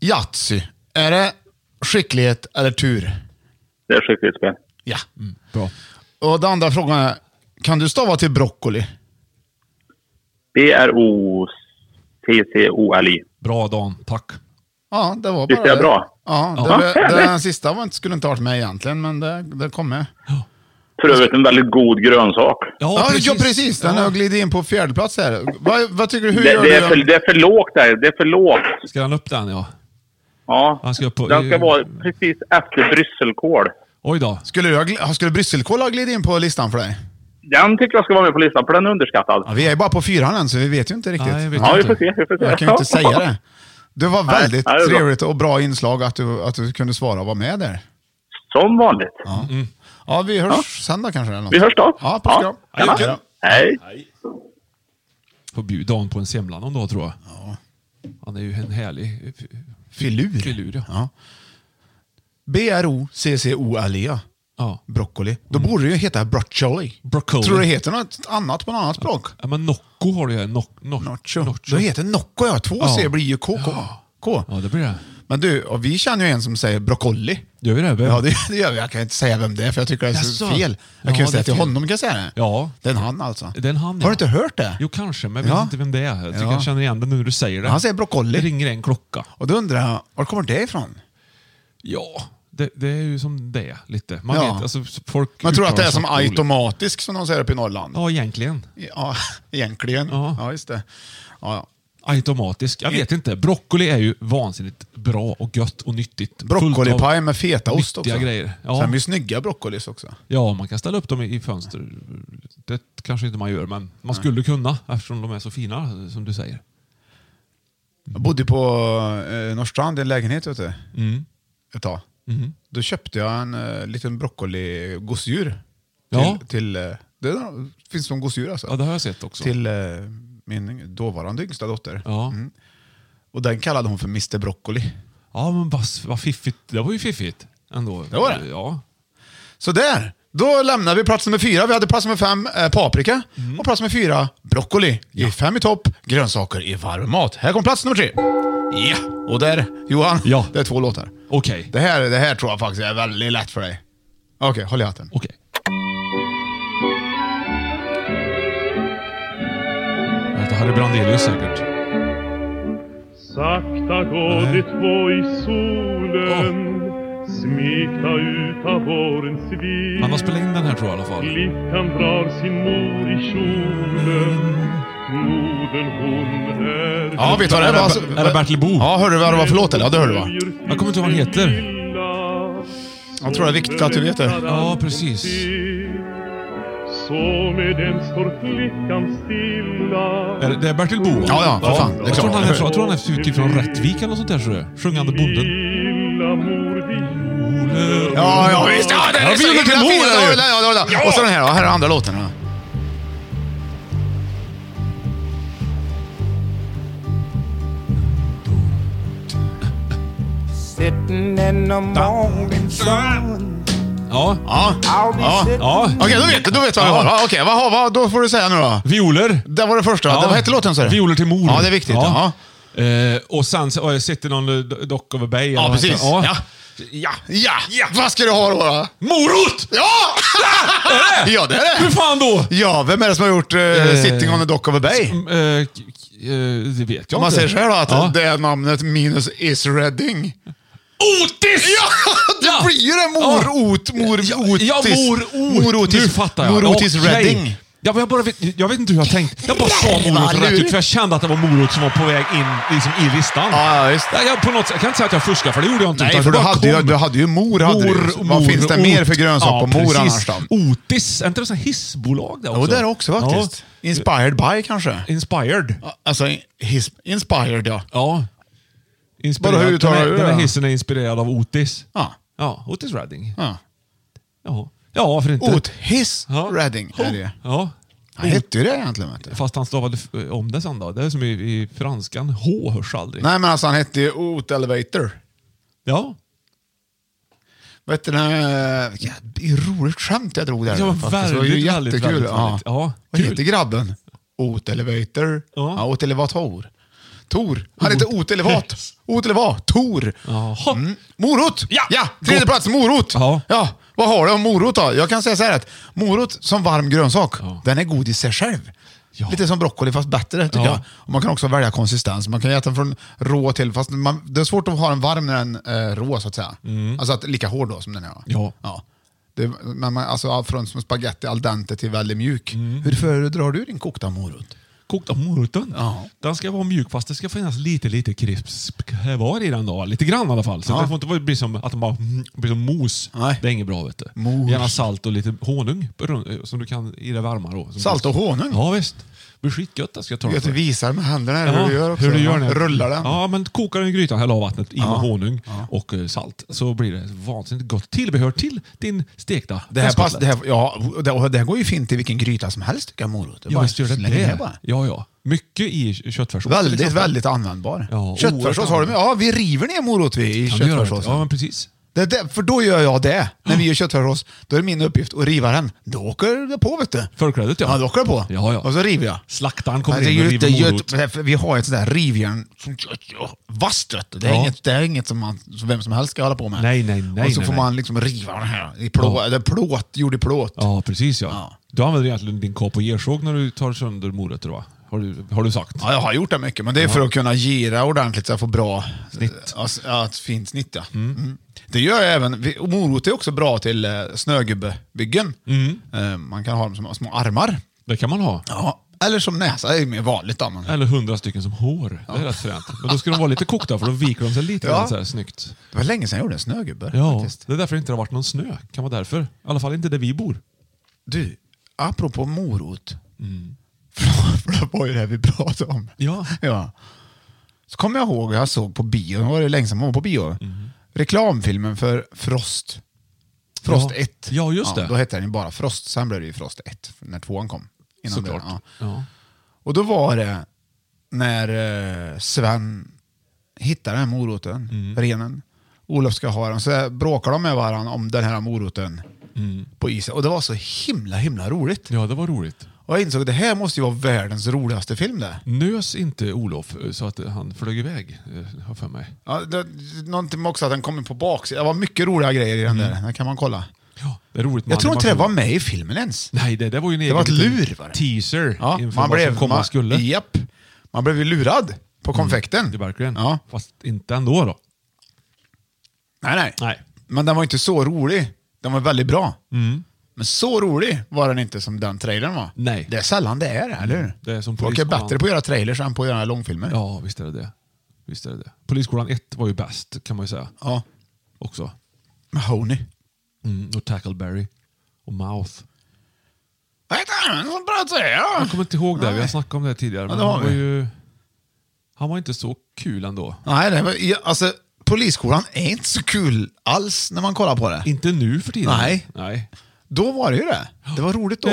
Speaker 4: Yatzy. Är det skicklighet eller tur?
Speaker 7: Det är skickligt spel.
Speaker 4: Ja. Mm.
Speaker 3: Bra.
Speaker 4: Och den andra frågan är, kan du stava till broccoli?
Speaker 7: B-R-O-T-T-O-L-I.
Speaker 3: Bra Dan, tack.
Speaker 4: Ja, det var bara
Speaker 7: Visst är jag
Speaker 4: det.
Speaker 7: bra?
Speaker 4: Ja,
Speaker 7: Ja,
Speaker 4: det, det,
Speaker 7: härligt.
Speaker 4: den sista var inte, skulle inte ha varit med egentligen, men det, det kom med.
Speaker 7: För övrigt en väldigt god grönsak.
Speaker 4: Ja, ja precis. Den har
Speaker 3: Ja.
Speaker 4: glidit in på fjärde plats här. Vad, vad tycker du? Hur
Speaker 7: Det,
Speaker 4: gör
Speaker 7: det,
Speaker 4: du?
Speaker 7: är för, det är för lågt där. Det är för lågt.
Speaker 3: Ska han upp den ja.
Speaker 7: Ja.
Speaker 3: Han ska upp på-
Speaker 7: Den ska vara precis efter brysselkål.
Speaker 3: Oj då.
Speaker 4: Skulle, du ha, gl- skulle brysselkål ha glidit in på listan för dig?
Speaker 7: Den tycker jag ska vara med på listan, för den är underskattad.
Speaker 4: Ja, vi är ju bara på fyran än, så vi vet ju inte riktigt.
Speaker 3: Nej, jag vet
Speaker 7: Ja, vi
Speaker 3: inte.
Speaker 7: får se. Vi får se.
Speaker 4: Jag kan ju inte säga det. Det var
Speaker 7: Nej,
Speaker 4: väldigt
Speaker 7: nej, det är bra.
Speaker 4: trevligt och bra inslag att du, att du kunde svara och vara med där.
Speaker 7: Som vanligt.
Speaker 4: Ja, ja vi hörs sen då kanske. Eller något.
Speaker 7: Vi hörs då.
Speaker 4: Ja, puss
Speaker 7: Ja.
Speaker 4: ja.
Speaker 7: Tjena.
Speaker 4: Hej då.
Speaker 7: Hej.
Speaker 3: Får bjuda Dan på en semla någon dag tror jag. Han är ju en härlig eh, f-
Speaker 4: Filur.
Speaker 3: filur. Ja.
Speaker 4: Ja. B-R-O-C-C-O-L-E.
Speaker 3: Ja.
Speaker 4: E, Broccoli. Då borde det ju heta broccoli.
Speaker 3: Mm. Broccoli.
Speaker 4: Tror du det heter något annat på något annat språk?
Speaker 3: ja, men Nocco har du ju. Noc- noc-
Speaker 4: Nacho. Då heter Nocco ja. Två
Speaker 3: Ja.
Speaker 4: C blir ju K. K. K.
Speaker 3: Ja, det blir det.
Speaker 4: Men du, och vi känner ju en som säger broccoli.
Speaker 3: Gör vi det? Vem?
Speaker 4: Ja, det, det gör vi. Jag kan ju inte säga vem det är för jag tycker det är så
Speaker 3: Jaså?
Speaker 4: fel.
Speaker 3: Ja,
Speaker 4: Jag kan ju
Speaker 3: det är
Speaker 4: säga till
Speaker 3: fel.
Speaker 4: honom kan jag säga det.
Speaker 3: Ja.
Speaker 4: Det är en han alltså.
Speaker 3: Det är en han,
Speaker 4: Har
Speaker 3: ja.
Speaker 4: du inte hört det?
Speaker 3: Jo, kanske, men jag vet
Speaker 4: Ja.
Speaker 3: inte vem det är. Jag tycker
Speaker 4: Ja.
Speaker 3: jag känner igen det nu när du säger det.
Speaker 4: Han säger broccoli.
Speaker 3: Det ringer en klocka.
Speaker 4: Och då undrar jag, var kommer det ifrån?
Speaker 3: Ja, det, det är ju som det är, lite. Man
Speaker 4: Ja.
Speaker 3: vet, alltså, folk
Speaker 4: Man tror att det är
Speaker 3: uttalar sig
Speaker 4: som
Speaker 3: olika.
Speaker 4: automatisk som de säger uppe i Norrland.
Speaker 3: Ja, egentligen.
Speaker 4: Ja, egentligen.
Speaker 3: Ja.
Speaker 4: Ja, just det. Ja, ja.
Speaker 3: Automatisk. Jag vet inte. Broccoli är ju vansinnigt bra och gött och nyttigt. Fullt av-
Speaker 4: Broccolipaj med fetaost också.
Speaker 3: nyttiga grejer. Ja.
Speaker 4: Sen blir snygga broccolis också.
Speaker 3: Ja, man kan ställa upp dem i i fönster. Det kanske inte man gör, men man skulle kunna eftersom de är så fina, som du säger.
Speaker 4: Jag bodde på eh, Norrstrand i en lägenhet vet du,
Speaker 3: Mm.
Speaker 4: ett tag.
Speaker 3: Mhm.
Speaker 4: Då köpte jag en eh, liten broccoli-gosedjur. Till,
Speaker 3: Ja.
Speaker 4: till, eh, det finns som gosedjur alltså.
Speaker 3: Ja, det har jag sett också.
Speaker 4: till eh, min dåvarande yngsta dotter. Mm.
Speaker 3: Ja.
Speaker 4: Och den kallade hon för Mr Broccoli.
Speaker 3: ja, men vad, vad fiffigt. Det var ju fiffigt ändå.
Speaker 4: Det var det.
Speaker 3: Ja.
Speaker 4: Så där, då lämnar vi plats nummer fyra. Vi hade plats nummer fem, eh, paprika.
Speaker 3: Mm.
Speaker 4: Och plats nummer fyra, broccoli. I fem i topp, grönsaker i varm mat. Här kom plats nummer tre. Ja, och där, Johan,
Speaker 3: Ja.
Speaker 4: det är två låtar.
Speaker 3: Okej.
Speaker 4: Det här, det här tror jag faktiskt är väldigt lätt för dig. Okej, håll i hatten.
Speaker 3: Okej. Det här är Brandelius säkert.
Speaker 8: Sakta går
Speaker 3: Nej.
Speaker 8: det två i solen Smekta utav vårens vind
Speaker 3: Man har spelat in den här tror jag i alla fall.
Speaker 8: Flickan drar sin mor i kjolen Modern hon är
Speaker 4: Ja, vet du vad det var?
Speaker 3: Är det- är det Bertil Bo?
Speaker 4: Ja, hörde du vad det var för låt? Eller? Ja, det hörde du va?
Speaker 3: Jag kommer inte ihåg vad han heter.
Speaker 4: Jag tror det är viktigt att du vet det.
Speaker 3: Ja, precis.
Speaker 8: Så med den står flickan stilla
Speaker 3: Är det, det är Bertil Bo? va?
Speaker 4: Ja, ja, för fan. Det är
Speaker 3: jag, tror
Speaker 4: klart.
Speaker 3: han är, från- jag tror han är utifrån Rättvik eller något sånt där. tror jag. Sjungande bonden.
Speaker 8: Lilla mor vid
Speaker 4: Ja, ja, visst. Ja, det
Speaker 3: Ja,
Speaker 4: är
Speaker 3: vi
Speaker 4: så
Speaker 3: gjorde
Speaker 4: himla
Speaker 3: till mål,
Speaker 4: fint.
Speaker 3: eller hur?
Speaker 4: Ja, ja, ja, ja. Och så den här, ja, här är andra låten. Ja.
Speaker 6: sitting in the morning sun.
Speaker 3: Ja.
Speaker 4: Ja. Ja.
Speaker 3: Ja.
Speaker 4: Okej, då vet du. Då vet du vad vi
Speaker 3: Ja.
Speaker 4: har. Ja, Okej, vad har vad, Då får du säga nu då.
Speaker 3: Violer.
Speaker 4: Det var det första. Det, vad hette låten sa du?
Speaker 3: Violer till mor.
Speaker 4: Ja, det är viktigt. Ja.
Speaker 3: Eh, och sen så har jag sett någon eh, Dock of a Bay. eller
Speaker 4: Ja,
Speaker 3: vad heter
Speaker 4: precis.
Speaker 3: den?
Speaker 4: Ja. Ja. ja. Vad ska du ha då? då?
Speaker 3: Morot!
Speaker 4: Ja!
Speaker 3: Är
Speaker 4: Ja, det är det.
Speaker 3: Hur fan då?
Speaker 4: Ja, vem är det som har gjort eh,
Speaker 3: Eh,
Speaker 4: Sitting on the dock of a bay?
Speaker 3: Mm, eh, k- k- eh, det vet jag
Speaker 4: Om man
Speaker 3: inte.
Speaker 4: säger så här då, att
Speaker 3: Ja.
Speaker 4: det är namnet minus is redding.
Speaker 3: Otis!
Speaker 4: Ja, det
Speaker 3: Ja.
Speaker 4: blir ju det. Morot,
Speaker 3: Ja,
Speaker 4: morotis.
Speaker 3: Ja, morot.
Speaker 4: Morotis.
Speaker 3: Nu fattar jag.
Speaker 4: Morotis
Speaker 3: Okej.
Speaker 4: redding.
Speaker 3: Ja, men jag, bara vet, jag vet inte hur jag tänkte. Jag bara sa morot
Speaker 4: Jävlar,
Speaker 3: rätt
Speaker 4: du.
Speaker 3: ut, för jag kände att det var morot som var på väg in liksom, i listan.
Speaker 4: Ja, ja, visst.
Speaker 3: Ja, jag, på något, sätt- jag kan inte säga att jag fuskar, för det gjorde jag inte.
Speaker 4: Nej,
Speaker 3: utan
Speaker 4: för du
Speaker 3: det bara
Speaker 4: hade, ju,
Speaker 3: kom.
Speaker 4: du hade ju mor. Hade du. ju. Vad
Speaker 3: mor,
Speaker 4: finns det
Speaker 3: ot.
Speaker 4: mer för grönsak på mor
Speaker 3: precis.
Speaker 4: annars då?
Speaker 3: Otis. Är inte det sån här hissbolag där också?
Speaker 4: Jo, det är det också faktiskt.
Speaker 3: Alltså, Ja.
Speaker 4: Inspired by kanske?
Speaker 3: Inspired.
Speaker 4: Alltså, his, inspired ja.
Speaker 3: Ja. Inspirerad.
Speaker 4: Vadå, hur uttalar
Speaker 3: den, här-
Speaker 4: du det
Speaker 3: den här
Speaker 4: då?
Speaker 3: hissen är inspirerad av Otis.
Speaker 4: Ja.
Speaker 3: Ja, Otis Redding.
Speaker 4: ja.
Speaker 3: Ja, ja varför inte?
Speaker 4: Ot his
Speaker 3: Ja.
Speaker 4: redding är det ju.
Speaker 3: Ja.
Speaker 4: Han hette ju det egentligen. Vet du.
Speaker 3: Fast han stavade f- om det sen då. Det är som i, i franskan. H hörs aldrig.
Speaker 4: Nej, men alltså han hette ju Ot Elevator.
Speaker 3: Ja.
Speaker 4: Vet du, när- ja, eh, det är ett roligt skämt jag drog där.
Speaker 3: Ja,
Speaker 4: faktiskt. det var ju
Speaker 3: väldigt, väldigt,
Speaker 4: jättekul.
Speaker 3: väldigt, väldigt. Ja,
Speaker 4: Vad
Speaker 3: kul.
Speaker 4: heter grabben? Ot Elevator.
Speaker 3: Ja.
Speaker 4: Ja. Ot Elevator. Tor. Han heter Ot Elevat. Ot Elevat. Tor.
Speaker 3: Jaha.
Speaker 4: Morot!
Speaker 3: Ja.
Speaker 4: Tredje
Speaker 3: Gott.
Speaker 4: plats, morot.
Speaker 3: Ja.
Speaker 4: Vad har du om morot då? Jag kan säga så här att morot som varm grönsak, den är god i sig själv. Lite som broccoli fast bättre tycker
Speaker 3: Ja.
Speaker 4: jag. Och man kan också välja konsistens. Man kan äta den från rå till, fast man, det är svårt att ha den varm när den är rå så att säga. Alltså att, lika hård då som den är. va?
Speaker 3: Mm. Ja.
Speaker 4: ja. Det, men man, alltså allt från som spaghetti al dente till väldigt mjuk.
Speaker 3: Mm.
Speaker 4: Hur föredrar du din kokta morot?
Speaker 3: Kokta moroten.
Speaker 4: Ja.
Speaker 3: Den ska vara mjuk fast det ska finnas lite, lite krisp kvar i den då. Lite grann i alla fall. Så
Speaker 4: Ja.
Speaker 3: det får inte bli som att den bara mm, blir som mos.
Speaker 4: Nej.
Speaker 3: Det är inget bra vet du.
Speaker 4: Mos.
Speaker 3: Gärna salt och lite honung på rund- eh, som du kan i det varma då. Som
Speaker 4: Salt och honung?
Speaker 3: Ja visst. Det blir skitgött. Det ska jag ta
Speaker 4: Du vet,
Speaker 3: för.
Speaker 4: Du visar med händerna här
Speaker 3: Ja,
Speaker 4: hur du gör också.
Speaker 3: hur du gör när-
Speaker 4: Rullar den.
Speaker 3: Ja, men kokar den i grytan, häll av vattnet i med
Speaker 4: Ja.
Speaker 3: honung och eh, salt. Så blir det vansinnigt gott tillbehör till din stekta
Speaker 4: Det här, pass,
Speaker 3: färskkotlett.
Speaker 4: det, här, ja, och det, och det här går ju fint i vilken gryta som helst tycker jag, morot. Det är
Speaker 3: Ja,
Speaker 4: bara
Speaker 3: visst gör det
Speaker 4: slänger ner
Speaker 3: det.
Speaker 4: bara.
Speaker 3: Ja, ja. Mycket i liksom. köttfärssås. till
Speaker 4: Väldigt,
Speaker 3: exempel.
Speaker 4: väldigt användbar.
Speaker 3: Ja, oerhört
Speaker 4: köttfärssås har du med. Ja, vi river ner morot vi i
Speaker 3: Kan du göra det?
Speaker 4: köttfärssåsen.
Speaker 3: Ja, men precis.
Speaker 4: det, är det, för då gör jag det. När vi gör köttfärssås, då är det min uppgift att riva den. Då åker det på vet du.
Speaker 3: Förklädet ja.
Speaker 4: Ja, då åker det på.
Speaker 3: Ja, ja.
Speaker 4: Och så river jag.
Speaker 3: Slaktaren kommer
Speaker 4: Men det
Speaker 3: in
Speaker 4: är
Speaker 3: och
Speaker 4: ju inte-
Speaker 3: river
Speaker 4: ju
Speaker 3: morot.
Speaker 4: ett- för Vi har ett sånt där rivjärn som ja, vasst vet du. Det är,
Speaker 3: Ja.
Speaker 4: inget, det är inget som, man, som vem som helst ska hålla på med.
Speaker 3: Nej, nej, nej,
Speaker 4: Och så
Speaker 3: nej,
Speaker 4: får
Speaker 3: nej.
Speaker 4: man liksom riva den här. I plå,
Speaker 3: Ja.
Speaker 4: eller plåt, gjord i plåt.
Speaker 3: Ja, precis ja.
Speaker 4: Ja.
Speaker 3: Du använder egentligen din kap och gersåg när du tar sönder morötter va? Har du, har du sagt.
Speaker 4: Ja, jag har gjort det mycket, men det är för att kunna gira ordentligt så jag får bra
Speaker 3: Snitt.
Speaker 4: Ja, s- Ja, ett fint snitt ja. Mm. Det gör jag även, vi- och morot är också bra till eh, snögubbebyggen. Eh, man kan ha dem som små armar.
Speaker 3: Det kan man ha.
Speaker 4: Ja. Eller som näsa, det är ju mer vanligt. Då, men.
Speaker 3: Eller hundra stycken som hår. Det är rätt fränt. Men då ska de vara lite kokta för då viker de sig lite
Speaker 4: Ja.
Speaker 3: grann så här snyggt.
Speaker 4: Det var länge sedan jag gjorde en snögubbe.
Speaker 3: Ja,
Speaker 4: faktiskt.
Speaker 3: det är därför det inte har varit någon snö. Kan vara därför. I alla fall inte där vi bor.
Speaker 4: Du, apropå morot. För, för det var ju det vi pratade om.
Speaker 3: Ja.
Speaker 4: ja. Så kommer jag ihåg, jag såg på bio, det var det länge sedan man var på bio,
Speaker 3: Mhm.
Speaker 4: reklamfilmen för Frost. Frost
Speaker 3: Ja.
Speaker 4: 1.
Speaker 3: Ja, just det.
Speaker 4: Då hette den ju bara Frost, sen blev det ju Frost 1 när tvåan kom. Innan
Speaker 3: Såklart.
Speaker 4: Det, ja.
Speaker 3: Ja.
Speaker 4: Och då var det när eh, Sven hittar den här moroten,
Speaker 3: Mm.
Speaker 4: renen. Olof ska ha den, så bråkar de med varandra om den här moroten
Speaker 3: Mm.
Speaker 4: på isen. Och det var så himla, himla roligt.
Speaker 3: ja, det var roligt.
Speaker 4: Och jag insåg att det här måste ju vara världens roligaste film det.
Speaker 3: Nös inte Olof eh, så att eh, han flög iväg, eh, har för mig.
Speaker 4: Ja, det någonting med också att den kommer på baksidan. Det var mycket roliga grejer i den
Speaker 3: Mm.
Speaker 4: där. Den kan man kolla.
Speaker 3: Ja, det är roligt med
Speaker 4: Jag tror inte det var
Speaker 3: animation.
Speaker 4: med i filmen ens.
Speaker 3: Nej, det, det var ju en
Speaker 4: Det var ett
Speaker 3: liten
Speaker 4: lur, var det?
Speaker 3: teaser
Speaker 4: Ja,
Speaker 3: inför
Speaker 4: man
Speaker 3: vad
Speaker 4: blev,
Speaker 3: som komma
Speaker 4: man,
Speaker 3: skulle. Mm.
Speaker 4: Japp. Man blev ju lurad på konfekten.
Speaker 3: Det verkligen.
Speaker 4: Ja.
Speaker 3: Fast inte ändå då.
Speaker 4: Nej, nej,
Speaker 3: Nej.
Speaker 4: Men den var inte så rolig. Den var väldigt bra.
Speaker 3: Mm.
Speaker 4: Men så rolig var den inte som den trailern var.
Speaker 3: Nej. Mm.
Speaker 4: Det är sällan det är det, eller hur?
Speaker 3: Det är som
Speaker 4: Folk är
Speaker 3: polisskolan.
Speaker 4: bättre på att göra trailers än på att göra långfilmer.
Speaker 3: Ja, visst är det det. Visst är det det. Polisskolan 1 var ju bäst, kan man ju säga.
Speaker 4: ja.
Speaker 3: Också.
Speaker 4: Mahoney.
Speaker 3: Mm, och Tackleberry. Och Mouth.
Speaker 4: Vad heter han som pratar så här
Speaker 3: Jag
Speaker 4: då?
Speaker 3: kommer inte ihåg det, vi har snackat om det här tidigare. Men
Speaker 4: det har
Speaker 3: han var
Speaker 4: vi.
Speaker 3: ju... Han var inte så kul ändå.
Speaker 4: Nej, det var, ja, alltså polisskolan är inte så kul alls när man kollar på det.
Speaker 3: Inte nu för tiden.
Speaker 4: Nej.
Speaker 3: Nej.
Speaker 4: Då var det ju det. Det var roligt då.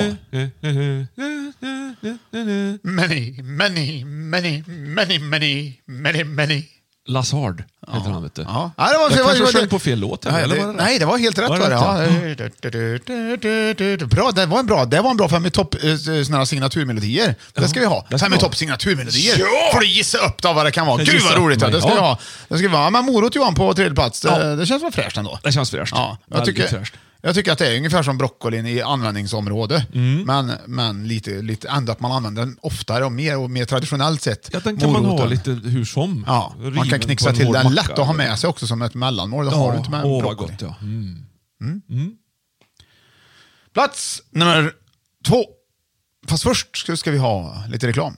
Speaker 4: Men many, many, many, many, many, many, many
Speaker 3: Lazard heter han, vet du.
Speaker 4: Ja. Ja, det var-
Speaker 3: jag
Speaker 4: det var-
Speaker 3: kanske
Speaker 4: det var-
Speaker 3: sjöng på fel låt. här,
Speaker 4: Nej,
Speaker 3: eller
Speaker 4: det,
Speaker 3: var det
Speaker 4: nej, det var helt rätt.
Speaker 3: Var
Speaker 4: Var
Speaker 3: det
Speaker 4: det? Ja. Bra, det var en bra, det var en bra Fem i topp eh, såna här signaturmelodier. Det ska vi ha.
Speaker 3: det ska
Speaker 4: Fem i
Speaker 3: vi ha.
Speaker 4: topp signaturmelodier.
Speaker 3: Ja!
Speaker 4: Får du gissa upp då vad det kan vara.
Speaker 3: Jag
Speaker 4: Gud
Speaker 3: gissar
Speaker 4: vad
Speaker 3: upp
Speaker 4: roligt! Ja.
Speaker 3: mig,
Speaker 4: Det ska vi
Speaker 3: ja.
Speaker 4: ha. Det ska vi ha. Men morot Johan på tredje plats. Det,
Speaker 3: Ja.
Speaker 4: det känns väl fräscht ändå.
Speaker 3: Det känns fräscht.
Speaker 4: Ja, jag,
Speaker 3: Väldigt
Speaker 4: tycker,
Speaker 3: fräscht.
Speaker 4: jag tycker att det är ungefär som broccolin i användningsområde.
Speaker 3: Mm.
Speaker 4: Men, men lite, lite, ändå att man använder den oftare och mer, och mer traditionellt sett.
Speaker 3: Ja, den kan man ha
Speaker 4: moroten.
Speaker 3: lite hur som.
Speaker 4: Ja, man
Speaker 3: Riven
Speaker 4: kan
Speaker 3: på
Speaker 4: knixa
Speaker 3: en
Speaker 4: till
Speaker 3: hård
Speaker 4: den
Speaker 3: macka,
Speaker 4: lätt och ha
Speaker 3: eller-
Speaker 4: med sig också som ett mellanmål. Det
Speaker 3: Ja,
Speaker 4: har du inte med
Speaker 3: åh vad
Speaker 4: broccoli.
Speaker 3: gott ja. Mm.
Speaker 4: Plats nummer två. Fast först ska- ska vi ha lite reklam.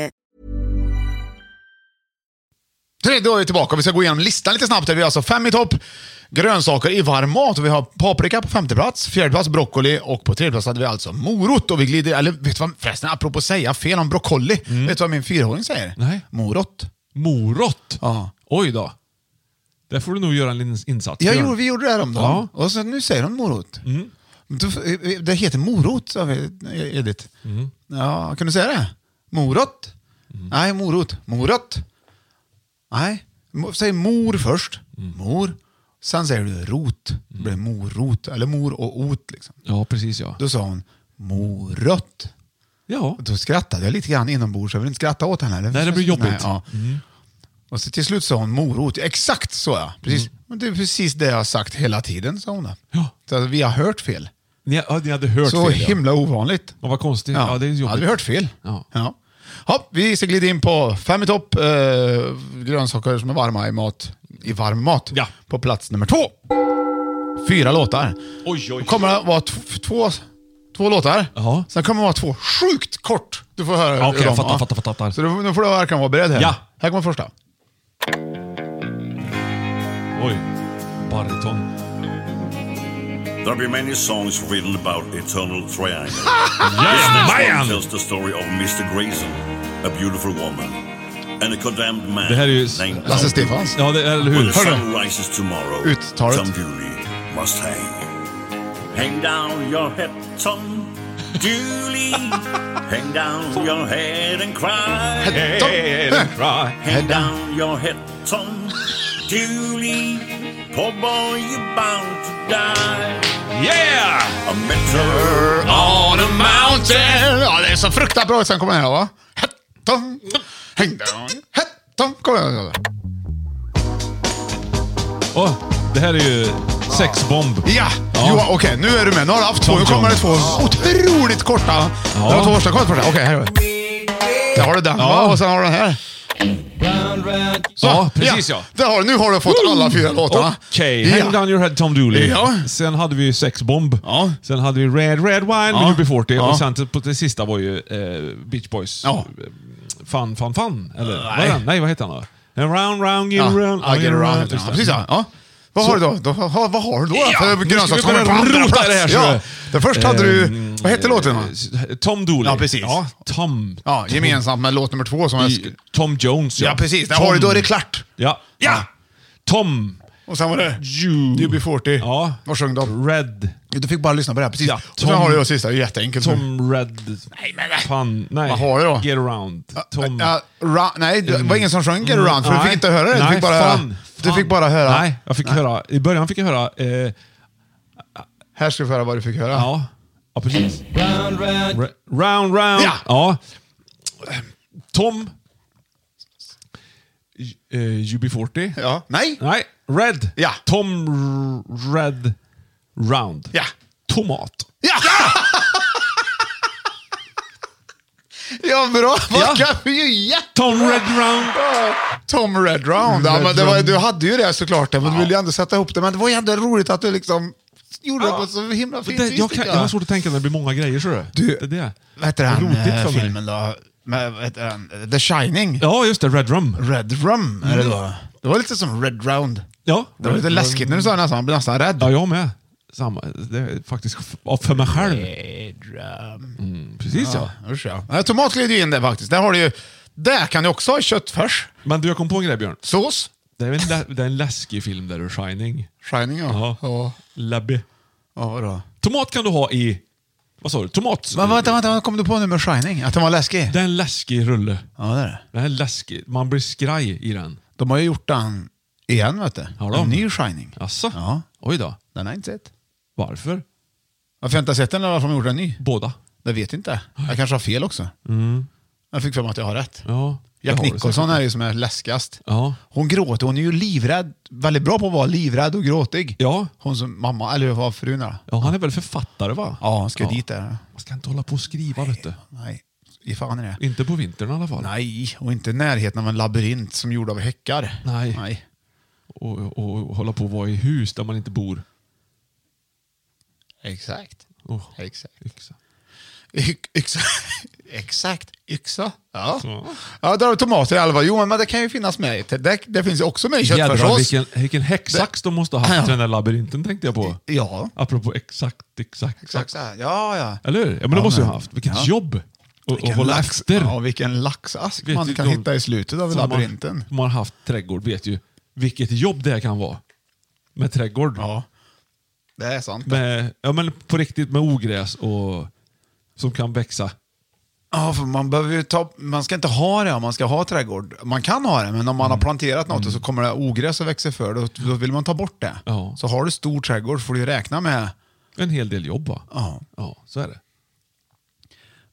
Speaker 4: Tre, Då är vi tillbaka. Vi ska gå igenom listan lite snabbt. Vi har alltså fem i topp, grönsaker i varm mat och vi har paprika på femte plats, fjärde plats broccoli och på tredje plats hade vi alltså morot. Och vi glider, eller vet du vad, förresten apropå att säga fel om broccoli. Vet du vad min fyraåring säger?
Speaker 3: Nej.
Speaker 4: Morot.
Speaker 3: Morot?
Speaker 4: Ja.
Speaker 3: Oj då. Där får du nog göra en liten insats.
Speaker 4: Jag
Speaker 3: Björn.
Speaker 4: gjorde, vi gjorde det här om dagen.
Speaker 3: Ja. Mm.
Speaker 4: Och så, nu säger de morot. Då- Det heter morot, sa vi, Edith.
Speaker 3: Mm.
Speaker 4: Ja, kan du säga det? Morot? Nej, morot. Morot? Nej, Mo- säg mor först.
Speaker 3: Mm.
Speaker 4: Mor. Sen säger du rot. Det blir morot. Eller mor och ot. Liksom.
Speaker 3: Ja, precis ja.
Speaker 4: Då sa hon morot.
Speaker 3: Ja.
Speaker 4: Och då skrattade jag lite grann inombords. Jag vill inte skratta åt henne. eller?
Speaker 3: Nej, det blir jobbigt. Mm.
Speaker 4: Nej, ja. Och så till slut sa hon morot. Exakt så ja. Precis. Men Det är precis det jag har sagt hela tiden, sa hon. då.
Speaker 3: Mm. Ja.
Speaker 4: Så att vi har hört fel.
Speaker 3: Ni, ja, ni hade hört
Speaker 4: så
Speaker 3: fel. ja.
Speaker 4: himla ovanligt.
Speaker 3: Ja, vad konstigt. Ja. det är jobbigt.
Speaker 4: Hade vi hört fel?
Speaker 3: Ja.
Speaker 4: Ja. Ja, vi ska glida in på fem i topp, eh, grönsaker som är varma i mat, i varm mat.
Speaker 3: Ja.
Speaker 4: På plats nummer två. Fyra låtar.
Speaker 3: Oj, oj.
Speaker 4: Då kommer det vara t- två, två låtar.
Speaker 3: Ja.
Speaker 4: Sen kommer det vara två sjukt kort. Du får höra
Speaker 3: Ja, okej,
Speaker 4: hur de-
Speaker 3: fattar, fattar, fattar, fattar.
Speaker 4: Så du- nu får du verkligen vara beredd här.
Speaker 3: Ja.
Speaker 4: Här kommer första.
Speaker 3: Oj. Bariton.
Speaker 9: There'll be many songs riddled about eternal triangle.
Speaker 3: Jajamän!
Speaker 9: One tells the story of Mr. Grayson, a beautiful woman, and a condemned man
Speaker 3: Det här är ju...
Speaker 9: named
Speaker 4: Lasse
Speaker 9: Tom.
Speaker 4: Stefans.
Speaker 3: Ja, det, eller
Speaker 9: When
Speaker 3: hur?
Speaker 9: the sun rises tomorrow,
Speaker 4: Uttalet.
Speaker 9: Tom Dooley must hang. Hang down your head, Tom Dooley. hang down your head and cry.
Speaker 3: Head and cry.
Speaker 9: Hang down your head, Tom Dooley. Poor boy, you're bound to die.
Speaker 3: Yeah!
Speaker 9: A meteor on a mountain.
Speaker 4: Ja, det är så fruktansvärt bra. Sen kommer den här va? Hetton, häng down, hetton. Kommer den.
Speaker 3: Åh, det här är ju sexbomb.
Speaker 4: Ja,
Speaker 3: Ja.
Speaker 4: Johan, okej nu är du med. Nu har du haft två.
Speaker 3: Tom
Speaker 4: Nu kommer det
Speaker 3: Jones.
Speaker 4: två otroligt korta.
Speaker 3: Ja.
Speaker 4: Det var två första, kom första. Okej, här har vi. Där har du den va? Och sen har du den här. Så,
Speaker 3: Ja, precis, ja.
Speaker 4: Där har du, nu har du fått alla fyra låtarna.
Speaker 3: Okej,
Speaker 4: Ja.
Speaker 3: Hang down your head Tom Dooley.
Speaker 4: Ja.
Speaker 3: Sen hade vi ju sexbomb.
Speaker 4: Ja.
Speaker 3: Sen hade vi Red Red Wine
Speaker 4: Ja.
Speaker 3: med UB40.
Speaker 4: Ja.
Speaker 3: Och sen till- på det sista var ju eh, Beach Boys.
Speaker 4: Ja.
Speaker 3: Eh, Fun, fun, fun. Eller?
Speaker 4: Nej.
Speaker 3: Nej. Nej, vad heter han då? And round, round, get
Speaker 4: Ja,
Speaker 3: round.
Speaker 4: I get around. Ja,
Speaker 3: Just det.
Speaker 4: precis ja. ja. Vad
Speaker 3: Så-
Speaker 4: har du då? då ha, vad har du då?
Speaker 3: Ja,
Speaker 4: för
Speaker 3: nu ska vi
Speaker 4: grönsakskommen på
Speaker 3: börja
Speaker 4: andra
Speaker 3: rota i
Speaker 4: plats.
Speaker 3: det här, så
Speaker 4: ja.
Speaker 3: det-
Speaker 4: Det första hade du...
Speaker 3: Ehm,
Speaker 4: Vad hette låten? va?
Speaker 3: eh, Tom Dooley.
Speaker 4: Ja, precis.
Speaker 3: Ja, Tom.
Speaker 4: Ja, gemensamt med låt nummer två som jag... sk-
Speaker 3: Tom Jones, ja.
Speaker 4: Ja, precis. Där
Speaker 3: Tom.
Speaker 4: har du, då är det klart.
Speaker 3: Ja.
Speaker 4: Ja.
Speaker 3: Tom.
Speaker 4: Och sen var det UB40. Ja. Vad sjöng de?
Speaker 3: Red.
Speaker 4: Du fick bara lyssna på det här precis.
Speaker 3: Ja,
Speaker 4: och sen
Speaker 3: Tom-
Speaker 4: har du det sista, det är jätteenkelt.
Speaker 3: Tom Red... Mm. Nej, men Fan, nej.
Speaker 4: Vad har du då?
Speaker 3: Get around. Tom...
Speaker 4: Ja, ra, nej, det var ingen som sjöng Get
Speaker 3: Mm,
Speaker 4: Around, för du fick
Speaker 3: nej.
Speaker 4: inte höra det. Du
Speaker 3: Nej,
Speaker 4: fick bara höra.
Speaker 3: fan,
Speaker 4: Du
Speaker 3: fan.
Speaker 4: fick bara höra.
Speaker 3: Nej, jag fick höra. I början fick jag höra... Eh,
Speaker 4: Här ska vi få höra vad du fick höra.
Speaker 3: ja. ja, precis. Round, round. round, round. Ja. Tom... Eh, UB40.
Speaker 4: Ja. Nej.
Speaker 3: Nej, Red.
Speaker 4: Ja.
Speaker 3: Tom R- Red Round.
Speaker 4: Ja.
Speaker 3: Tomat.
Speaker 4: Ja, bra.
Speaker 3: Ja.
Speaker 4: Vad kan vi ju jätte...
Speaker 3: Tom Red Round.
Speaker 4: Tom Red Round. Ja,
Speaker 3: Red
Speaker 4: men det var,
Speaker 3: Round.
Speaker 4: du hade ju det såklart, men du ville ju ändå sätta ihop det. Men det var ju ändå roligt att du liksom gjorde det på ett så himla fint
Speaker 3: Det,
Speaker 4: vis,
Speaker 3: jag, kan,
Speaker 4: tycker
Speaker 3: jag har svårt att tänka när det blir många grejer. Så är det.
Speaker 4: Du-
Speaker 3: det, är det.
Speaker 4: Vad heter den
Speaker 3: Rotigt
Speaker 4: eh,
Speaker 3: för mig.
Speaker 4: filmen då? Med, vad heter den? The Shining?
Speaker 3: Ja, just det. Red Rum.
Speaker 4: Red Rum är det då. Det var lite som Red Round.
Speaker 3: Ja.
Speaker 4: Det var lite
Speaker 3: Red
Speaker 4: läskigt när du sa det nästan. Man blev nästan rädd.
Speaker 3: Ja, jag med. Samma. Det är faktiskt f- för mig själv.
Speaker 4: Red Rum.
Speaker 3: Mm, precis ja.
Speaker 4: Ja, usch ja. Nej, Tomat glider ju in där faktiskt. Där, har du ju, där kan du också ha köttfärs,
Speaker 3: Men du, jag kom på en grej Björn.
Speaker 4: sås.
Speaker 3: Det är en, lä- det är en läskig film där, Shining.
Speaker 4: Shining ja. Ja,
Speaker 3: Labby.
Speaker 4: ja vadå?
Speaker 3: Tomat kan du ha i... Vad sa du? Tomat?
Speaker 4: Men vänta, vänta, vad kom du på nu med Shining? Att den var läskig?
Speaker 3: Det är en läskig rulle.
Speaker 4: Ja, det är det.
Speaker 3: Den är läskig. Man blir skraj i den.
Speaker 4: De har ju gjort den igen, vet du.
Speaker 3: Har de?
Speaker 4: En ny Shining.
Speaker 3: Asså?
Speaker 4: Ja.
Speaker 3: Oj då.
Speaker 4: Den har jag inte sett.
Speaker 3: Varför?
Speaker 4: Varför jag inte har sett den eller varför de har gjort en ny?
Speaker 3: Båda.
Speaker 4: Det vet jag inte. Jag kanske har fel också. Jag fick för mig att jag har rätt.
Speaker 3: Mm. Ja. det
Speaker 4: Jack
Speaker 3: har du
Speaker 4: Nicholson
Speaker 3: säkert.
Speaker 4: är ju som är läskigast.
Speaker 3: Ja.
Speaker 4: Hon gråter. Hon är ju livrädd. Väldigt bra på att vara livrädd och gråtig.
Speaker 3: Ja.
Speaker 4: Hon som mamma, eller vad frun är.
Speaker 3: ja, han är väl författare va?
Speaker 4: Ja, hon ska dit där.
Speaker 3: Man ska inte hålla på och skriva vet du.
Speaker 4: Nej, i fan är det.
Speaker 3: Inte på vintern i alla fall.
Speaker 4: Nej, och inte i närheten av en labyrint som är gjord av häckar.
Speaker 3: Nej. Och, och, och hålla på och vara i hus där man inte bor.
Speaker 4: Exakt.
Speaker 3: Oh.
Speaker 4: Exakt.
Speaker 3: Yxa.
Speaker 4: Yx- Yxa. Exakt. Yxa. Ja.
Speaker 3: Ja.
Speaker 4: ja, där har vi tomater i elva. Jo, men det kan ju finnas med. i- Det, det finns ju också med i
Speaker 3: Jädrar
Speaker 4: köttfärssås.
Speaker 3: vilken, vilken häcksax de måste ha haft i den där labyrinten tänkte jag på.
Speaker 4: Ja.
Speaker 3: Apropå exakt, exakt,
Speaker 4: Exakt
Speaker 3: exakt.
Speaker 4: så här. Ja, ja.
Speaker 3: Eller hur? Ja, men det
Speaker 4: Ja,
Speaker 3: måste du
Speaker 4: men-
Speaker 3: ha haft. Vilket
Speaker 4: ja.
Speaker 3: jobb! Och, och hålla
Speaker 4: lax-
Speaker 3: efter.
Speaker 4: Ja, vilken laxask
Speaker 3: Vet
Speaker 4: man
Speaker 3: du,
Speaker 4: kan
Speaker 3: de
Speaker 4: hitta i slutet av
Speaker 3: som
Speaker 4: labyrinten.
Speaker 3: Har, som har haft trädgård vet ju vilket jobb det kan vara. Med trädgård.
Speaker 4: Ja. Det är sant.
Speaker 3: Med, ja, men på riktigt med ogräs och, som kan växa.
Speaker 4: Ja, för man, behöver ju ta, man ska inte ha det om man ska ha trädgård. Man kan ha det, men om man har planterat något och så kommer det ogräs och växer för då, då vill man ta bort det.
Speaker 3: Ja.
Speaker 4: Så har du stor trädgård får du ju räkna med...
Speaker 3: En hel del jobb va?
Speaker 4: Ja.
Speaker 3: ja så är det.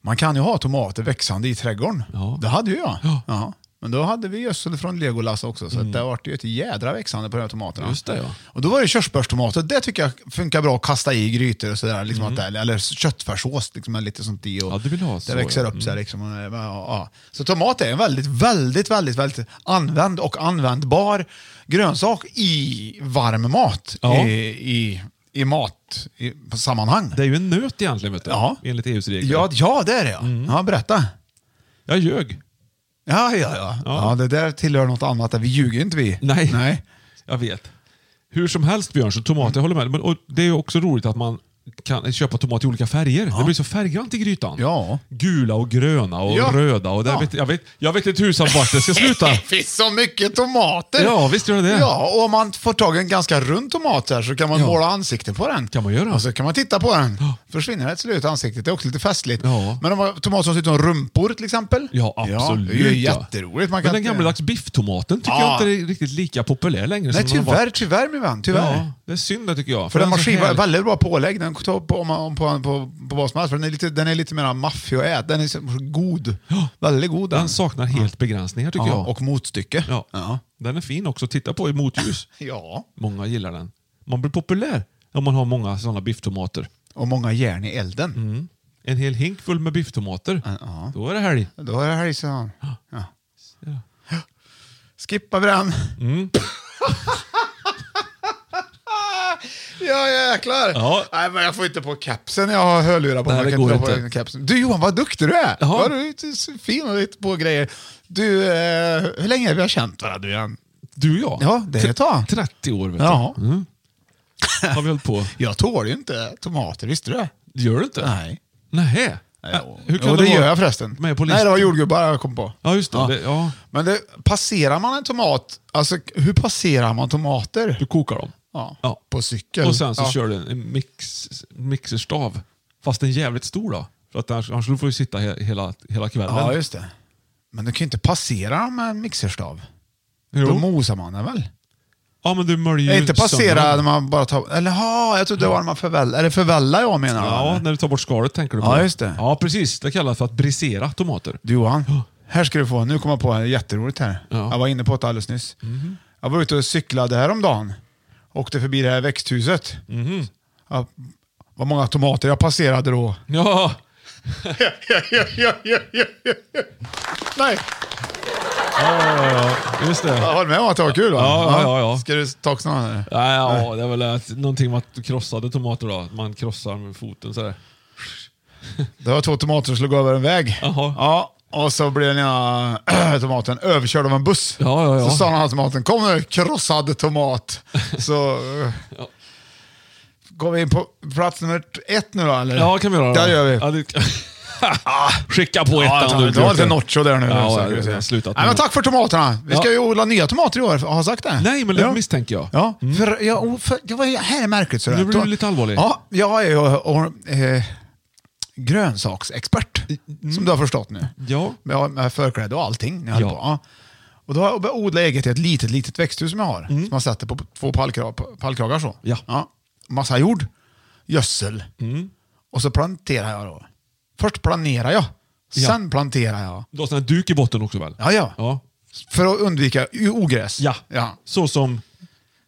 Speaker 4: Man kan ju ha tomater växande i trädgården.
Speaker 3: Ja.
Speaker 4: Det hade ju jag.
Speaker 3: Ja. Mm.
Speaker 4: Men då hade vi gödsel från Legolas också, så att det vart ju ett jädra växande på de här tomaterna.
Speaker 3: Just det, ja.
Speaker 4: Och då var det körsbärstomater. Det tycker jag funkar bra att kasta i grytor och sådär. Liksom att det, eller köttfärssås, liksom, med lite sånt i. Och
Speaker 3: Mm. Ja, du vill ha så,
Speaker 4: det växer
Speaker 3: ja.
Speaker 4: upp sig.
Speaker 3: Mm.
Speaker 4: Liksom, och, ja, ja. Så tomat är en väldigt, väldigt, väldigt, väldigt använd och användbar grönsak i varm mat.
Speaker 3: Ja.
Speaker 4: I, i, i mat i, på sammanhang.
Speaker 3: Det är ju en nöt egentligen vet du.
Speaker 4: Ja.
Speaker 3: Enligt EUs regler.
Speaker 4: Ja, ja, det är det ja.
Speaker 3: Mm.
Speaker 4: ja berätta.
Speaker 3: Jag ljög.
Speaker 4: Ja, ja, ja. ja.
Speaker 3: Ja.
Speaker 4: det där tillhör något annat. där. Vi ljuger inte vi.
Speaker 3: Nej.
Speaker 4: Nej.
Speaker 3: Jag vet. Hur som helst Björn, så tomater, jag håller med. Men, och det är ju också roligt att man kan köpa tomat i olika färger. Det blir så färggrant i grytan.
Speaker 4: Ja.
Speaker 3: Gula och gröna och
Speaker 4: Ja.
Speaker 3: röda. Och där
Speaker 4: Ja.
Speaker 3: vet, jag, vet, jag vet inte tusan vart det ska sluta.
Speaker 4: Det finns så mycket tomater.
Speaker 3: Ja, visst gör det det.
Speaker 4: Ja, och om man får tag i en ganska rund tomat här så kan man
Speaker 3: Ja.
Speaker 4: måla ansikte på den.
Speaker 3: Kan man göra.
Speaker 4: Och så kan man titta på den.
Speaker 3: Ja.
Speaker 4: Försvinner det till slut ansiktet. Det är också lite festligt.
Speaker 3: Ja.
Speaker 4: Men om man har tomater som ser ut som rumpor till exempel.
Speaker 3: Ja, absolut.
Speaker 4: det är ju
Speaker 3: ja.
Speaker 4: jätteroligt. Man
Speaker 3: Men
Speaker 4: kan
Speaker 3: den
Speaker 4: inte-
Speaker 3: gammaldags bifftomaten tycker
Speaker 4: Ja.
Speaker 3: jag inte är riktigt lika populär längre.
Speaker 4: Nej,
Speaker 3: som den
Speaker 4: tyvärr,
Speaker 3: var.
Speaker 4: tyvärr min vän. Tyvärr.
Speaker 3: Ja, det är synd det tycker jag.
Speaker 4: För den
Speaker 3: är
Speaker 4: har
Speaker 3: så
Speaker 4: skiva,
Speaker 3: härlig.
Speaker 4: väldigt bra pålägg. Den tar på, på, på, på, på vad som helst. För den är lite, den är lite mer maffig att äta. Den är så god. Väldigt god.
Speaker 3: Den saknar helt begränsningar tycker
Speaker 4: ja,
Speaker 3: jag.
Speaker 4: och motstycke.
Speaker 3: ja. Den är fin också att titta på i motljus.
Speaker 4: Ja.
Speaker 3: Många gillar den. Man blir populär om man har många sådana bifftomater.
Speaker 4: Och många järn i elden.
Speaker 3: Mm. En hel hink full med bifftomater.
Speaker 4: ja.
Speaker 3: Då är det helg.
Speaker 4: Då är det här i sån. Ja.
Speaker 3: Ja. Mm.
Speaker 4: Skippa bränn. ja, jäklar.
Speaker 3: Ja.
Speaker 4: Nej, men jag får inte på kapseln. Jag har hörlurar på
Speaker 3: Nej,
Speaker 4: mig.
Speaker 3: det
Speaker 4: Jag kan
Speaker 3: går
Speaker 4: dra på
Speaker 3: inte.
Speaker 4: den Kapseln. Du Johan, vad duktig du är.
Speaker 3: Ja.
Speaker 4: Vad du är så fin och lite på grejer. Du, eh, hur länge har vi känt varandra du igen?
Speaker 3: Du och jag.
Speaker 4: Ja, det är ett tag.
Speaker 3: 30 år vet
Speaker 4: Ja.
Speaker 3: du. Mm. Har vi hållit på.
Speaker 4: Jag tål ju inte tomater, visste du det?
Speaker 3: Gör du inte?
Speaker 4: Nej.
Speaker 3: Nähä.
Speaker 4: Jo,
Speaker 3: Äh, hur
Speaker 4: jo
Speaker 3: kunde
Speaker 4: det
Speaker 3: det vara
Speaker 4: gör jag förresten.
Speaker 3: med på
Speaker 4: Nej, det
Speaker 3: listan?
Speaker 4: var jordgubbar jag kom på.
Speaker 3: Ja, just det. Det- ja.
Speaker 4: Men det, passerar man en tomat, alltså hur passerar man tomater? Du
Speaker 3: kokar dem.
Speaker 4: Ja.
Speaker 3: Ja.
Speaker 4: På cykel.
Speaker 3: Och sen så
Speaker 4: ja.
Speaker 3: kör du en mix, mixerstav. Fast en jävligt stor då. För att annars annars får du sitta he, hela, hela kvällen.
Speaker 4: Ja, just det. Men du kan ju inte passera dem med en mixerstav.
Speaker 3: Jo.
Speaker 4: Då mosar man den väl?
Speaker 3: Ja, men du möljer ju
Speaker 4: inte
Speaker 3: sönder
Speaker 4: passera när
Speaker 3: den.
Speaker 4: man bara tar... Eller ja, jag trodde det var när man förvällar. Eller förvällar jag menar du,
Speaker 3: Ja,
Speaker 4: eller?
Speaker 3: när du tar bort skalet tänker du på.
Speaker 4: Ja, just det.
Speaker 3: Ja, precis. Det kallas för att brisera tomater.
Speaker 4: Du Johan, här ska du få. Nu kommer jag på en jätteroligt här.
Speaker 3: Ja. Mhm.
Speaker 4: Jag var inne på det alldeles nyss. Jag var ute och cyklade häromdagen. Åkte förbi det här växthuset.
Speaker 3: Mhm.
Speaker 4: Ja, vad många tomater jag passerade då.
Speaker 3: Ja!
Speaker 4: Nej.
Speaker 3: Ja, just det.
Speaker 4: Jag håller med om att det var kul va?
Speaker 3: Ja, ja, ja, ja.
Speaker 4: Ska du ta också någon? eller?
Speaker 3: Nej, ja, det är väl att, någonting med att du krossade tomater då. Att man krossar med foten sådär.
Speaker 4: Det var två tomater som slog över en väg.
Speaker 3: Jaha.
Speaker 4: Ja, och så blev den ena tomaten överkörd av en buss.
Speaker 3: Ja, ja, ja.
Speaker 4: Så sa den här tomaten, kom nu krossad tomat. Så eh, går vi in på plats nummer ett nu då eller?
Speaker 3: Ja, kan vi göra. då.
Speaker 4: Där gör vi. Ah.
Speaker 3: Ja, det... Skicka på
Speaker 4: Ja,
Speaker 3: ettan.
Speaker 4: ta-
Speaker 3: nu,
Speaker 4: ta
Speaker 3: Björke.
Speaker 4: lite nacho där nu.
Speaker 3: Ja,
Speaker 4: så
Speaker 3: ja,
Speaker 4: kan vi
Speaker 3: det-
Speaker 4: se.
Speaker 3: jag har slutat
Speaker 4: Nej,
Speaker 3: nu.
Speaker 4: men tack för tomaterna. Vi ska
Speaker 3: Ja.
Speaker 4: ju odla nya tomater i år. Har jag sagt det?
Speaker 3: Nej, men det
Speaker 4: ja.
Speaker 3: misstänker jag.
Speaker 4: Ja, för, ja, och för, det var ju här är märkligt. Sådär.
Speaker 3: Mm. Nu blir du lite allvarlig.
Speaker 4: Ja, jag är ju och, eh, grönsaksexpert, som du har förstått nu.
Speaker 3: mm. Ja.
Speaker 4: Med, med förkläde och allting. Ni ja.
Speaker 3: Ja.
Speaker 4: På. Ja. Och då har jag börjat odla eget i ett litet, litet växthus som jag har. Som jag sätter på två pallkra- pallkragar. Så.
Speaker 3: Mm. Ja. Mm.
Speaker 4: Massa jord, gödsel. Och så planterar jag då. Först planerar jag,
Speaker 3: Ja.
Speaker 4: sen planterar jag.
Speaker 3: Du har sån här duk i botten också väl?
Speaker 4: Ja, ja.
Speaker 3: Ja.
Speaker 4: För att undvika o- ogräs.
Speaker 3: Ja.
Speaker 4: ja.
Speaker 3: Så som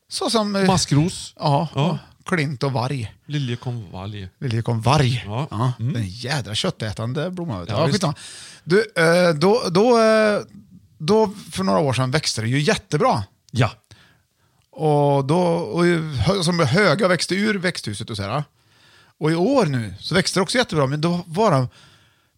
Speaker 4: Så som... eh,
Speaker 3: maskros,
Speaker 4: Ja,
Speaker 3: Ja.
Speaker 4: klint och varg.
Speaker 3: liljekonvalj.
Speaker 4: Liljekom varg.
Speaker 3: Ja. Mm.
Speaker 4: Ja. Den jädra köttätande blomman.
Speaker 3: Ja,
Speaker 4: Ja,
Speaker 3: visst.
Speaker 4: skitsamma. du, eh, då, då, eh, då, för några år sedan växte det ju jättebra.
Speaker 3: Ja.
Speaker 4: Och då, och ju hö- som höga växte ur växthuset och så här. Och i år nu så växte det också jättebra, men då var det,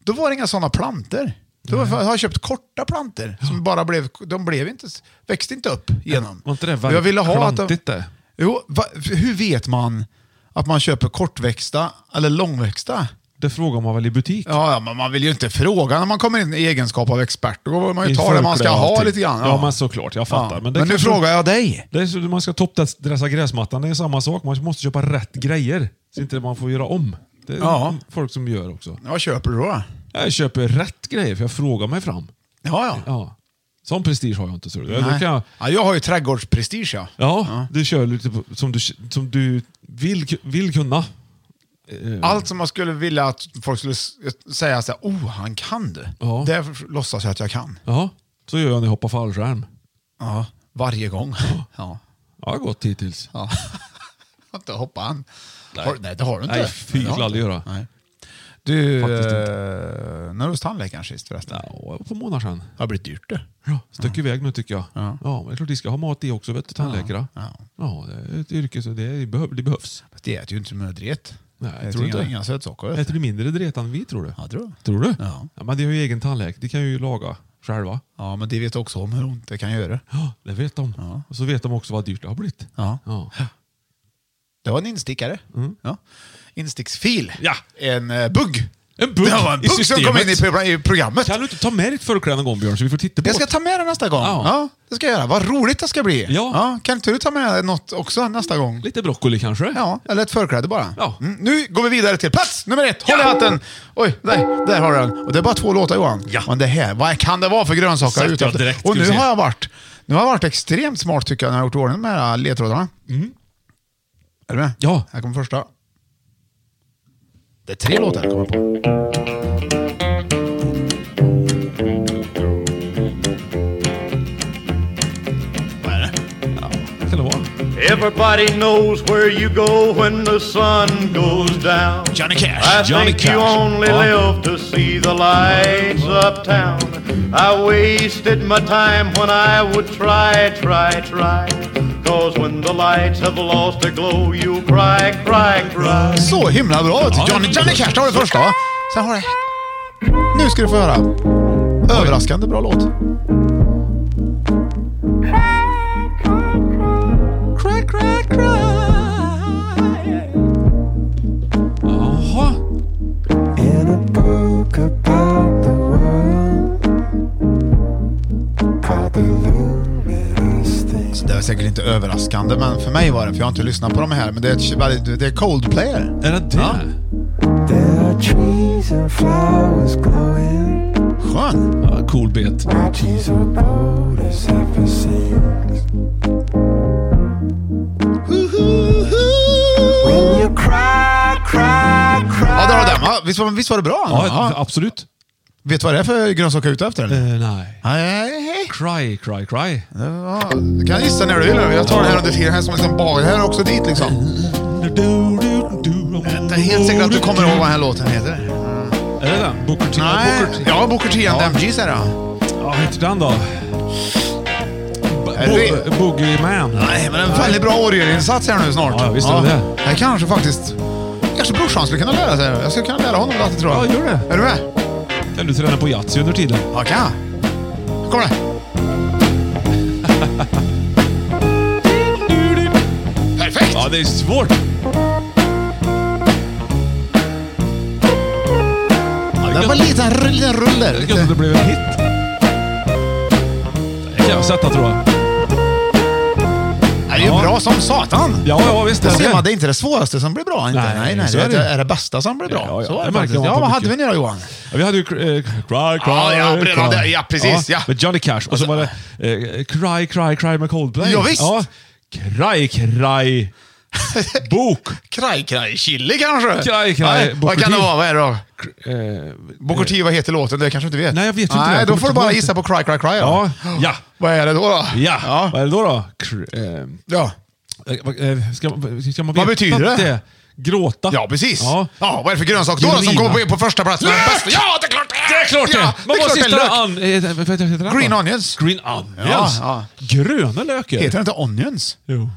Speaker 4: då var det inga sådana planter. Då var, jag har köpt korta planter som bara blev, de blev inte, växte inte upp genom.
Speaker 3: Var inte det
Speaker 4: Och jag ville ha att de,
Speaker 3: klantigt det?
Speaker 4: jo, va, hur vet man att man köper kortväxta eller långväxta?
Speaker 3: Det frågar man väl i butik?
Speaker 4: Ja, ja, men man vill ju inte fråga när man kommer in i egenskap av expert. Då vill man ju
Speaker 3: I
Speaker 4: ta det man ska
Speaker 3: förkläde och
Speaker 4: ha
Speaker 3: allting.
Speaker 4: lite grann.
Speaker 3: Ja, men såklart. Jag fattar.
Speaker 4: Ja.
Speaker 3: Men,
Speaker 4: Men,
Speaker 3: det
Speaker 4: nu
Speaker 3: kanske-
Speaker 4: frågar jag dig.
Speaker 3: Det är så, man ska toppdressa gräsmattan. Det är samma sak. Man måste köpa rätt grejer. Så inte man får göra om. Det är
Speaker 4: Ja.
Speaker 3: folk som gör också.
Speaker 4: Vad köper du då?
Speaker 3: Jag köper rätt grejer för jag frågar mig fram.
Speaker 4: Ja, ja.
Speaker 3: Ja. Sån prestige har jag inte. Tror jag. Då
Speaker 4: Nej.
Speaker 3: Kan jag
Speaker 4: Ja, jag har ju trädgårdsprestige. Ja.
Speaker 3: ja, du kör lite på, som du, som du vill, vill kunna.
Speaker 4: Allt som man skulle vilja att folk skulle s- säga så här, oh, han kan det.
Speaker 3: Ja.
Speaker 4: Därför låtsas jag att jag kan.
Speaker 3: Ja, så gör jag när jag hoppar fallskärm.
Speaker 4: Ja. Varje gång. Ja.
Speaker 3: Ja, det har gått hittills.
Speaker 4: ja. Har inte hoppat än.
Speaker 3: Nej.
Speaker 4: Har, nej, det har du inte.
Speaker 3: Nej, fy,
Speaker 4: det har
Speaker 3: skulle aldrig
Speaker 4: du
Speaker 3: göra.
Speaker 4: inte. Nej. Du,
Speaker 3: Faktiskt inte.
Speaker 4: eh, när du hos tandläkaren sist förresten?
Speaker 3: Ja, det var på månader sedan.
Speaker 4: Det har blivit dyrt det.
Speaker 3: Ja, stack iväg nu tycker jag. Ja.
Speaker 4: Ja.
Speaker 3: men det är klart de ska ha mat i också, vet du, tandläkare. Ja.
Speaker 4: Ja.
Speaker 3: det är ett yrke så det, är, behöv, det behövs.
Speaker 4: Fast Det äter ju inte mödret.
Speaker 3: Nej,
Speaker 4: äter
Speaker 3: tror
Speaker 4: ju
Speaker 3: inte.
Speaker 4: inga, inga sötsaker. vet
Speaker 3: Äter
Speaker 4: du.
Speaker 3: du mindre dret än vi tror du?
Speaker 4: Ja, tror jag.
Speaker 3: Tror du?
Speaker 4: Ja.
Speaker 3: men de har ju egen tandläkare. De kan ju laga själva.
Speaker 4: Ja, men det vet också om hur ont det kan göra.
Speaker 3: Ja, det vet de.
Speaker 4: Ja.
Speaker 3: Och så vet de också vad dyrt det har blivit.
Speaker 4: Ja.
Speaker 3: Ja. Mm.
Speaker 4: Det var en instickare. Ja. Insticksfil.
Speaker 3: Ja.
Speaker 4: En eh, bugg.
Speaker 3: En bugg
Speaker 4: det var en
Speaker 3: i
Speaker 4: bugg som
Speaker 3: systemet.
Speaker 4: kom in i, pro- i programmet.
Speaker 3: Kan du inte ta med ditt förkläde någon gång Björn så vi får titta på
Speaker 4: Jag ska
Speaker 3: det?
Speaker 4: ta med det nästa gång.
Speaker 3: Ja.
Speaker 4: Ja. det ska jag göra. Vad roligt det ska bli.
Speaker 3: Ja.
Speaker 4: Kan inte du ta med något också nästa gång?
Speaker 3: Lite broccoli kanske?
Speaker 4: Ja, eller ett förkläde bara.
Speaker 3: Ja.
Speaker 4: Mm, nu går vi vidare till plats nummer ett. Håll i hatten! Oj, där, där har du den. Och det är bara två låtar Johan.
Speaker 3: Ja.
Speaker 4: Men det här, vad kan det vara för grönsaker jag är
Speaker 3: Satt
Speaker 4: ute
Speaker 3: jag
Speaker 4: efter?
Speaker 3: direkt,
Speaker 4: Och
Speaker 3: ska vi
Speaker 4: nu
Speaker 3: se.
Speaker 4: har jag varit nu har jag varit extremt smart tycker jag när jag har gjort i ordning de här äh, ledtrådarna. Är du med?
Speaker 3: Mm. Ja.
Speaker 4: Här kommer första. Det är tre låtar jag kommer på. Vad är
Speaker 3: Kan
Speaker 4: det?
Speaker 3: det vara?
Speaker 10: Everybody knows where you go when the sun goes down.
Speaker 4: Johnny Cash.
Speaker 10: I
Speaker 3: Johnny
Speaker 10: think
Speaker 3: Cash.
Speaker 10: you only
Speaker 3: Ja.
Speaker 10: live to see the lights uptown. I wasted my time when I would try, try, try. Cause when the lights have lost their glow, you'll cry, cry, cry.
Speaker 4: Så himla bra!
Speaker 3: Ja.
Speaker 4: Johnny, Johnny Cash, det var det första. va? Sen har det... Nu ska du få höra. Överraskande bra låt. Cry, cry, cry.
Speaker 3: Jaha.
Speaker 6: And a book about the world called The Luminous Thing.
Speaker 4: Så det var säkert inte överraskande, men för mig var det, för jag har inte lyssnat på de här. Men det är, ett väldigt- det är Coldplay. Är
Speaker 3: det det? Ja.
Speaker 6: There are trees and flowers glowing.
Speaker 4: Skön!
Speaker 3: Ja, cool bet.
Speaker 6: Arches are bold as ever seems. When you cry, cry, cry.
Speaker 4: Ja, där har den va? Visst var, visst var det bra?
Speaker 3: Ja, absolut.
Speaker 4: Vet du vad det är för grönsak jag är ute efter? eller?
Speaker 3: Eh, nej.
Speaker 4: Nej.
Speaker 3: Cry, cry, cry.
Speaker 4: Ja, du kan gissa när du vill. Jag tar den här under tiden. Här som en liten bag. Här är också dit liksom. Jag är helt säker att du kommer ihåg vad den här låten heter.
Speaker 3: Är det den? Booker T?
Speaker 4: Nej.
Speaker 3: Booker T.
Speaker 4: Ja, Booker T and the MGs är det.
Speaker 3: Ja, vad heter den då? Bo-
Speaker 4: Är det-
Speaker 3: Bo- Boogeyman.
Speaker 4: Nej, men en väldigt bra Orion-insats här nu snart.
Speaker 3: Ja, visst är det det.
Speaker 4: det. här kanske faktiskt... Kanske brorsan skulle kunna lära sig det. Jag skulle kunna lära honom det, tror jag.
Speaker 3: Ja, gör det.
Speaker 4: Är du med?
Speaker 3: Kan du träna på Yatzy under tiden?
Speaker 4: Ja, kan jag. Kommer det. Perfekt!
Speaker 3: Ja, det är svårt.
Speaker 4: Det var en liten, rull- liten rull där.
Speaker 3: Det är gött att det
Speaker 4: Lite.
Speaker 3: blev en hit. Det kan jag sätta tror jag.
Speaker 4: Det är ju
Speaker 3: Ja.
Speaker 4: bra som satan.
Speaker 3: Ja, ja visst.
Speaker 4: Det
Speaker 3: är
Speaker 4: ser man, det är inte det svåraste som blir bra. Inte.
Speaker 3: Nej,
Speaker 4: Nej, nej,
Speaker 3: så är
Speaker 4: det
Speaker 3: det.
Speaker 4: är det bästa som blir bra.
Speaker 3: Ja, ja,
Speaker 4: Så är
Speaker 3: det märker
Speaker 4: det faktiskt.
Speaker 3: man
Speaker 4: Ja,
Speaker 3: på
Speaker 4: vad hade vi
Speaker 3: mycket.
Speaker 4: nu då Johan?
Speaker 3: Ja, vi hade ju eh, Cry, Cry,
Speaker 4: Ja, ja,
Speaker 3: Cry.
Speaker 4: redan där. Ja, precis, ja. Alltså, äh.
Speaker 3: Med Johnny Cash. Och så var det eh, Cry, Cry, Cry med Coldplay.
Speaker 4: Ja, visst.
Speaker 3: Cry, Cry. Bok.
Speaker 4: Kraj, kraj, chili kanske?
Speaker 3: Kraj, kraj,
Speaker 4: Nej,
Speaker 3: Booker
Speaker 4: Vad kan det
Speaker 3: T.
Speaker 4: vara? Vad är det då?
Speaker 3: Eh,
Speaker 4: Booker T, vad heter låten? Det kanske du inte vet?
Speaker 3: Nej, jag vet inte det.
Speaker 4: Nej,
Speaker 3: Jag
Speaker 4: då
Speaker 3: kommer
Speaker 4: får du
Speaker 3: inte
Speaker 4: bara
Speaker 3: ihåg
Speaker 4: gissa
Speaker 3: det.
Speaker 4: på Cry Cry Cry.
Speaker 3: ja. Ja.
Speaker 4: Vad är det då? då?
Speaker 3: Ja.
Speaker 4: ja.
Speaker 3: Vad är det då? då? Cr- eh,
Speaker 4: ja.
Speaker 3: eh, vad- eh, Ska, ska man
Speaker 4: Vad
Speaker 3: veta
Speaker 4: betyder det?
Speaker 3: Gråta.
Speaker 4: Ja, precis. Ja.
Speaker 3: Ja.
Speaker 4: vad är det för grönsak då, då som
Speaker 3: Grina.
Speaker 4: går på- på första plats? Men bäst- Ja, det är klart
Speaker 3: Det är klart det!
Speaker 4: Ja,
Speaker 3: Men
Speaker 4: det
Speaker 3: vad
Speaker 4: är klart det är
Speaker 3: sitter
Speaker 4: lök.
Speaker 3: det an... eh, vad heter den då?
Speaker 4: Green onions.
Speaker 3: Green onions?
Speaker 4: Ja,
Speaker 3: Gröna lökar?
Speaker 4: Heter det inte onions?
Speaker 3: Jo.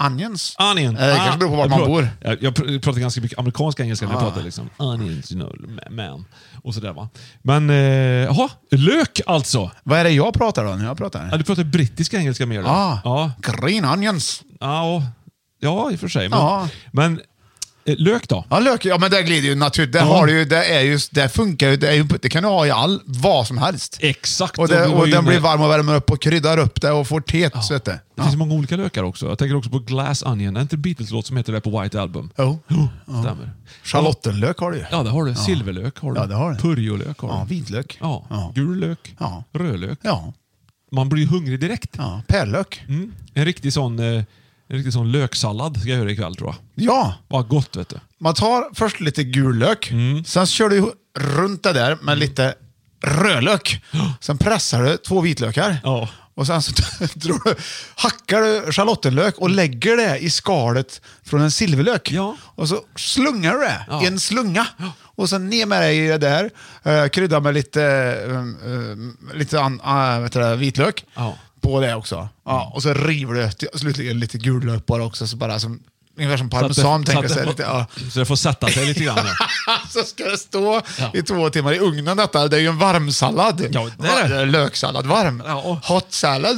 Speaker 4: Onions?
Speaker 3: Onion. Ah.
Speaker 4: Eh, Det kanske beror på vart
Speaker 3: Jag pra-
Speaker 4: man bor. Ah.
Speaker 3: Jag, jag pr- pratar ganska mycket amerikansk engelska när jag pratar. Liksom. Onions, you know, man. Och sådär va. Men, eh, jaha. lök alltså.
Speaker 4: Vad är det jag pratar då, när jag pratar?
Speaker 3: Ja, du pratar brittisk engelska mer då?
Speaker 4: Ah,
Speaker 3: Ja.
Speaker 4: green onions.
Speaker 3: Ja, ja, i och för sig. Men,
Speaker 4: Ja.
Speaker 3: men eh, lök då?
Speaker 4: Ja, lök. Ja, men det glider ju naturligt. Det,
Speaker 3: Ja.
Speaker 4: har du ju, det, är ju, det funkar ju. Det, är ju. det kan du ha i all, vad som helst.
Speaker 3: Exakt.
Speaker 4: Och,
Speaker 3: vi
Speaker 4: det,
Speaker 3: var
Speaker 4: och
Speaker 3: ju
Speaker 4: den
Speaker 3: inne-
Speaker 4: blir varm och värmer upp och kryddar upp det och får tet, så vet du.
Speaker 3: Det finns ju många olika lökar också. Jag tänker också på Glass Onion. Är inte en Beatles-låt som heter det på White Album? Oh,
Speaker 4: Jo.
Speaker 3: Stämmer.
Speaker 4: Schalottenlök har du ju.
Speaker 3: Ja, det har du. Silverlök har du.
Speaker 4: Ja, det har du.
Speaker 3: Purjolök har du.
Speaker 4: Ja, vitlök.
Speaker 3: Ja.
Speaker 4: Ja.
Speaker 3: Gul lök.
Speaker 4: Ja.
Speaker 3: Rödlök.
Speaker 4: Ja.
Speaker 3: Man blir ju hungrig direkt.
Speaker 4: ja. Pärlök.
Speaker 3: Mm. En riktig sån eh, en riktig sån löksallad ska jag göra ikväll tror jag.
Speaker 4: Ja.
Speaker 3: Vad gott vet du.
Speaker 4: Man tar först lite gul lök,
Speaker 3: Mm.
Speaker 4: sen kör du runt det där med lite rödlök. Sen pressar du två vitlökar.
Speaker 3: Ja.
Speaker 4: Och sen så drar du, hackar du schalottenlök och lägger det i skalet från en silverlök.
Speaker 3: Mm. Ja.
Speaker 4: Och så slungar du det
Speaker 3: Ja.
Speaker 4: i en slunga. Och sen ner med det i det där. Eh, krydda med lite, eh, eh, lite an, eh, vet du, det, vitlök
Speaker 3: Ja. Mm.
Speaker 4: på det också. Ja, och så river du till- slutligen lite gul lök på det också. Så bara som, ungefär som
Speaker 3: Så att det-
Speaker 4: parmesan
Speaker 3: så att
Speaker 4: tänker jag
Speaker 3: det
Speaker 4: säga.
Speaker 3: får-
Speaker 4: Lite, ja.
Speaker 3: Så det får sätta sig lite grann. ja.
Speaker 4: så ska det stå
Speaker 3: Ja.
Speaker 4: i två timmar i ugnen detta. Det är ju en varmsallad.
Speaker 3: Ja, det är det.
Speaker 4: Va- Löksallad varm.
Speaker 3: Ja.
Speaker 4: Hot salad.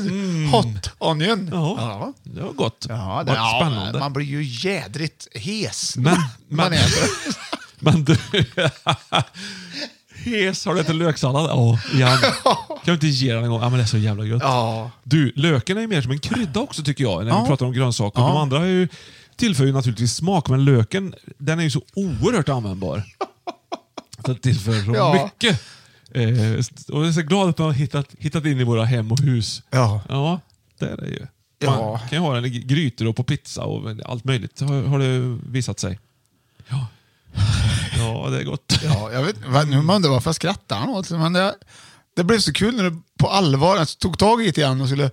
Speaker 4: Hot onion.
Speaker 3: Ja. Det var gott.
Speaker 4: Ja, det,
Speaker 3: Vart
Speaker 4: ja,
Speaker 3: spännande.
Speaker 4: Man blir ju jädrigt hes.
Speaker 3: Men,
Speaker 4: man
Speaker 3: men,
Speaker 4: äter det.
Speaker 3: men du... Hes, har du ätit löksallad? Ja, igen. Kan du inte ge den en gång? Ja, men det är så jävla gött.
Speaker 4: Ja.
Speaker 3: Du, löken är ju mer som en krydda också tycker jag, när
Speaker 4: Ja.
Speaker 3: vi pratar om grönsaker. De andra är ju, tillför ju naturligtvis smak, men löken den är ju så oerhört användbar. Den tillför så
Speaker 4: Ja.
Speaker 3: mycket. Eh, och jag är så glad att man har hittat, hittat in i våra hem och hus.
Speaker 4: Ja.
Speaker 3: ja det är det ju. Man
Speaker 4: Ja.
Speaker 3: kan ju ha den i grytor och på pizza och allt möjligt har, har det visat sig. Ja. ja, det är gott.
Speaker 4: Ja, jag vet, va- nu man undrar varför jag skrattar han åt det, men det, det blev så kul när du på allvar alltså, tog tag i det igen och skulle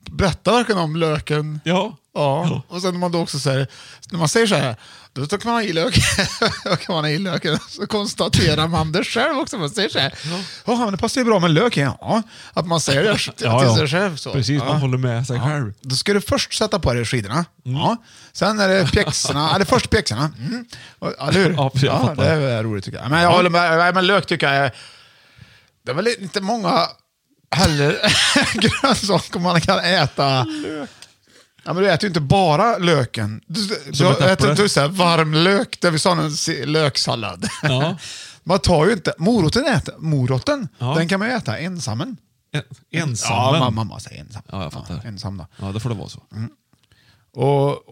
Speaker 4: berätta verkligen om löken.
Speaker 3: Ja.
Speaker 4: Ja, och sen när man då också säger, när man säger så här, då tar man ha i löken, då kan man ha i löken, så konstaterar man det själv också. Man säger så här, ja. men det passar ju bra med lök igen. Ja, att man säger det
Speaker 3: Ja,
Speaker 4: till
Speaker 3: ja.
Speaker 4: sig själv. Så.
Speaker 3: Precis,
Speaker 4: ja.
Speaker 3: man håller med sig själv.
Speaker 4: Då ska du först sätta på dig skidorna.
Speaker 3: Mm.
Speaker 4: Ja. Sen är det pjäxorna, eller först pjäxorna. Mm. Och- Ja, eller hur?
Speaker 3: Ja, jag fattar.
Speaker 4: det är roligt tycker jag. Men jag håller med, nej, men lök tycker jag är... Det är väl inte många heller grönsaker man kan äta. Ja, men du äter ju inte bara löken. Du,
Speaker 3: Som
Speaker 4: du
Speaker 3: ett äpple.
Speaker 4: äter inte så här varm lök, det vi sa, en si- löksallad.
Speaker 3: Ja.
Speaker 4: Man tar ju inte... Moroten, äter, moroten den kan man ju äta ensammen.
Speaker 3: ensammen?
Speaker 4: Ja, ma- mamma säger ensam.
Speaker 3: Ja, jag fattar.
Speaker 4: ensam då.
Speaker 3: Ja, då får det vara så.
Speaker 4: Mm. Och,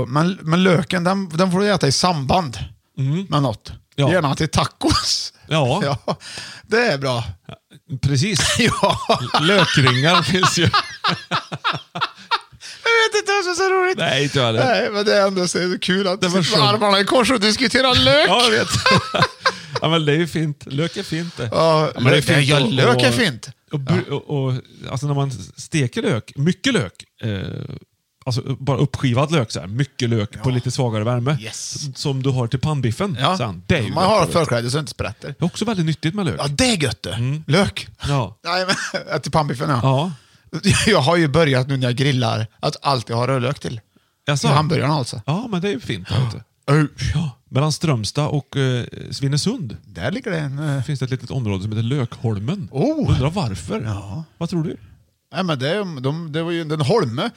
Speaker 4: och, men, men löken den, den får du äta i samband med något.
Speaker 3: Mm. Ja.
Speaker 4: Gärna till tacos.
Speaker 3: Ja.
Speaker 4: det är bra.
Speaker 3: Precis.
Speaker 4: ja.
Speaker 3: Lökringar finns ju.
Speaker 4: Jag vet inte vad som är så roligt.
Speaker 3: Nej, inte jag heller.
Speaker 4: Nej, men det är ändå så kul att
Speaker 3: Det var
Speaker 4: sitta med
Speaker 3: skönt.
Speaker 4: armarna i kors och diskutera lök.
Speaker 3: Ja, jag vet. ja, men det är ju fint. Lök är fint det.
Speaker 4: Ja,
Speaker 3: men det
Speaker 4: lök- ja,
Speaker 3: och-
Speaker 4: lök är
Speaker 3: och-
Speaker 4: fint.
Speaker 3: Och, bu- och, och, alltså när man steker lök, mycket lök, eh, alltså bara uppskivad lök, så här, mycket lök på lite svagare värme,
Speaker 4: Yes.
Speaker 3: som du har till pannbiffen.
Speaker 4: Ja.
Speaker 3: Sen, det är ju
Speaker 4: man
Speaker 3: gott,
Speaker 4: har
Speaker 3: vet du.
Speaker 4: förkläde så det inte sprätter.
Speaker 3: Det är också väldigt nyttigt med lök.
Speaker 4: Ja, det är gött det. Lök.
Speaker 3: Ja.
Speaker 4: Nej, men, till pannbiffen ja.
Speaker 3: Mm. Ja.
Speaker 4: Jag har ju börjat nu när jag grillar att alltid ha rödlök till.
Speaker 3: Jaså?
Speaker 4: Till hamburgarna alltså.
Speaker 3: Ja, men det är ju fint. vet du. Ja, mellan Strömstad och eh, Svinesund
Speaker 4: Där ligger det en... eh,
Speaker 3: finns det ett litet område som heter Lökholmen.
Speaker 4: Oh.
Speaker 3: Undrar varför?
Speaker 4: Ja.
Speaker 3: Vad tror du?
Speaker 4: Nej, men det, är- de, det var ju en holme.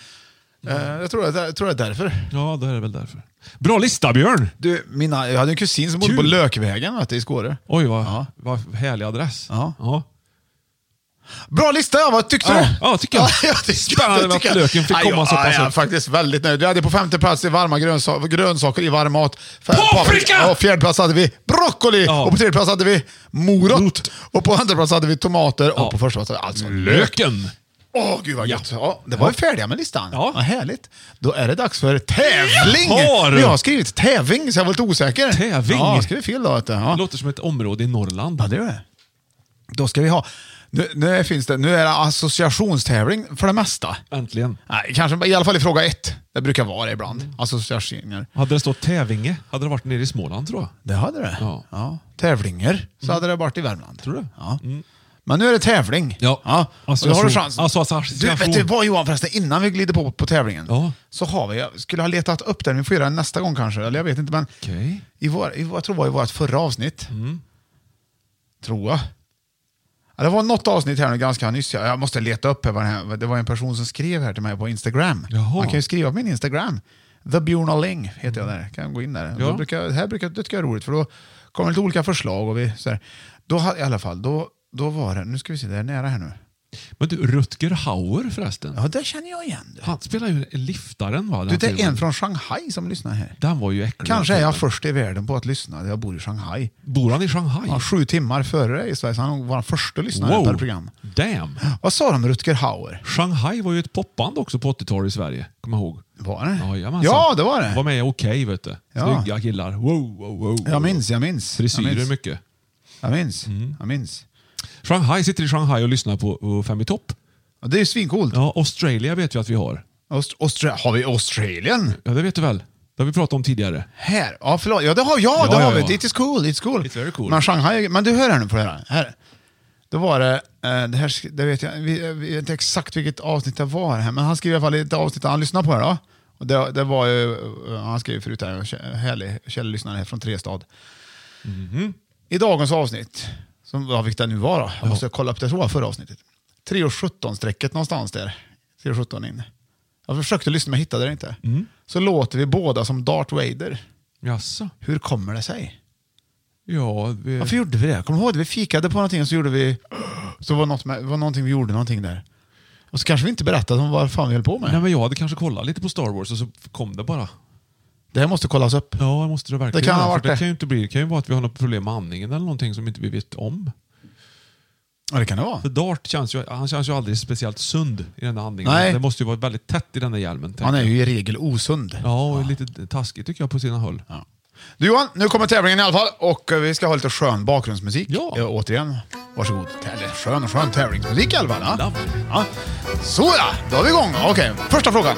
Speaker 3: Mm.
Speaker 4: Eh, jag, tror det, jag tror det är därför.
Speaker 3: Ja, det är väl därför. Bra lista, Björn!
Speaker 4: Du, mina, jag hade en kusin som bodde på
Speaker 3: Kul.
Speaker 4: Lökvägen vet du, i Skåre.
Speaker 3: Oj, vad, vad härlig adress.
Speaker 4: Ja.
Speaker 3: Ja.
Speaker 4: Bra lista! Vad tyckte
Speaker 3: Ja,
Speaker 4: du?
Speaker 3: ja, tycker jag.
Speaker 4: tycker-
Speaker 3: Spännande
Speaker 4: det tycker
Speaker 3: att
Speaker 4: jag.
Speaker 3: löken fick
Speaker 4: Nej,
Speaker 3: komma
Speaker 4: jag-
Speaker 3: så pass
Speaker 4: Jag är
Speaker 3: upp.
Speaker 4: faktiskt väldigt nöjd. Vi hade på femte plats i varma grönsa- grönsaker i varm mat. F-
Speaker 3: Paprika!
Speaker 4: Och fjärde plats hade vi broccoli.
Speaker 3: Ja.
Speaker 4: Och på tredje plats hade vi morot. Och på andra plats hade vi tomater.
Speaker 3: Ja.
Speaker 4: Och på första plats hade vi alltså lök.
Speaker 3: Löken!
Speaker 4: Åh, gud vad
Speaker 3: Ja.
Speaker 4: gött. Ja, det var vi färdiga med listan.
Speaker 3: Ja.
Speaker 4: Vad härligt. Då är det dags för tävling!
Speaker 3: Jaha, du.
Speaker 4: Jag har skrivit tävling, så jag var lite osäker.
Speaker 3: Tävling?
Speaker 4: Ja, jag skrev fel då. vet du. Ja.
Speaker 3: Det låter som ett område i Norrland.
Speaker 4: Ja, det gör det. Då ska vi ha... Nu, nu, finns det, nu är det associationstävling för det mesta.
Speaker 3: Äntligen.
Speaker 4: Nej, kanske, I alla fall i fråga ett. Det brukar vara det ibland.
Speaker 3: Mm.
Speaker 4: Associationer.
Speaker 3: Hade det stått Tävinge hade det varit nere i Småland tror jag.
Speaker 4: Det hade det.
Speaker 3: Ja. Mm.
Speaker 4: Tävlingar, så hade det varit i Värmland.
Speaker 3: Tror du? Mm.
Speaker 4: Ja. Men nu är det tävling.
Speaker 3: Ja.
Speaker 4: Och då har du
Speaker 3: Association.
Speaker 4: chansen.
Speaker 3: Alltså, association.
Speaker 4: Du, vet du vad Johan förresten, innan vi glider på på tävlingen.
Speaker 3: Ja.
Speaker 4: Så har vi, jag skulle ha letat upp den, vi får göra den nästa gång kanske. Eller jag vet inte, men
Speaker 3: Okej.
Speaker 4: i vår, i, jag tror det var i vårt förra avsnitt. Tror jag. Ja, det var något avsnitt här nu ganska nyss. Jag jag måste leta upp här vad den här. Det var en person som skrev här till mig på Instagram.
Speaker 3: Jaha.
Speaker 4: Man kan ju skriva på min Instagram. The Bjornaling heter jag där. Kan gå in där.
Speaker 3: Ja.
Speaker 4: Då brukar, det här brukar det tycker jag är roligt för då kommer lite olika förslag. Och vi, så här. Då, ha- I alla fall, då, då var det... Nu ska vi se, det är nära här nu.
Speaker 3: Men du, Rutger Hauer förresten.
Speaker 4: Ja, där känner jag igen du.
Speaker 3: Han spelar ju Liftaren va? den
Speaker 4: du det är
Speaker 3: filmen.
Speaker 4: en från Shanghai som lyssnar här.
Speaker 3: Den var ju äcklig.
Speaker 4: Kanske är jag först i världen på att lyssna. Jag bor i Shanghai.
Speaker 3: Bor han i Shanghai?
Speaker 4: Ja, sju timmar före dig i Sverige, så han var den första lyssnaren
Speaker 3: Wow.
Speaker 4: per program.
Speaker 3: Damn!
Speaker 4: Vad sa de om Rutger Hauer?
Speaker 3: Shanghai var ju ett popband också på 80-talet i Sverige. Kommer jag ihåg.
Speaker 4: Var det?
Speaker 3: Jajamensan.
Speaker 4: ja, det var det.
Speaker 3: Var med i Okej vet du.
Speaker 4: Ja.
Speaker 3: Snygga killar. Wow, wow, wow.
Speaker 4: Jag minns, jag minns. jag
Speaker 3: Frisyrer
Speaker 4: minns.
Speaker 3: mycket. Mm.
Speaker 4: Jag minns. Jag minns.
Speaker 3: Shanghai sitter i Shanghai och lyssnar på på Fem i topp.
Speaker 4: Ja, det är ju svincoolt.
Speaker 3: Ja, Australia vet jag att vi har.
Speaker 4: Aust- Austra- har vi Australien?
Speaker 3: Ja, det vet du väl? Det har vi pratat om tidigare.
Speaker 4: Här? Ja, förlåt. Ja, det har, ja, det
Speaker 3: Ja,
Speaker 4: har
Speaker 3: ja,
Speaker 4: vi.
Speaker 3: ja.
Speaker 4: It is cool. It's cool.
Speaker 3: It's very cool.
Speaker 4: Men Shanghai... Men du, hör här nu på det här. här. Då var det... eh, Det här sk- det vet jag, vi, eh, vi vet inte exakt vilket avsnitt det var, här, men han skrev i alla fall i ett avsnitt han lyssnade på. Det, då. Och det, det var ju, eh, han skrev förut, här, en kä- härlig källlyssnare här från Trestad.
Speaker 3: Mhm.
Speaker 4: I dagens avsnitt, som vad fick det nu vara då? Jag måste kolla upp det, jag tror det var förra avsnittet. 3.17-strecket någonstans där. 3.17 in. Jag försökte lyssna men jag hittade det inte.
Speaker 3: Mhm.
Speaker 4: Så låter vi båda som Darth Vader.
Speaker 3: Jaså?
Speaker 4: Hur kommer det sig?
Speaker 3: Ja, vi...
Speaker 4: Varför gjorde vi det? Kommer du ihåg det? Vi fikade på någonting och så gjorde vi... Så var något med, var någonting vi gjorde någonting där. Och så kanske vi inte berättade om vad fan vi höll på med.
Speaker 3: Nej, men jag hade kanske kollat lite på Star Wars och så kom det bara.
Speaker 4: Det här måste kollas upp.
Speaker 3: Ja, det måste det verkligen
Speaker 4: Det kan ha
Speaker 3: göra, för
Speaker 4: varit det.
Speaker 3: det. Kan ju inte bli, det kan ju vara att vi har något problem med andningen eller någonting som inte vi vet om.
Speaker 4: Ja, det kan det vara.
Speaker 3: För Dart känns ju, han känns ju aldrig speciellt sund i den där andningen.
Speaker 4: Nej.
Speaker 3: Det måste ju vara väldigt tätt i den där hjälmen. tänker
Speaker 4: Han är
Speaker 3: jag.
Speaker 4: ju i regel osund.
Speaker 3: Ja, och lite taskig tycker jag på sina håll.
Speaker 4: Ja. Du Johan, nu kommer tävlingen i alla fall och eh, vi ska ha lite skön bakgrundsmusik.
Speaker 3: Ja.
Speaker 4: Eh, återigen, varsågod. Eller skön och skön tävlingsmusik i alla fall. Ja.
Speaker 3: Lovely.
Speaker 4: Ja. Såja, då är vi igång. Okej, första frågan.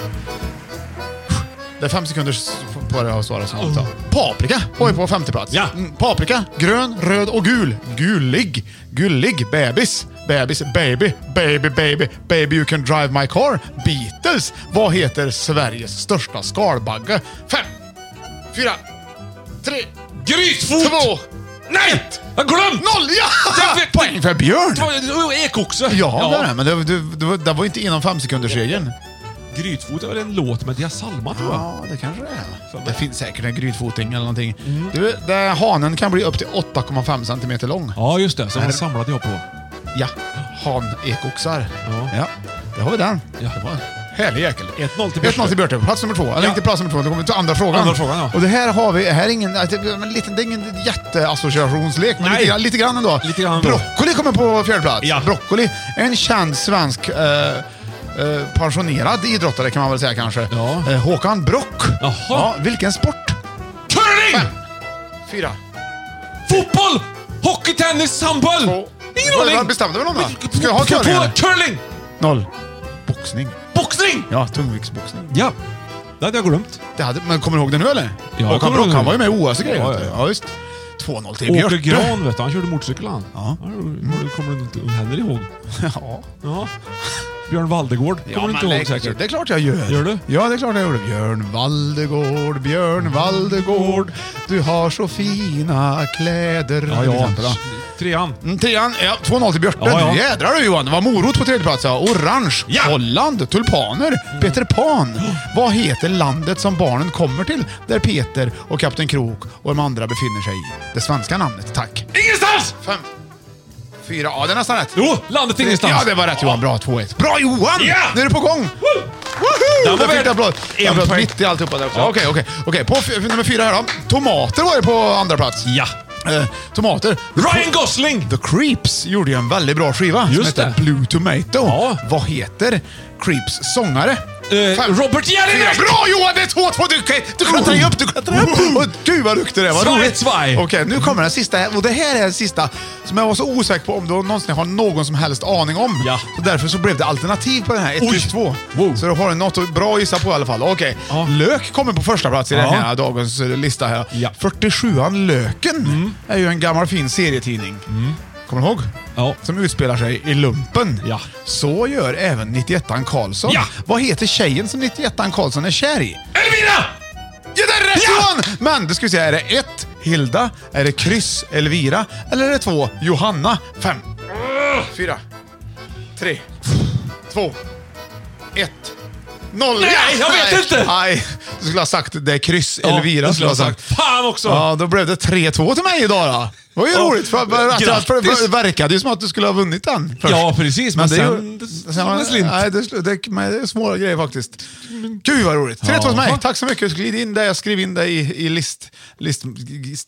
Speaker 4: Det är fem sekunder s- på det att svara som vanligt. Paprika var ju på femte plats.
Speaker 3: Ja.
Speaker 4: Mm, Paprika, grön, röd och gul. Gullig, gullig, bebis. Bebis, baby, baby, baby, baby you can drive my car. Beatles. Vad heter Sveriges största skalbagge? Fem, fyra, tre,
Speaker 3: Grytfot!
Speaker 4: två,
Speaker 3: Nej! Jag glömt!
Speaker 4: noll! Ja!
Speaker 3: Det fick-
Speaker 4: Poäng för Björn!
Speaker 3: Det var- det var Ekoxe!
Speaker 4: Ja, Det, är det, men det, det, det, var- det var inte inom femsekundersregeln.
Speaker 3: Grytfot är väl en låt med Diasalma tror jag?
Speaker 4: Ja, det kanske det är. Det finns säkert en grytfoting eller någonting.
Speaker 3: Mm.
Speaker 4: Du, där hanen kan bli upp till 8,5 centimeter lång.
Speaker 3: Ja, just det. Som
Speaker 4: Här-
Speaker 3: han samlade jag på.
Speaker 4: Ja, hanekoxar. Ja. ja, där har vi den. Det var en härlig jäkel.
Speaker 3: 1-0 till
Speaker 4: 1-0 till Björte. Plats nummer två. Eller
Speaker 3: Ja.
Speaker 4: inte plats nummer två, det kommer till andra frågan.
Speaker 3: Andra frågan, ja.
Speaker 4: Och det här har vi, här är ingen, det är en liten- det är ingen jätteassociationslek, men
Speaker 3: Nej.
Speaker 4: lite, grann- lite grann ändå.
Speaker 3: Lite grann ändå.
Speaker 4: Broccoli kommer på fjärde plats. Broccoli, en känd svensk eh, eh, pensionerad idrottare kan man väl säga kanske. Eh, Håkan Brock. Jaha. Ja, vilken sport?
Speaker 3: Curling!
Speaker 4: Fyra.
Speaker 3: Fotboll! Hockey, tennis, handboll! Ingen aning!
Speaker 4: Vad bestämde vi någon då? Ska jag ha curling?
Speaker 3: Fotboll,
Speaker 4: eller?
Speaker 3: curling!
Speaker 4: Noll. Boxning.
Speaker 3: Boxning!
Speaker 4: Ja, tungviktsboxning.
Speaker 3: Ja. Det hade jag glömt.
Speaker 4: Det hade, men kommer du ihåg det nu eller?
Speaker 3: Ja,
Speaker 4: Håkan
Speaker 3: jag kommer
Speaker 4: Brock,
Speaker 3: ihåg
Speaker 4: han
Speaker 3: det.
Speaker 4: var ju med i OS och grejer.
Speaker 3: Ja,
Speaker 4: vet du.
Speaker 3: ja, ja.
Speaker 4: ja visst. 2-0 till
Speaker 3: Åke
Speaker 4: Björk.
Speaker 3: Gran, vet du, han körde motorcykel han.
Speaker 4: Ja.
Speaker 3: Ja, det kommer du inte heller ihåg.
Speaker 4: Ja.
Speaker 3: ja. Björn Waldegård kommer du inte ihåg säkert.
Speaker 4: Det är klart jag gör.
Speaker 3: Gör du?
Speaker 4: Ja, det är klart jag gjorde. Björn Waldegård, Björn Waldegård, du har så fina kläder.
Speaker 3: Ja,
Speaker 4: till
Speaker 3: ja.
Speaker 4: exempel, va?
Speaker 3: Trean.
Speaker 4: Mm, Trean, ja, 2-0 till Björte.
Speaker 3: Ja, ja.
Speaker 4: Jädrar du Johan, det var morot på tredje plats. Ja. Orange, Holland, tulpaner,
Speaker 3: Mm.
Speaker 4: Peter Pan. Vad heter landet som barnen kommer till där Peter och Kapten Krok och de andra befinner sig i? Det svenska namnet, tack.
Speaker 3: Ingenstans!
Speaker 4: Fem. Fyra, ja det är nästan rätt.
Speaker 3: Jo, landet ingenstans.
Speaker 4: Ja, det var rätt Johan. Bra, 2-1. Bra Johan!
Speaker 3: Ja!
Speaker 4: Nu är du på gång!
Speaker 3: Den var
Speaker 4: Woho! Där fick
Speaker 3: värd
Speaker 4: du applåd.
Speaker 3: en
Speaker 4: Applåd
Speaker 3: poäng.
Speaker 4: mitt i alltihopa där också.
Speaker 3: Ja.
Speaker 4: Okej, okej. Okej, på f- nummer fyra här då. Tomater var det på andra plats.
Speaker 3: Ja.
Speaker 4: Eh, tomater.
Speaker 3: Ryan Gosling!
Speaker 4: The Creeps gjorde ju en väldigt bra skiva som
Speaker 3: Just
Speaker 4: heter
Speaker 3: det.
Speaker 4: Blue Tomato. Vad heter Creeps sångare?
Speaker 3: Eh,
Speaker 4: Fem,
Speaker 3: Robert Jelinek!
Speaker 4: fyra. Bra Johan! Det är 2-2! Du, du klättrar ju upp, du klättrar upp! Och, gud vad duktig du är, vad
Speaker 3: Zwei,
Speaker 4: roligt!
Speaker 3: zwei.
Speaker 4: Okej, nu kommer den sista. här. Och det här är den sista som jag var så osäker på om du någonsin har någon som helst aning om.
Speaker 3: Ja.
Speaker 4: Så därför så blev det alternativ på den här, 1,
Speaker 3: Oj.
Speaker 4: kryss 2. Så då har du något att bra gissa på i alla fall. Okej, lök kommer på första plats i den
Speaker 3: Ja.
Speaker 4: här dagens eh, lista här. 47an Löken är ju en gammal fin serietidning. Kommer du ihåg? Som utspelar sig i lumpen. Så gör även 91an Karlsson.
Speaker 3: Ja.
Speaker 4: Vad heter tjejen som 91an Karlsson är kär i?
Speaker 3: Elvira!
Speaker 4: Ja, det är rätt Johan! Men då ska vi se, är det ett Hilda, är det kryss Elvira eller är det två Johanna? Fem, fyra, tre, två, ett, noll.
Speaker 3: Nej, jag vet inte!
Speaker 4: Nej, du skulle ha sagt det är kryss
Speaker 3: Ja,
Speaker 4: Elvira.
Speaker 3: det
Speaker 4: skulle ha sagt.
Speaker 3: Fan också!
Speaker 4: Ja, då blev det 3-2 till mig idag då. Det var ju
Speaker 3: Ja,
Speaker 4: roligt. För, för, för, för,
Speaker 3: grattis.
Speaker 4: det verkade ju som att du skulle ha vunnit den. först.
Speaker 3: Ja, precis, men sen-
Speaker 4: det,
Speaker 3: sen
Speaker 4: sen
Speaker 3: var det slint.
Speaker 4: Nej, det, slu- det, men det är små grejer faktiskt. Gud vad roligt. 3-2 till mig.
Speaker 3: Ja.
Speaker 4: Tack så mycket. Glid in där. Jag skrev in dig i, i list. list,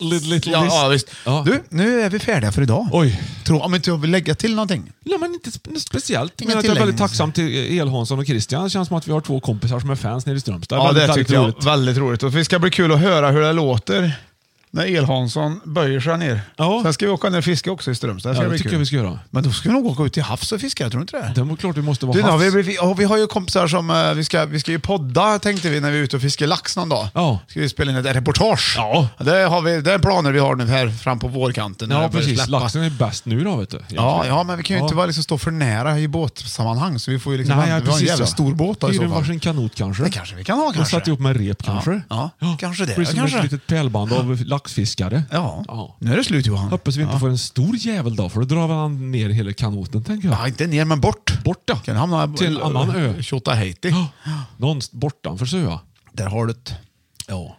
Speaker 4: list
Speaker 3: little
Speaker 4: ja,
Speaker 3: list.
Speaker 4: Ja, visst.
Speaker 3: Ja.
Speaker 4: Du, nu är vi färdiga för idag.
Speaker 3: Oj.
Speaker 4: Tror, om inte jag vill lägga till någonting.
Speaker 3: Nej, men inte spe- speciellt.
Speaker 4: Inga
Speaker 3: Men att jag är väldigt
Speaker 4: tillägg.
Speaker 3: tacksam till El-Hansson och Christian. Det känns som att vi har två kompisar som är fans nere i Strömstad.
Speaker 4: Ja,
Speaker 3: väldigt,
Speaker 4: det tyckte
Speaker 3: väldigt roligt.
Speaker 4: jag. Väldigt roligt. Och det ska bli kul att höra hur det låter när El-Hansson böjer sig ner. Sen ska vi åka ner och fiska också i Strömstad. Det
Speaker 3: Ja,
Speaker 4: ska
Speaker 3: det
Speaker 4: bli
Speaker 3: tycker
Speaker 4: kul.
Speaker 3: jag vi ska göra.
Speaker 4: Men då ska vi nog åka ut till havs och fiska, jag tror inte det?
Speaker 3: Det är klart vi måste vara
Speaker 4: Du,
Speaker 3: havs.
Speaker 4: no, vi, vi, ja, vi har ju kompisar som, eh, vi ska, vi ska ju podda tänkte vi när vi är ute och fiskar lax någon dag.
Speaker 3: Ja.
Speaker 4: Ska vi spela in ett reportage.
Speaker 3: Ja.
Speaker 4: Det, har vi, det är planer vi har nu här fram på vårkanten. när
Speaker 3: Ja,
Speaker 4: det börjar
Speaker 3: precis.
Speaker 4: släppa.
Speaker 3: Laxen är bäst nu då, vet du.
Speaker 4: Ja, ja, men vi kan ju
Speaker 3: Ja.
Speaker 4: inte vara, liksom, stå för nära i båtsammanhang så vi får ju liksom,
Speaker 3: Nej, ja,
Speaker 4: vi har en
Speaker 3: precis
Speaker 4: jävla
Speaker 3: så.
Speaker 4: stor båt då, i
Speaker 3: Hyr
Speaker 4: så
Speaker 3: en
Speaker 4: fall.
Speaker 3: varsin kanot kanske.
Speaker 4: Det kanske vi kan ha
Speaker 3: Och
Speaker 4: kanske.
Speaker 3: satt ihop med rep
Speaker 4: Ja,
Speaker 3: kanske.
Speaker 4: Ja, kanske det.
Speaker 3: Blir
Speaker 4: ja,
Speaker 3: som
Speaker 4: kanske.
Speaker 3: ett litet pärlband av laxfiskare.
Speaker 4: Ja. Nu är det slut Johan.
Speaker 3: Hoppas vi inte får en stor jävel då, för då drar han ner hela kanoten, tänker jag.
Speaker 4: Ja, inte ner men bort.
Speaker 3: Bort ja.
Speaker 4: Kan hamna
Speaker 3: Till en annan ö.
Speaker 4: Tjotahejti.
Speaker 3: Någon bortanför Söa.
Speaker 4: Där har du det.
Speaker 3: Ja.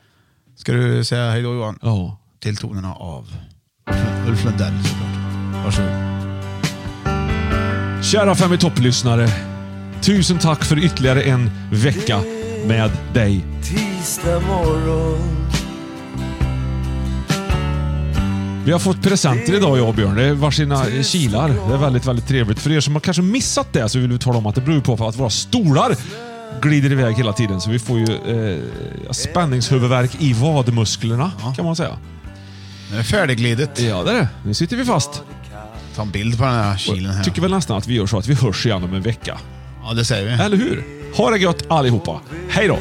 Speaker 4: Ska du säga hej då Johan?
Speaker 3: Ja.
Speaker 4: Till tonerna av Ulf Lundell såklart. Varsågod.
Speaker 3: Kära Fem i topp-lyssnare. Tusen tack för ytterligare en vecka med dig.
Speaker 11: Tisdag morgon
Speaker 3: Vi har fått presenter idag jag och Björn. Det är varsina eh, kilar. Det är väldigt, väldigt trevligt. För er som har kanske missat det så vill vi tala om att det beror på för att våra stolar glider iväg hela tiden. Så vi får ju eh, spänningshuvudvärk i vadmusklerna kan man säga.
Speaker 4: Nu är färdigglidet.
Speaker 3: Ja, det är det. Nu sitter vi fast.
Speaker 4: Ta en bild på den här kilen här.
Speaker 3: Tycker väl nästan att vi gör så att vi hörs igen om en vecka.
Speaker 4: Ja, det säger vi.
Speaker 3: Eller hur? Ha det gött allihopa. Hej då!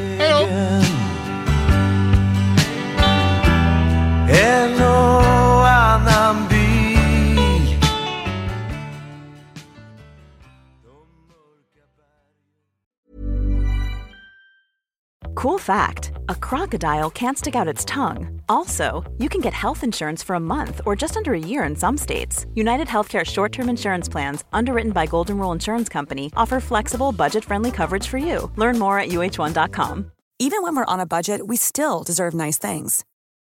Speaker 11: En och annan by
Speaker 12: Cool fact a crocodile can't stick out its tongue. Also, you can get health insurance for a month or just under a year in some states. United Healthcare short term insurance plans, underwritten by Golden Rule Insurance Company, offer flexible, budget friendly coverage for you. Learn more at uh1.com.
Speaker 13: Even when we're on a budget, we still deserve nice things.